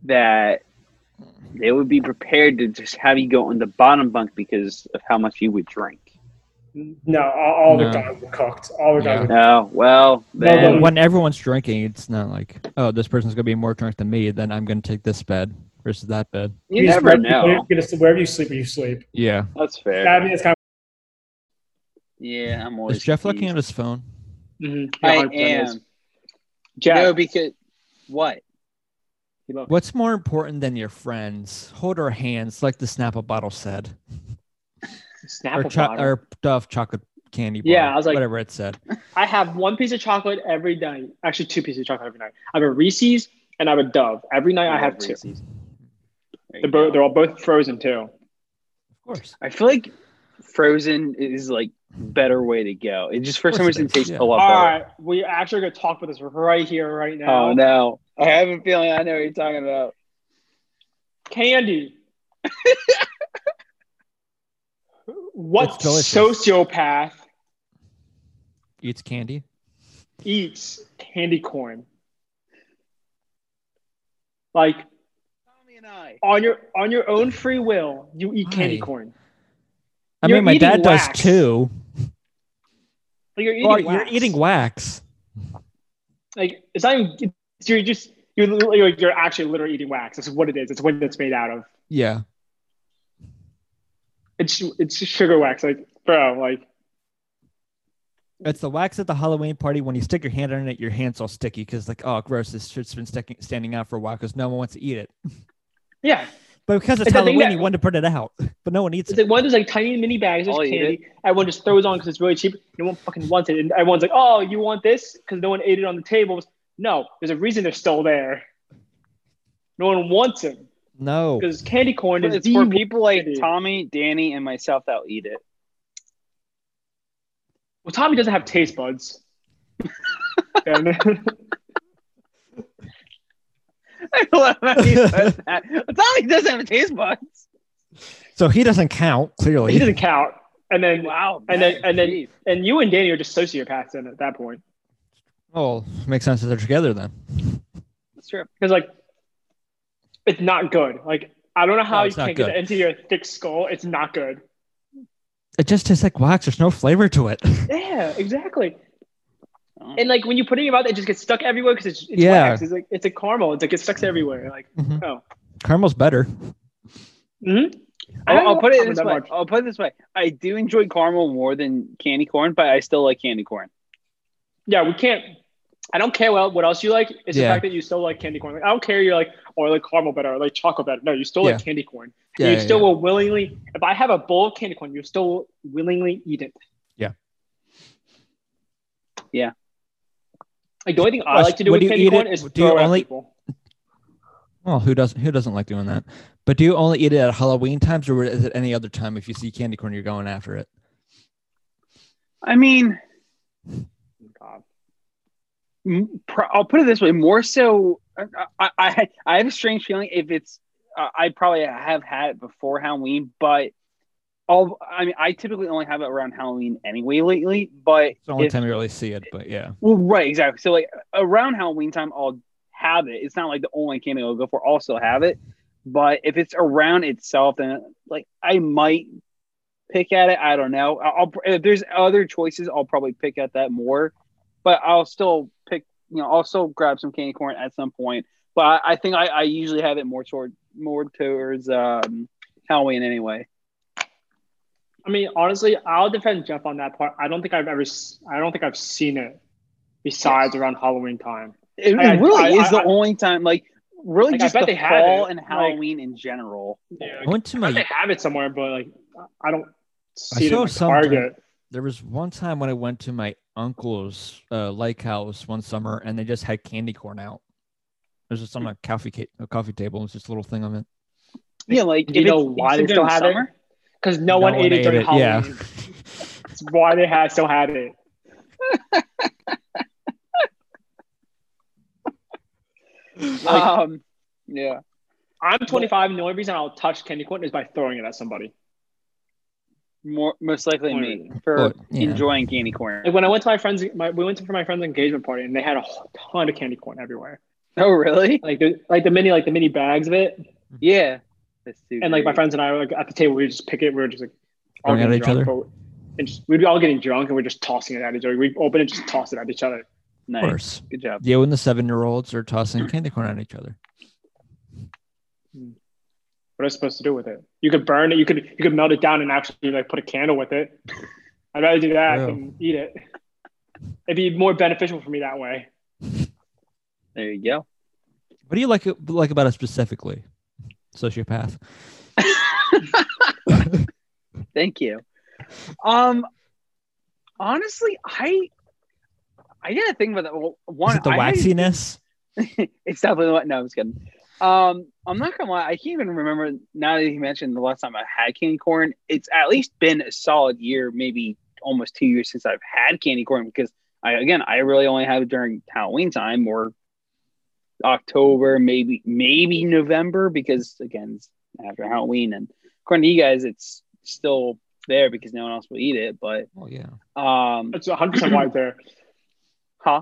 [SPEAKER 5] that they would be prepared to just have you go on the bottom bunk because of how much you would drink.
[SPEAKER 2] No, all, all
[SPEAKER 1] No.
[SPEAKER 2] the guys were cooked. All the guys
[SPEAKER 1] Yeah.
[SPEAKER 2] were
[SPEAKER 5] Oh well,
[SPEAKER 2] No,
[SPEAKER 5] then
[SPEAKER 2] Um,
[SPEAKER 1] when everyone's drinking, it's not like, oh, this person's gonna be more drunk than me, then I'm gonna take this bed versus that bed.
[SPEAKER 5] you
[SPEAKER 2] just
[SPEAKER 5] never
[SPEAKER 2] wherever-
[SPEAKER 5] know.
[SPEAKER 2] Wherever you, wherever you sleep, you sleep.
[SPEAKER 1] Yeah.
[SPEAKER 5] That's fair.
[SPEAKER 2] I mean, it's kind
[SPEAKER 5] yeah, I'm always.
[SPEAKER 1] Is Jeff looking at
[SPEAKER 5] confused.
[SPEAKER 1] his phone?
[SPEAKER 5] I am.
[SPEAKER 7] Jeff,
[SPEAKER 5] No, because what?
[SPEAKER 1] What's more important than your friends? Hold our hands, like the Snapple bottle said,
[SPEAKER 7] snap
[SPEAKER 1] or,
[SPEAKER 7] a
[SPEAKER 1] cho-
[SPEAKER 7] bottle.
[SPEAKER 1] or Dove chocolate candy bar.
[SPEAKER 7] Yeah, I was like-
[SPEAKER 1] whatever it said.
[SPEAKER 7] I have one piece of chocolate every night. Actually, two pieces of chocolate every night. I have a Reese's and I have a Dove. Every night I have two.
[SPEAKER 5] Reese's. There you
[SPEAKER 7] They're, bo-
[SPEAKER 5] go.
[SPEAKER 7] they're all both frozen too.
[SPEAKER 1] Of course.
[SPEAKER 5] I feel like frozen is like better way to go. It just for
[SPEAKER 1] Of
[SPEAKER 5] some
[SPEAKER 1] course it
[SPEAKER 5] reason
[SPEAKER 1] is,
[SPEAKER 5] tastes
[SPEAKER 1] yeah.
[SPEAKER 5] a lot
[SPEAKER 7] All
[SPEAKER 5] better.
[SPEAKER 7] right, we actually gonna talk about this right here, right now.
[SPEAKER 5] Oh no. I have a feeling I know what you're talking about.
[SPEAKER 7] Candy. what
[SPEAKER 1] It's delicious.
[SPEAKER 7] sociopath
[SPEAKER 1] Eats candy.
[SPEAKER 7] eats candy corn? Like
[SPEAKER 5] Tommy and I.
[SPEAKER 7] on your on your own free will, you eat candy
[SPEAKER 1] Why?
[SPEAKER 7] corn.
[SPEAKER 1] I
[SPEAKER 7] You're
[SPEAKER 1] mean, my
[SPEAKER 7] eating
[SPEAKER 1] dad
[SPEAKER 7] wax.
[SPEAKER 1] does too.
[SPEAKER 7] Like you're eating,
[SPEAKER 1] Well, you're
[SPEAKER 7] wax.
[SPEAKER 1] eating wax.
[SPEAKER 7] like it's not even. it's- You're just you're li- you're, you're actually literally eating wax. That's what it is. It's what it's made out of.
[SPEAKER 1] Yeah.
[SPEAKER 7] It's it's sugar wax. Like bro, like
[SPEAKER 1] It's the wax at the Halloween party. When you stick your hand on it, your hand's all sticky because, like, oh, gross! This shit's been sticking, standing out for a while because no one wants to eat it.
[SPEAKER 7] yeah.
[SPEAKER 1] But because it's
[SPEAKER 7] It's the thing
[SPEAKER 1] Halloween,
[SPEAKER 7] that-
[SPEAKER 1] you want to put it out, but no one eats
[SPEAKER 7] It's
[SPEAKER 1] it.
[SPEAKER 7] like one of those like tiny mini bags of
[SPEAKER 5] I'll eat
[SPEAKER 7] candy. Everyone just throws on because it's really cheap. No one fucking wants it, and everyone's like, "Oh, you want this?" Because no one ate it on the tables. No, there's a reason they're still there. No one wants them
[SPEAKER 1] No,
[SPEAKER 7] because candy corn is
[SPEAKER 5] It's
[SPEAKER 7] the
[SPEAKER 5] for people like
[SPEAKER 7] candy.
[SPEAKER 5] Tommy, Danny, and myself that'll eat it.
[SPEAKER 7] Well, Tommy doesn't have taste buds. And-
[SPEAKER 5] I love how you said that. Tommy doesn't have taste buds.
[SPEAKER 1] so he doesn't count
[SPEAKER 7] he
[SPEAKER 1] clearly.
[SPEAKER 7] doesn't count. And then
[SPEAKER 5] Wow.
[SPEAKER 7] And then- and then-
[SPEAKER 5] Oh, geez.
[SPEAKER 7] and you and Danny are just sociopaths then at that point.
[SPEAKER 1] Oh, makes sense that they're together then.
[SPEAKER 5] that's true.
[SPEAKER 7] Because like it's not good. Like I don't know how
[SPEAKER 1] No,
[SPEAKER 7] you
[SPEAKER 1] it's not
[SPEAKER 7] can't get
[SPEAKER 1] good.
[SPEAKER 7] it into your thick skull. It's not good.
[SPEAKER 1] It just tastes like wax. There's no flavor to it.
[SPEAKER 7] Yeah, exactly. And like when you put it in your mouth, it just gets stuck everywhere because it's, it's
[SPEAKER 1] Yeah.
[SPEAKER 7] wax. It's like it's a caramel. It's like it sucks everywhere. Like
[SPEAKER 1] Mhm.
[SPEAKER 7] oh,
[SPEAKER 1] Caramel's better.
[SPEAKER 7] hmm I don't
[SPEAKER 5] I'll, I'll put it
[SPEAKER 7] remember
[SPEAKER 5] this
[SPEAKER 7] that
[SPEAKER 5] way.
[SPEAKER 7] much.
[SPEAKER 5] I'll put it this way. I do enjoy caramel more than candy corn, but I still like candy corn.
[SPEAKER 7] yeah, we can't. I don't care what what else you like. It's
[SPEAKER 1] Yeah.
[SPEAKER 7] the fact that you still like candy corn. Like, I don't care you're like or like caramel better or like chocolate better. No, you still like candy corn.
[SPEAKER 8] Yeah,
[SPEAKER 7] you
[SPEAKER 8] yeah,
[SPEAKER 7] still
[SPEAKER 8] yeah.
[SPEAKER 7] will willingly. If I have a bowl of candy corn, you still will willingly eat it.
[SPEAKER 1] Yeah.
[SPEAKER 5] Yeah.
[SPEAKER 7] Like the only thing I
[SPEAKER 1] Russ,
[SPEAKER 7] like to do
[SPEAKER 1] would
[SPEAKER 7] with
[SPEAKER 1] you
[SPEAKER 7] candy
[SPEAKER 1] eat
[SPEAKER 7] corn
[SPEAKER 1] it-
[SPEAKER 7] is
[SPEAKER 1] do you
[SPEAKER 7] throw it at
[SPEAKER 1] only-
[SPEAKER 7] people.
[SPEAKER 1] Well, who doesn't? Who doesn't like doing that? But do you only eat it at Halloween times, or is it any other time? If you see candy corn, you're going after it.
[SPEAKER 5] I mean,
[SPEAKER 7] God.
[SPEAKER 5] m- pro- I'll put it this way. More so, I I, I, I have a strange feeling if it's. Uh, I probably have had it before Halloween, but all I mean, I typically only have it around Halloween anyway lately. But
[SPEAKER 1] It's the only
[SPEAKER 5] if-
[SPEAKER 1] time you really see it. But yeah,
[SPEAKER 5] Well, right, exactly. So like around Halloween time, I'll have it. It's not like the only candy I'll go for. I'll still have it, but if it's around itself, then like I might pick at it. I don't know. I- I'll if there's other choices, I'll probably pick at that more, but I'll still pick. You know, I'll still grab some candy corn at some point. But I, I think I, I usually have it more toward more towards um, Halloween anyway.
[SPEAKER 7] I mean, honestly, I'll defend Jeff on that part. I don't think I've ever. s- I don't think I've seen it besides around Halloween time.
[SPEAKER 5] It,
[SPEAKER 7] I-
[SPEAKER 5] it really
[SPEAKER 7] I-
[SPEAKER 5] is the
[SPEAKER 7] I-
[SPEAKER 5] only time. Like really,
[SPEAKER 7] Like, I
[SPEAKER 5] just
[SPEAKER 7] bet
[SPEAKER 5] the
[SPEAKER 7] they had
[SPEAKER 5] fall
[SPEAKER 7] it,
[SPEAKER 5] and
[SPEAKER 7] like-
[SPEAKER 5] Halloween in general.
[SPEAKER 7] Yeah,
[SPEAKER 1] I went to
[SPEAKER 7] I
[SPEAKER 1] Oh my.
[SPEAKER 7] think they have it somewhere, but like I don't see it
[SPEAKER 1] saw
[SPEAKER 7] in my
[SPEAKER 1] some-
[SPEAKER 7] Target.
[SPEAKER 1] There was one time when I went to my uncle's uh, lake house one summer, and they just had candy corn out. It was just on a coffee ca- a coffee table. It was just a little thing of it.
[SPEAKER 5] Yeah, like
[SPEAKER 7] Do you
[SPEAKER 5] if
[SPEAKER 7] know
[SPEAKER 5] it's-
[SPEAKER 7] why
[SPEAKER 5] it's
[SPEAKER 7] they
[SPEAKER 5] during
[SPEAKER 7] still have it?
[SPEAKER 5] summer?
[SPEAKER 7] Because no, one, ate it during
[SPEAKER 1] Yeah.
[SPEAKER 7] Halloween. That's why they had still had it. Like,
[SPEAKER 5] um, yeah,
[SPEAKER 7] I'm 25, and the only reason I'll touch candy corn is by throwing it at somebody.
[SPEAKER 5] more most likely me for
[SPEAKER 1] But, yeah.
[SPEAKER 5] enjoying candy corn.
[SPEAKER 7] Like when I went to my friends, my, we went to for my friend's engagement party, and they had a whole ton of candy corn everywhere.
[SPEAKER 5] Oh, really?
[SPEAKER 7] Like the like the mini like the mini bags of it,
[SPEAKER 5] Yeah. That's too
[SPEAKER 7] and like my
[SPEAKER 5] great.
[SPEAKER 7] friends and I were like at the table, we would just pick it. We were just like all
[SPEAKER 1] Throwing it
[SPEAKER 7] getting
[SPEAKER 1] at each
[SPEAKER 7] drunk,
[SPEAKER 1] other?
[SPEAKER 7] but- and just, we'd be all getting drunk, and we're just tossing it at each other. We open it, just toss it at each other.
[SPEAKER 1] Of
[SPEAKER 5] Nice.
[SPEAKER 1] course,
[SPEAKER 5] Good job.
[SPEAKER 1] you and the seven year olds are tossing candy corn at each other.
[SPEAKER 7] What are I supposed to do with it? You could burn it. You could you could melt it down and actually like put a candle with it. I'd rather do that
[SPEAKER 1] True.
[SPEAKER 7] than eat it. It'd be more beneficial for me that way.
[SPEAKER 5] There you go.
[SPEAKER 1] What do you like like about it specifically? Sociopath.
[SPEAKER 5] Thank you. Um, honestly, I I gotta think about that. Well,
[SPEAKER 1] Is
[SPEAKER 5] one,
[SPEAKER 1] it the
[SPEAKER 5] I had-
[SPEAKER 1] waxiness?
[SPEAKER 5] it's definitely what. No, I'm just kidding. Um, I'm not gonna lie. I can't even remember now that you mentioned the last time I had candy corn. It's at least been a solid year, maybe almost two years since I've had candy corn because I again I really only have it during Halloween time or October, maybe maybe November because again it's after Halloween and according to you guys it's still there because no one else will eat it. But
[SPEAKER 1] Oh yeah.
[SPEAKER 5] um,
[SPEAKER 7] That's 100 percent why it's there.
[SPEAKER 5] huh?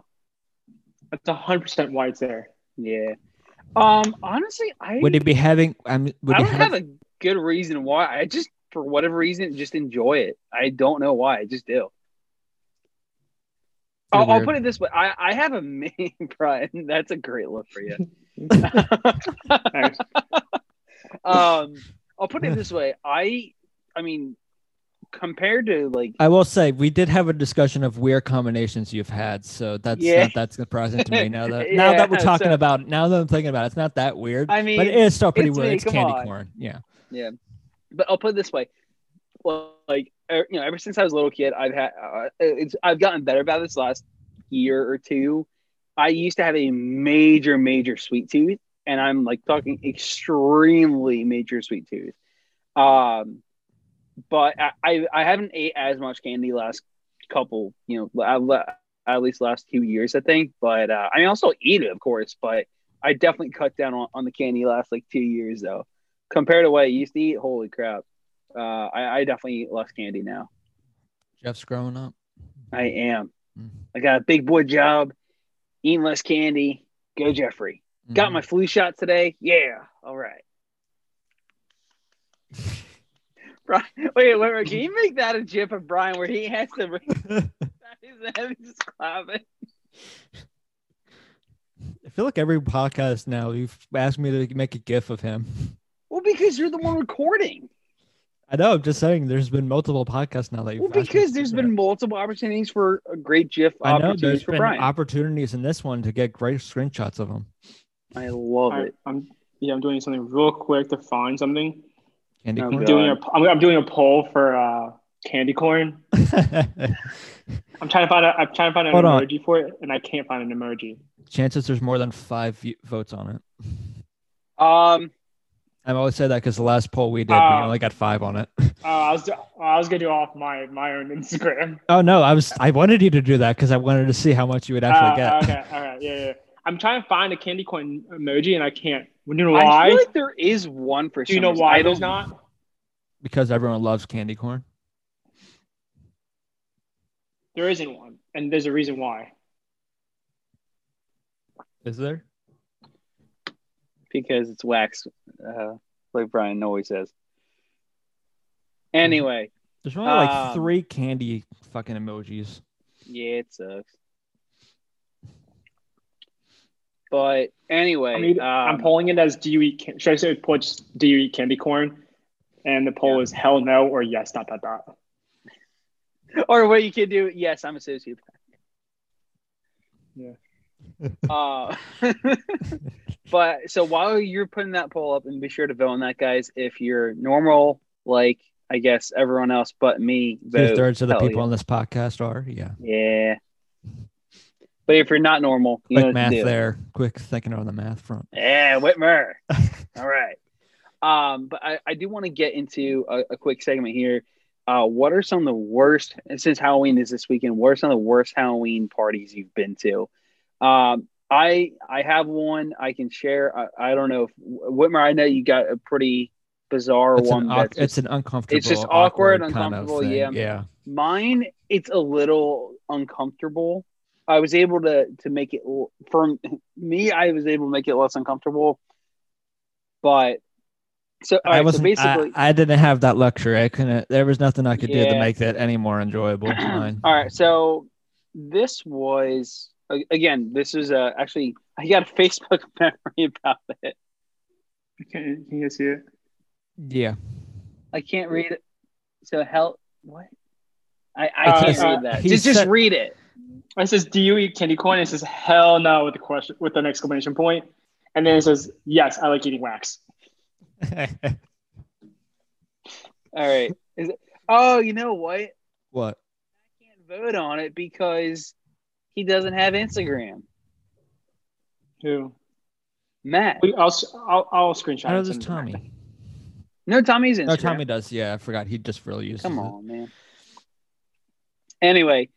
[SPEAKER 7] That's 100 percent why it's there.
[SPEAKER 5] Yeah. Um, honestly, I
[SPEAKER 1] Would it be having? I'm. Would it
[SPEAKER 5] I don't
[SPEAKER 1] have,
[SPEAKER 5] have a good reason why. I just, for whatever reason, just enjoy it. I don't know why. I just do. I'll, I'll
[SPEAKER 1] weird.
[SPEAKER 5] put it this way. I, I have a main, Brian. That's a great look for you.
[SPEAKER 7] Thanks.
[SPEAKER 5] um, I'll put it this way. I, I mean, compared to like,
[SPEAKER 1] I will say we did have a discussion of weird combinations you've had, so that's
[SPEAKER 5] Yeah.
[SPEAKER 1] not that's surprising to me now that now that we're
[SPEAKER 5] Yeah,
[SPEAKER 1] talking
[SPEAKER 5] so-
[SPEAKER 1] about it, now that I'm thinking about it, it's not that weird.
[SPEAKER 5] I mean,
[SPEAKER 1] but it is still pretty
[SPEAKER 5] it's
[SPEAKER 1] weird.
[SPEAKER 5] me,
[SPEAKER 1] it's
[SPEAKER 5] come
[SPEAKER 1] candy
[SPEAKER 5] on.
[SPEAKER 1] corn. Yeah.
[SPEAKER 5] but I'll put it this way. Well, like er, you know, ever since I was a little kid, I've had uh, it's I've gotten better about this last year or two. I used to have a major, major sweet tooth, and I'm like talking extremely major sweet tooth. Um, but I I, I haven't ate as much candy last couple, you know, I, le- at least last two years, I think. But uh, I mean, I'll still eat it, of course, but I definitely cut down on, on the candy last like two years though compared to what I used to eat, holy crap. Uh, I, I definitely eat less candy now.
[SPEAKER 1] Jeff's growing up.
[SPEAKER 5] I am.
[SPEAKER 1] Mm.
[SPEAKER 5] I got a big boy job, eating less candy. Go, Jeffrey. Got
[SPEAKER 1] Mhm.
[SPEAKER 5] my flu shot today. Yeah. All right. Brian, wait, wait, wait, can you make that a gif of Brian where he has to his head is clapping?
[SPEAKER 1] I feel like every podcast now you've asked me to make a gif of him.
[SPEAKER 5] Well, because you're the one recording.
[SPEAKER 1] I know. I'm just saying. There's been multiple podcasts now that you've.
[SPEAKER 5] Well,
[SPEAKER 1] asked me
[SPEAKER 5] because
[SPEAKER 1] to
[SPEAKER 5] there's
[SPEAKER 1] do
[SPEAKER 5] been
[SPEAKER 1] that.
[SPEAKER 5] multiple opportunities for a great GIF
[SPEAKER 1] I know
[SPEAKER 5] opportunities
[SPEAKER 1] there's
[SPEAKER 5] for
[SPEAKER 1] been
[SPEAKER 5] Brian.
[SPEAKER 1] opportunities in this one to get great screenshots of him.
[SPEAKER 5] I love
[SPEAKER 7] I,
[SPEAKER 5] it.
[SPEAKER 7] I'm yeah, I'm doing something real quick to find something.
[SPEAKER 1] Candy
[SPEAKER 5] No,
[SPEAKER 7] I'm
[SPEAKER 5] God.
[SPEAKER 7] doing a I'm, I'm doing a poll for uh, candy corn.
[SPEAKER 1] corn.
[SPEAKER 7] I'm trying to find a, I'm trying to find an
[SPEAKER 1] Hold on.
[SPEAKER 7] emoji for it, and I can't find an emoji.
[SPEAKER 1] Chances there's more than five v- votes on it.
[SPEAKER 5] Um,
[SPEAKER 1] I always say that because the last poll we did, we
[SPEAKER 7] Ah.
[SPEAKER 1] only got five on it.
[SPEAKER 7] Uh, I was I was gonna do off my my own Instagram.
[SPEAKER 1] Oh no, I was I wanted you to do that because I wanted to see how much you would
[SPEAKER 5] Ah,
[SPEAKER 1] actually
[SPEAKER 7] Uh,
[SPEAKER 1] get.
[SPEAKER 7] okay, all right, yeah, yeah. I'm trying to find a candy corn emoji, and I can't. You know
[SPEAKER 5] I
[SPEAKER 7] why?
[SPEAKER 5] feel like there is one for.
[SPEAKER 7] Do you
[SPEAKER 5] some
[SPEAKER 7] know
[SPEAKER 5] reason.
[SPEAKER 7] why
[SPEAKER 5] I
[SPEAKER 7] there's
[SPEAKER 5] don't.
[SPEAKER 7] not?
[SPEAKER 1] Because everyone loves candy corn.
[SPEAKER 7] There isn't one, and there's a reason why.
[SPEAKER 1] Is there?
[SPEAKER 5] because it's wax, uh, like Brian always says. Anyway,
[SPEAKER 1] There's only like
[SPEAKER 5] Um,
[SPEAKER 1] three candy fucking emojis.
[SPEAKER 5] yeah, it sucks. But anyway,
[SPEAKER 7] I mean,
[SPEAKER 5] um,
[SPEAKER 7] I'm polling it as do you eat? Can- should I say poll just, do you eat candy corn? And the poll is hell no or yes dot dot dot.
[SPEAKER 5] or what you could do. Yes, I'm a sociopath.
[SPEAKER 7] Yeah.
[SPEAKER 5] uh, but so while you're putting that poll up, and be sure to vote on that, guys. If you're normal, like I guess everyone else but me,
[SPEAKER 1] Two
[SPEAKER 5] vote.
[SPEAKER 1] thirds of the
[SPEAKER 5] hell
[SPEAKER 1] people on this podcast are. Yeah.
[SPEAKER 5] Yeah. But if you're not normal, you know
[SPEAKER 1] Quick
[SPEAKER 5] what to
[SPEAKER 1] math
[SPEAKER 5] do.
[SPEAKER 1] there. Quick thinking on the math front.
[SPEAKER 5] Yeah, Whitmer. All right. Um, but I, I do want to get into a, a quick segment here. Uh, what are some of the worst, and since Halloween is this weekend, what are some of the worst Halloween parties you've been to? Um, I I have one I can share. I, I don't know if Whitmer, I know you got a pretty bizarre
[SPEAKER 1] It's
[SPEAKER 5] one.
[SPEAKER 1] an,
[SPEAKER 5] that's
[SPEAKER 1] awk- it's an uncomfortable.
[SPEAKER 5] it's just awkward,
[SPEAKER 1] kind of
[SPEAKER 5] uncomfortable,
[SPEAKER 1] thing.
[SPEAKER 5] yeah.
[SPEAKER 1] Yeah.
[SPEAKER 5] mine it's a little uncomfortable i was able to to make it l- for me i was able to make it less uncomfortable but so all
[SPEAKER 1] I
[SPEAKER 5] right, so
[SPEAKER 1] wasn't.
[SPEAKER 5] basically
[SPEAKER 1] I, I didn't have that luxury. I couldn't. There was nothing I could do to
[SPEAKER 5] Yeah.
[SPEAKER 1] make that any more enjoyable. Mine.
[SPEAKER 5] all right so this was a- again this is uh actually i got a facebook memory about it
[SPEAKER 7] Can, can you guys see it?
[SPEAKER 1] Yeah.
[SPEAKER 5] i can't read it so hell what i i
[SPEAKER 7] Uh,
[SPEAKER 5] can't
[SPEAKER 7] uh,
[SPEAKER 5] read that
[SPEAKER 1] he
[SPEAKER 5] just just
[SPEAKER 1] said-
[SPEAKER 5] read it
[SPEAKER 7] It says, "Do you eat candy corn?" It says, "Hell no!" with the question, with an exclamation point, and then it says, "Yes, I like eating wax."
[SPEAKER 5] all right is it oh you know what
[SPEAKER 1] what?
[SPEAKER 5] can't vote on it because he doesn't have Instagram.
[SPEAKER 7] Who?
[SPEAKER 5] Matt.
[SPEAKER 7] We- I'll s- I'll, I'll screenshot.
[SPEAKER 1] How
[SPEAKER 7] it
[SPEAKER 1] does this
[SPEAKER 7] and-
[SPEAKER 1] Tommy?
[SPEAKER 5] No, Tommy's Instagram.
[SPEAKER 1] No, Tommy does. Yeah, I forgot. He just really uses.
[SPEAKER 5] Come
[SPEAKER 1] it.
[SPEAKER 5] on, man. Anyway,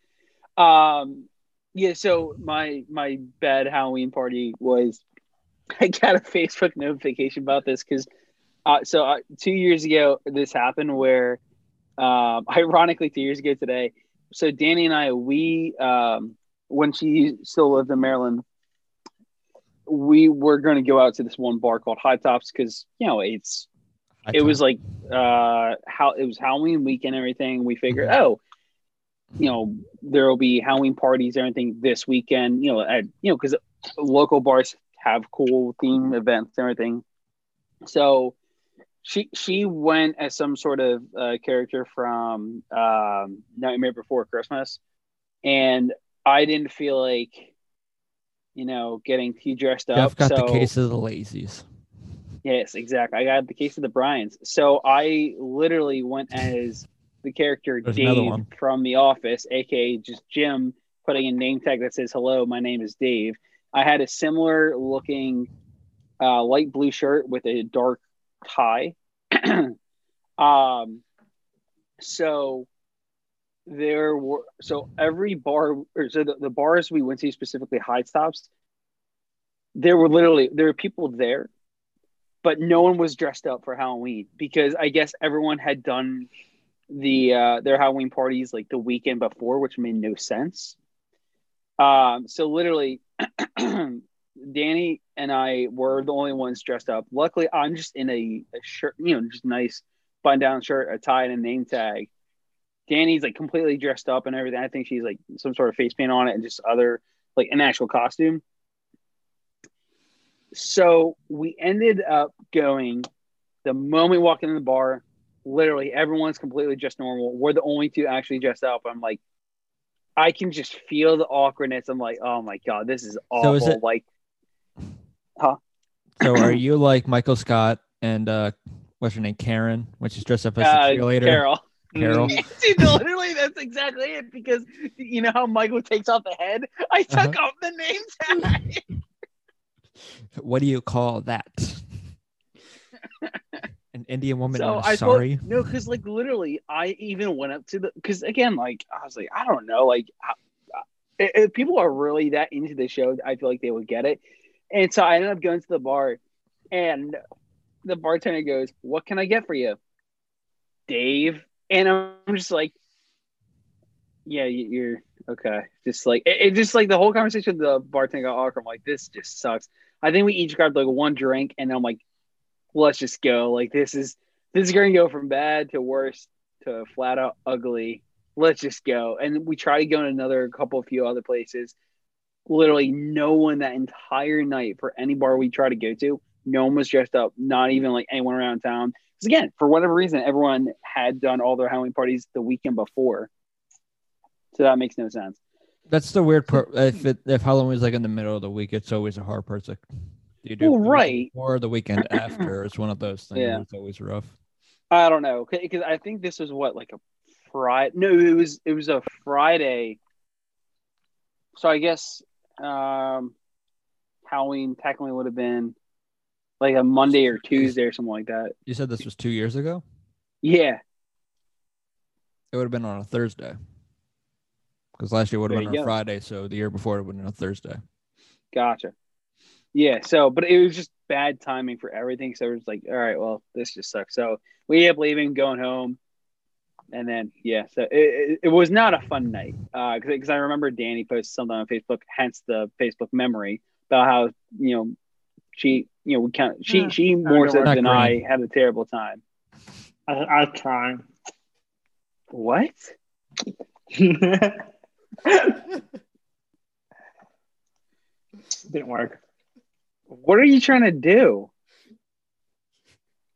[SPEAKER 5] um, yeah. So my my bad Halloween party was. I got a Facebook notification about this because, uh, so uh, two years ago this happened where, um, ironically two years ago today, so Danny and I we um when she still lived in Maryland. We were going to go out to this one bar called High Tops because you know it's
[SPEAKER 1] I
[SPEAKER 5] it was
[SPEAKER 1] told-
[SPEAKER 5] like uh how it was Halloween week and everything. We figured,
[SPEAKER 1] Mm-hmm.
[SPEAKER 5] oh, you know, there will be Halloween parties, and everything this weekend. You know, at, you know, because local bars have cool theme events and everything. So she she went as some sort of uh, character from um, Nightmare Before Christmas, and I didn't feel like, you know, getting too dressed
[SPEAKER 1] Jeff
[SPEAKER 5] up.
[SPEAKER 1] got
[SPEAKER 5] so
[SPEAKER 1] the case of the lazies.
[SPEAKER 5] Yes, exactly. I got the case of the Bryans. So I literally went as the character
[SPEAKER 1] There's another
[SPEAKER 5] Dave
[SPEAKER 1] one.
[SPEAKER 5] from The Office, aka just Jim, putting a name tag that says "Hello, my name is Dave." I had a similar looking uh, light blue shirt with a dark tie. um, so there were so every bar or so the, the bars we went to specifically high stops. There were literally there were people there but no one was dressed up for Halloween because I guess everyone had done the uh, their Halloween parties like the weekend before, which made no sense. Um, so literally, Danny and I were the only ones dressed up. Luckily, I'm just in a, a shirt, you know, just nice button down shirt, a tie, and a name tag. Danny's like completely dressed up and everything. I think she's like some sort of face paint on it and just other like an actual costume. So we ended up going the moment we walk into the bar, literally everyone's completely just normal. We're the only two actually dressed up. I'm like, I can just feel the awkwardness. I'm like, oh my god, this is awful.
[SPEAKER 1] is it-
[SPEAKER 5] like,
[SPEAKER 1] So are you like Michael Scott and uh, what's her name, Karen, when she's dressed up as
[SPEAKER 5] uh,
[SPEAKER 1] a cheerleader?
[SPEAKER 5] Carol.
[SPEAKER 1] Carol.
[SPEAKER 5] Dude, literally, that's exactly it. Because you know how Michael takes off the head, I took off the name tag.
[SPEAKER 1] What do you call that? An Indian woman.
[SPEAKER 5] so
[SPEAKER 1] on a
[SPEAKER 5] I thought-
[SPEAKER 1] sorry.
[SPEAKER 5] no, because like literally, I even went up to the because again, like I was like, I don't know, like I- I- if people are really that into the show, I feel like they would get it. And so I ended up going to the bar, and the bartender goes, "What can I get for you, Dave?" And I'm just like, "Yeah, you- you're okay." Just like it, it just like the whole conversation with the bartender got awkward. I'm like, "This just sucks." I think we each grabbed like one drink, and I'm like, "Let's just go." Like this is this is going to go from bad to worse to flat out ugly. Let's just go. And we tried to go in another couple, few other places. Literally, no one that entire night for any bar we tried to go to, no one was dressed up, not even like anyone around town. Because again, for whatever reason, everyone had done all their Halloween parties the weekend before. So that makes no sense.
[SPEAKER 1] That's the weird part. If it, if Halloween's like in the middle of the week, it's always a hard part to you do.
[SPEAKER 5] Well, right.
[SPEAKER 1] Or the weekend after. It's one of those things.
[SPEAKER 5] Yeah.
[SPEAKER 1] It's always rough.
[SPEAKER 5] I don't know because I think this was what like a Friday. No, it was it was a Friday. So I guess um, Halloween technically would have been like a Monday or Tuesday or something like that.
[SPEAKER 1] You said this was two years ago.
[SPEAKER 5] Yeah,
[SPEAKER 1] It would have been on a Thursday. Because last year would have
[SPEAKER 5] There
[SPEAKER 1] been on
[SPEAKER 5] you
[SPEAKER 1] a
[SPEAKER 5] go.
[SPEAKER 1] Friday, so the year before it would have been on a Thursday.
[SPEAKER 5] gotcha. Yeah, so but it was just bad timing for everything. So it was like, all right, well, this just sucks. So we ended up leaving, going home, and then yeah, so it, it, it was not a fun night because I remember Danny posted something on Facebook, hence the Facebook memory about how you know she you know we kind of, she
[SPEAKER 7] Yeah.
[SPEAKER 5] she more
[SPEAKER 7] don't
[SPEAKER 5] so
[SPEAKER 1] worry.
[SPEAKER 5] than
[SPEAKER 1] Not
[SPEAKER 5] I
[SPEAKER 1] great.
[SPEAKER 5] had a terrible time.
[SPEAKER 7] I, I was trying.
[SPEAKER 5] What?
[SPEAKER 7] Didn't work.
[SPEAKER 5] What are you trying to do?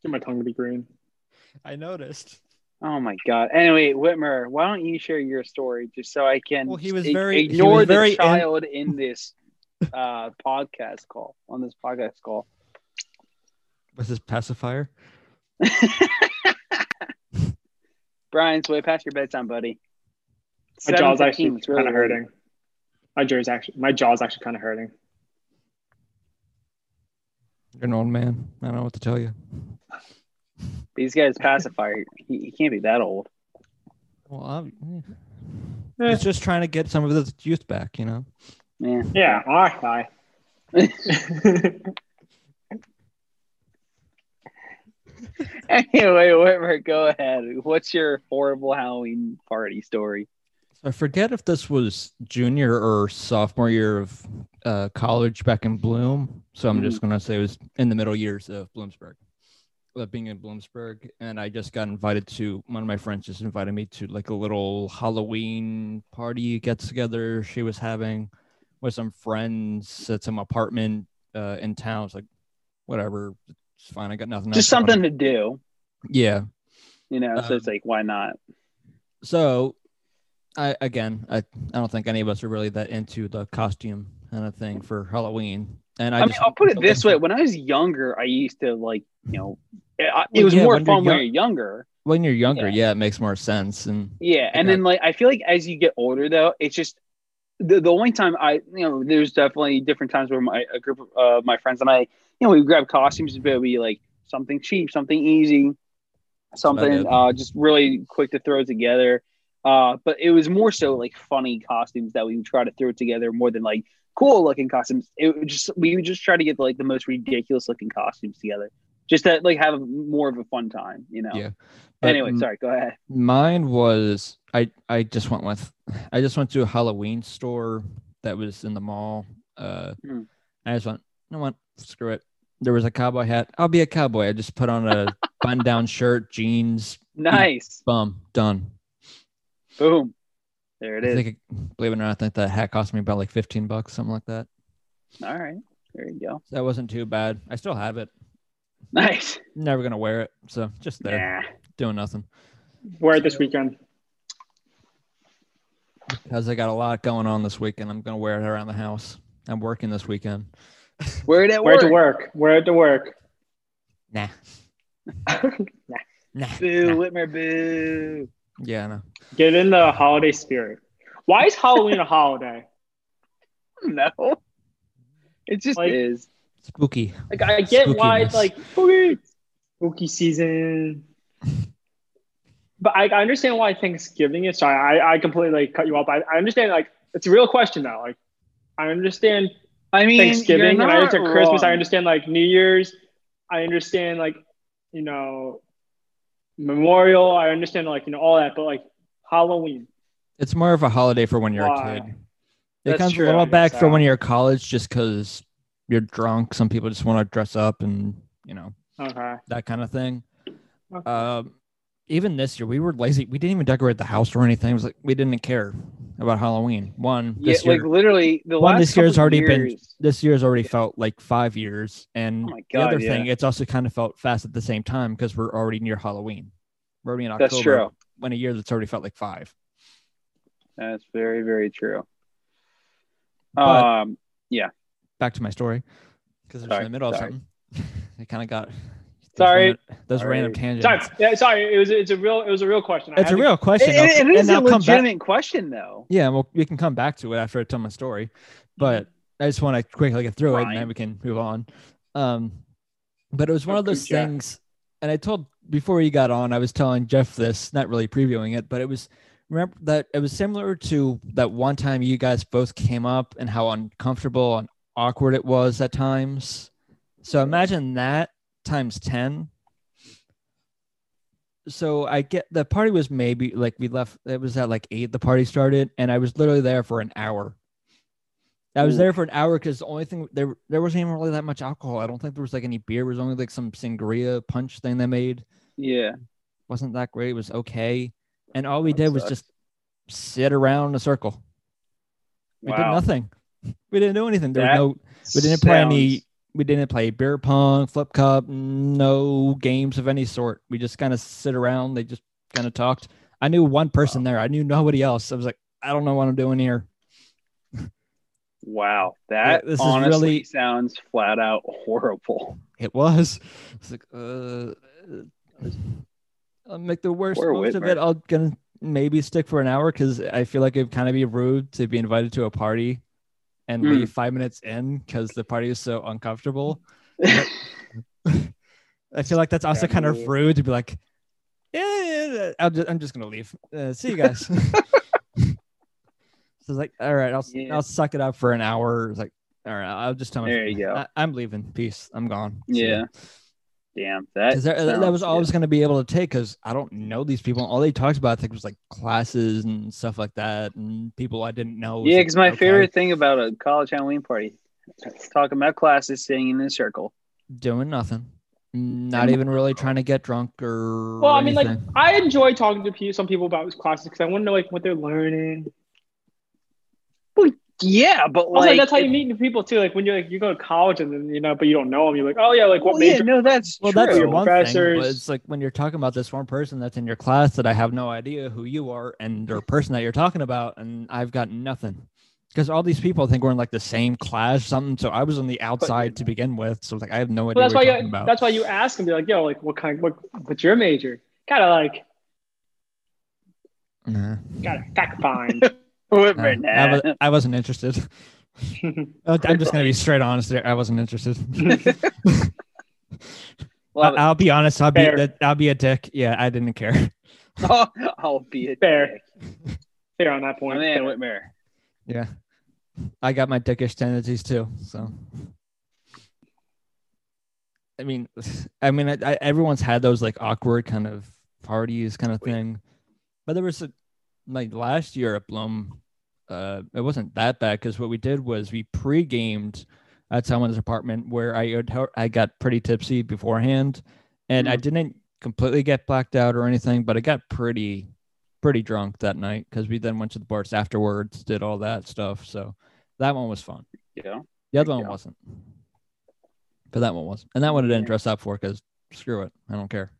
[SPEAKER 7] Get my tongue to be green.
[SPEAKER 1] I noticed.
[SPEAKER 5] Oh my god. Anyway, Whitmer, why don't you share your story just so I can
[SPEAKER 1] Well, he was
[SPEAKER 5] ig-
[SPEAKER 1] very- he
[SPEAKER 5] ignore
[SPEAKER 1] was
[SPEAKER 5] the
[SPEAKER 1] very in-
[SPEAKER 5] child in this uh podcast call on this podcast call.
[SPEAKER 1] Was this pacifier?
[SPEAKER 5] Brian's way past your bedtime, buddy.
[SPEAKER 7] My jaw's actually
[SPEAKER 5] 7:15, it's
[SPEAKER 7] kind of hurting. My jaw's actually my jaw's actually kind of hurting.
[SPEAKER 1] You're an old man. I don't know what to tell you.
[SPEAKER 5] These guys pacifier. He, he can't be that old.
[SPEAKER 1] Well, I'm, eh. he's just trying to get some of the youth back, you know.
[SPEAKER 5] Yeah.
[SPEAKER 7] Yeah, all right.
[SPEAKER 5] Anyway, Whitmer, go ahead. What's your horrible Halloween party story?
[SPEAKER 1] I forget if this was junior or sophomore year of uh, college back in Bloom. So I'm
[SPEAKER 5] Mm-hmm.
[SPEAKER 1] just going to say it was in the middle years of Bloomsburg, uh, being in Bloomsburg. And I just got invited to one of my friends just invited me to like a little Halloween party get together she was having with some friends at some apartment uh, in town. It's like, whatever. It's fine. I got nothing
[SPEAKER 5] Just
[SPEAKER 1] else on.
[SPEAKER 5] something to do,
[SPEAKER 1] Yeah.
[SPEAKER 5] you know. so it's
[SPEAKER 1] Um,
[SPEAKER 5] like, why not?
[SPEAKER 1] so I again I, I don't think any of us are really that into the costume kind of thing for Halloween. And I,
[SPEAKER 5] I, mean,
[SPEAKER 1] just,
[SPEAKER 5] I'll put it this way: when I was younger, I used to like, you know, it, I- it
[SPEAKER 1] Well,
[SPEAKER 5] was
[SPEAKER 1] yeah,
[SPEAKER 5] more
[SPEAKER 1] when you're
[SPEAKER 5] fun when
[SPEAKER 1] young-
[SPEAKER 5] you're younger.
[SPEAKER 1] when you're younger, yeah. it makes more sense. And
[SPEAKER 5] Yeah, and
[SPEAKER 1] Yeah.
[SPEAKER 5] then like I feel like as you get older, though, it's just the the only time I, you know, there's definitely different times where my a group of uh, my friends and I, you know, we grab costumes, but it'd be like something cheap, something easy,
[SPEAKER 1] about
[SPEAKER 5] something
[SPEAKER 1] it.
[SPEAKER 5] uh, just really quick to throw together. Uh, but it was more so like funny costumes that we would try to throw together more than like cool looking costumes. It would just we would just try to get like the most ridiculous looking costumes together, just to like have more of a fun time, you know.
[SPEAKER 1] Yeah. But
[SPEAKER 5] Anyway,
[SPEAKER 1] m-
[SPEAKER 5] sorry. Go ahead.
[SPEAKER 1] mine was I I just went with I just went to a Halloween store that was in the mall. Uh,
[SPEAKER 5] Mm.
[SPEAKER 1] I just went, you know what? Screw it. There was a cowboy hat. I'll be a cowboy. I just put on a button down shirt, jeans,
[SPEAKER 5] Nice.
[SPEAKER 1] bum, done.
[SPEAKER 5] Boom. There it
[SPEAKER 1] I
[SPEAKER 5] is.
[SPEAKER 1] think, it- believe it or not, I think that hat cost me about like 15 bucks, something like that.
[SPEAKER 5] All right. There you go.
[SPEAKER 1] So that wasn't too bad. I still have it.
[SPEAKER 5] Nice.
[SPEAKER 1] Never gonna wear it. So just there,
[SPEAKER 7] Nah.
[SPEAKER 1] doing nothing.
[SPEAKER 7] Wear it this weekend.
[SPEAKER 1] Because I got a lot going on this weekend. I'm gonna wear it around the house. I'm working this weekend.
[SPEAKER 5] Where did that
[SPEAKER 7] Wear it
[SPEAKER 5] work?
[SPEAKER 7] to work. Wear it to work.
[SPEAKER 1] Nah. Nah.
[SPEAKER 5] Boo,
[SPEAKER 1] nah.
[SPEAKER 5] Whitmer, boo.
[SPEAKER 1] Yeah, no.
[SPEAKER 7] Get in the holiday spirit. Why is Halloween a holiday?
[SPEAKER 5] No. It just
[SPEAKER 7] Like-
[SPEAKER 5] is.
[SPEAKER 1] Spooky.
[SPEAKER 7] Like I get why
[SPEAKER 1] Spookiness.
[SPEAKER 7] it's like spooky, spooky season. But I, I understand why Thanksgiving is. Sorry, I, I completely like, cut you off. I, I understand. Like it's a real question though. Like I understand
[SPEAKER 5] I mean,
[SPEAKER 7] Thanksgiving and I
[SPEAKER 5] answer
[SPEAKER 7] understand Christmas. I understand like New Year's. I understand like you know Memorial. I understand like you know all that. But like Halloween,
[SPEAKER 1] It's more of a holiday for when you're
[SPEAKER 7] Why?
[SPEAKER 1] a kid. It
[SPEAKER 5] That's
[SPEAKER 1] comes
[SPEAKER 5] true,
[SPEAKER 1] a little
[SPEAKER 5] I guess,
[SPEAKER 1] back
[SPEAKER 5] yeah.
[SPEAKER 1] from when you're at college just because you're drunk. Some people just want to dress up and, you know,
[SPEAKER 7] okay.
[SPEAKER 1] that kind of thing.
[SPEAKER 7] Okay.
[SPEAKER 1] Um, even this year, we were lazy. We didn't even decorate the house or anything. It was like we didn't care about Halloween. One,
[SPEAKER 5] Yeah,
[SPEAKER 1] this
[SPEAKER 5] like
[SPEAKER 1] year,
[SPEAKER 5] literally the
[SPEAKER 1] one,
[SPEAKER 5] last
[SPEAKER 1] this year's
[SPEAKER 5] couple
[SPEAKER 1] already been-
[SPEAKER 5] years,
[SPEAKER 1] this year's already felt like five years. And
[SPEAKER 5] Oh my
[SPEAKER 1] the other
[SPEAKER 5] God, yeah.
[SPEAKER 1] thing, it's also kind of felt fast at the same time because we're already near Halloween. We're already in October.
[SPEAKER 5] That's true.
[SPEAKER 1] When a year that's already felt like five.
[SPEAKER 5] That's very, very true.
[SPEAKER 1] But-
[SPEAKER 5] um,
[SPEAKER 1] back to my story because it's in
[SPEAKER 5] Sorry,
[SPEAKER 1] the middle
[SPEAKER 5] sorry.
[SPEAKER 1] of something. I kind of got those
[SPEAKER 7] Sorry.
[SPEAKER 1] random- those
[SPEAKER 5] Sorry.
[SPEAKER 1] random tangents.
[SPEAKER 7] Sorry, yeah, sorry. It was it's a real it was a real question. I
[SPEAKER 1] It's
[SPEAKER 7] had
[SPEAKER 1] a
[SPEAKER 7] to-
[SPEAKER 1] real question.
[SPEAKER 5] it,
[SPEAKER 1] I'll-
[SPEAKER 5] it- it is
[SPEAKER 1] and
[SPEAKER 5] a
[SPEAKER 1] I'll come back.
[SPEAKER 5] legitimate question, though.
[SPEAKER 1] Yeah, well, we can come back to it after I tell my story, but I just want to quickly get through it
[SPEAKER 5] Fine.
[SPEAKER 1] and then we can move on. Um, but it was one of
[SPEAKER 5] Okay,
[SPEAKER 1] those
[SPEAKER 5] Jeff.
[SPEAKER 1] things, and I told before you got on, I was telling Jeff this, not really previewing it, but it was remember that it was similar to that one time you guys both came up and how uncomfortable and awkward it was at times. So imagine that times 10 so I get the party was maybe like we left it was at like eight the party started and I was literally there for an hour. I was there for an hour because the only thing there there wasn't even really that much alcohol. I don't think there was like any beer. There was only like some sangria punch thing they made.
[SPEAKER 5] Yeah.
[SPEAKER 1] wasn't that great. It was okay, and all we
[SPEAKER 5] That
[SPEAKER 1] did was
[SPEAKER 5] sucks.
[SPEAKER 1] just sit around in a circle. We did
[SPEAKER 5] Wow.
[SPEAKER 1] nothing. We didn't do anything. There
[SPEAKER 5] That
[SPEAKER 1] was no we didn't play any we didn't play beer pong flip cup no games of any sort we just kind of sit around they just kind of talked i knew one person there i knew nobody else i was like i don't know what i'm doing here
[SPEAKER 5] Wow, that
[SPEAKER 1] this is
[SPEAKER 5] honestly
[SPEAKER 1] really-
[SPEAKER 5] sounds flat out horrible.
[SPEAKER 1] it was it's like uh i'll make the worst
[SPEAKER 5] Poor
[SPEAKER 1] most of
[SPEAKER 5] Whitmer.
[SPEAKER 1] it i'll gonna maybe stick for an hour because i feel like it'd kind of be rude to be invited to a party and
[SPEAKER 5] Hmm.
[SPEAKER 1] leave five minutes in because the party is so uncomfortable I feel like that's also kind of
[SPEAKER 7] Definitely.
[SPEAKER 1] rude to be like, yeah, yeah, yeah, I'll just, I'm just gonna leave. Uh, see you guys. so it's like, all right, I'll s-
[SPEAKER 5] Yeah.
[SPEAKER 1] I'll suck it up for an hour. It's like, all right, I'll just tell my
[SPEAKER 5] There you go.
[SPEAKER 1] I, I'm leaving. Peace. I'm gone.
[SPEAKER 5] yeah. Damn, that
[SPEAKER 1] Because that, that
[SPEAKER 5] sounds-
[SPEAKER 1] was all I was gonna be able to take because I don't know these people. All they talked about, I think, was like classes and stuff like that, and people I didn't know. It was
[SPEAKER 5] Yeah,
[SPEAKER 1] like,
[SPEAKER 5] because my
[SPEAKER 1] okay.
[SPEAKER 5] favorite thing about a college Halloween party, is talking about classes, sitting in a circle.
[SPEAKER 1] doing nothing, not even really trying to get drunk or.
[SPEAKER 7] Well, I mean, like
[SPEAKER 1] anything.
[SPEAKER 7] I enjoy talking to pe- some people about classes because I want to know like what they're learning.
[SPEAKER 5] Yeah, but
[SPEAKER 7] Also,
[SPEAKER 5] like,
[SPEAKER 7] like, that's how
[SPEAKER 5] it-
[SPEAKER 7] you meet new people too. Like when you're like you go to college and then you know, but you don't know them. You're like, oh yeah, like what
[SPEAKER 5] Well, yeah,
[SPEAKER 7] major?
[SPEAKER 5] no, that's
[SPEAKER 1] Well,
[SPEAKER 5] true.
[SPEAKER 1] that's
[SPEAKER 7] Your
[SPEAKER 1] one thing.
[SPEAKER 7] professors.
[SPEAKER 1] But it's like when you're talking about this one person that's in your class that I have no idea who you are and their person that you're talking about, and I've got nothing. Because all these people I think we're in like the same class, or something. So I was on the outside to begin with. So like I have no idea
[SPEAKER 7] Well, that's
[SPEAKER 1] what
[SPEAKER 7] why
[SPEAKER 1] you're talking
[SPEAKER 7] you
[SPEAKER 1] about.
[SPEAKER 7] that's why you ask and be like, yo, like what kind? What what's your major? Gotta like
[SPEAKER 1] Nah.
[SPEAKER 7] gotta fact find.
[SPEAKER 1] Nah.
[SPEAKER 5] Whitmer, nah.
[SPEAKER 1] Uh-huh. Uh, I, was, I wasn't interested. Uh, I'm just gonna be straight honest. There, I wasn't interested.
[SPEAKER 5] Love it.
[SPEAKER 1] I'll be honest. I'll be
[SPEAKER 7] Fair.
[SPEAKER 1] that- I'll be a dick. Yeah, I didn't care.
[SPEAKER 5] I'll, be a
[SPEAKER 7] Fair.
[SPEAKER 5] dick.
[SPEAKER 7] Fair on that
[SPEAKER 5] My
[SPEAKER 7] point.
[SPEAKER 5] man, Whitmer.
[SPEAKER 1] Yeah, I got my dickish tendencies too. So, I mean, I mean, I, I, everyone's had those like awkward kind of parties kind of thing, but there was a, like last year at Bloom, uh, it wasn't that bad because what we did was we pre-gamed Mm-hmm. at someone's apartment where I owed her- I got pretty tipsy beforehand, and I didn't completely get blacked out or anything, but I got pretty pretty drunk that night because we then went to the bars afterwards, did all that stuff. So that one was fun.
[SPEAKER 5] You know?
[SPEAKER 1] The other one
[SPEAKER 5] Yeah.
[SPEAKER 1] wasn't. But that one was. And that one I didn't dress up for because screw it. I don't care.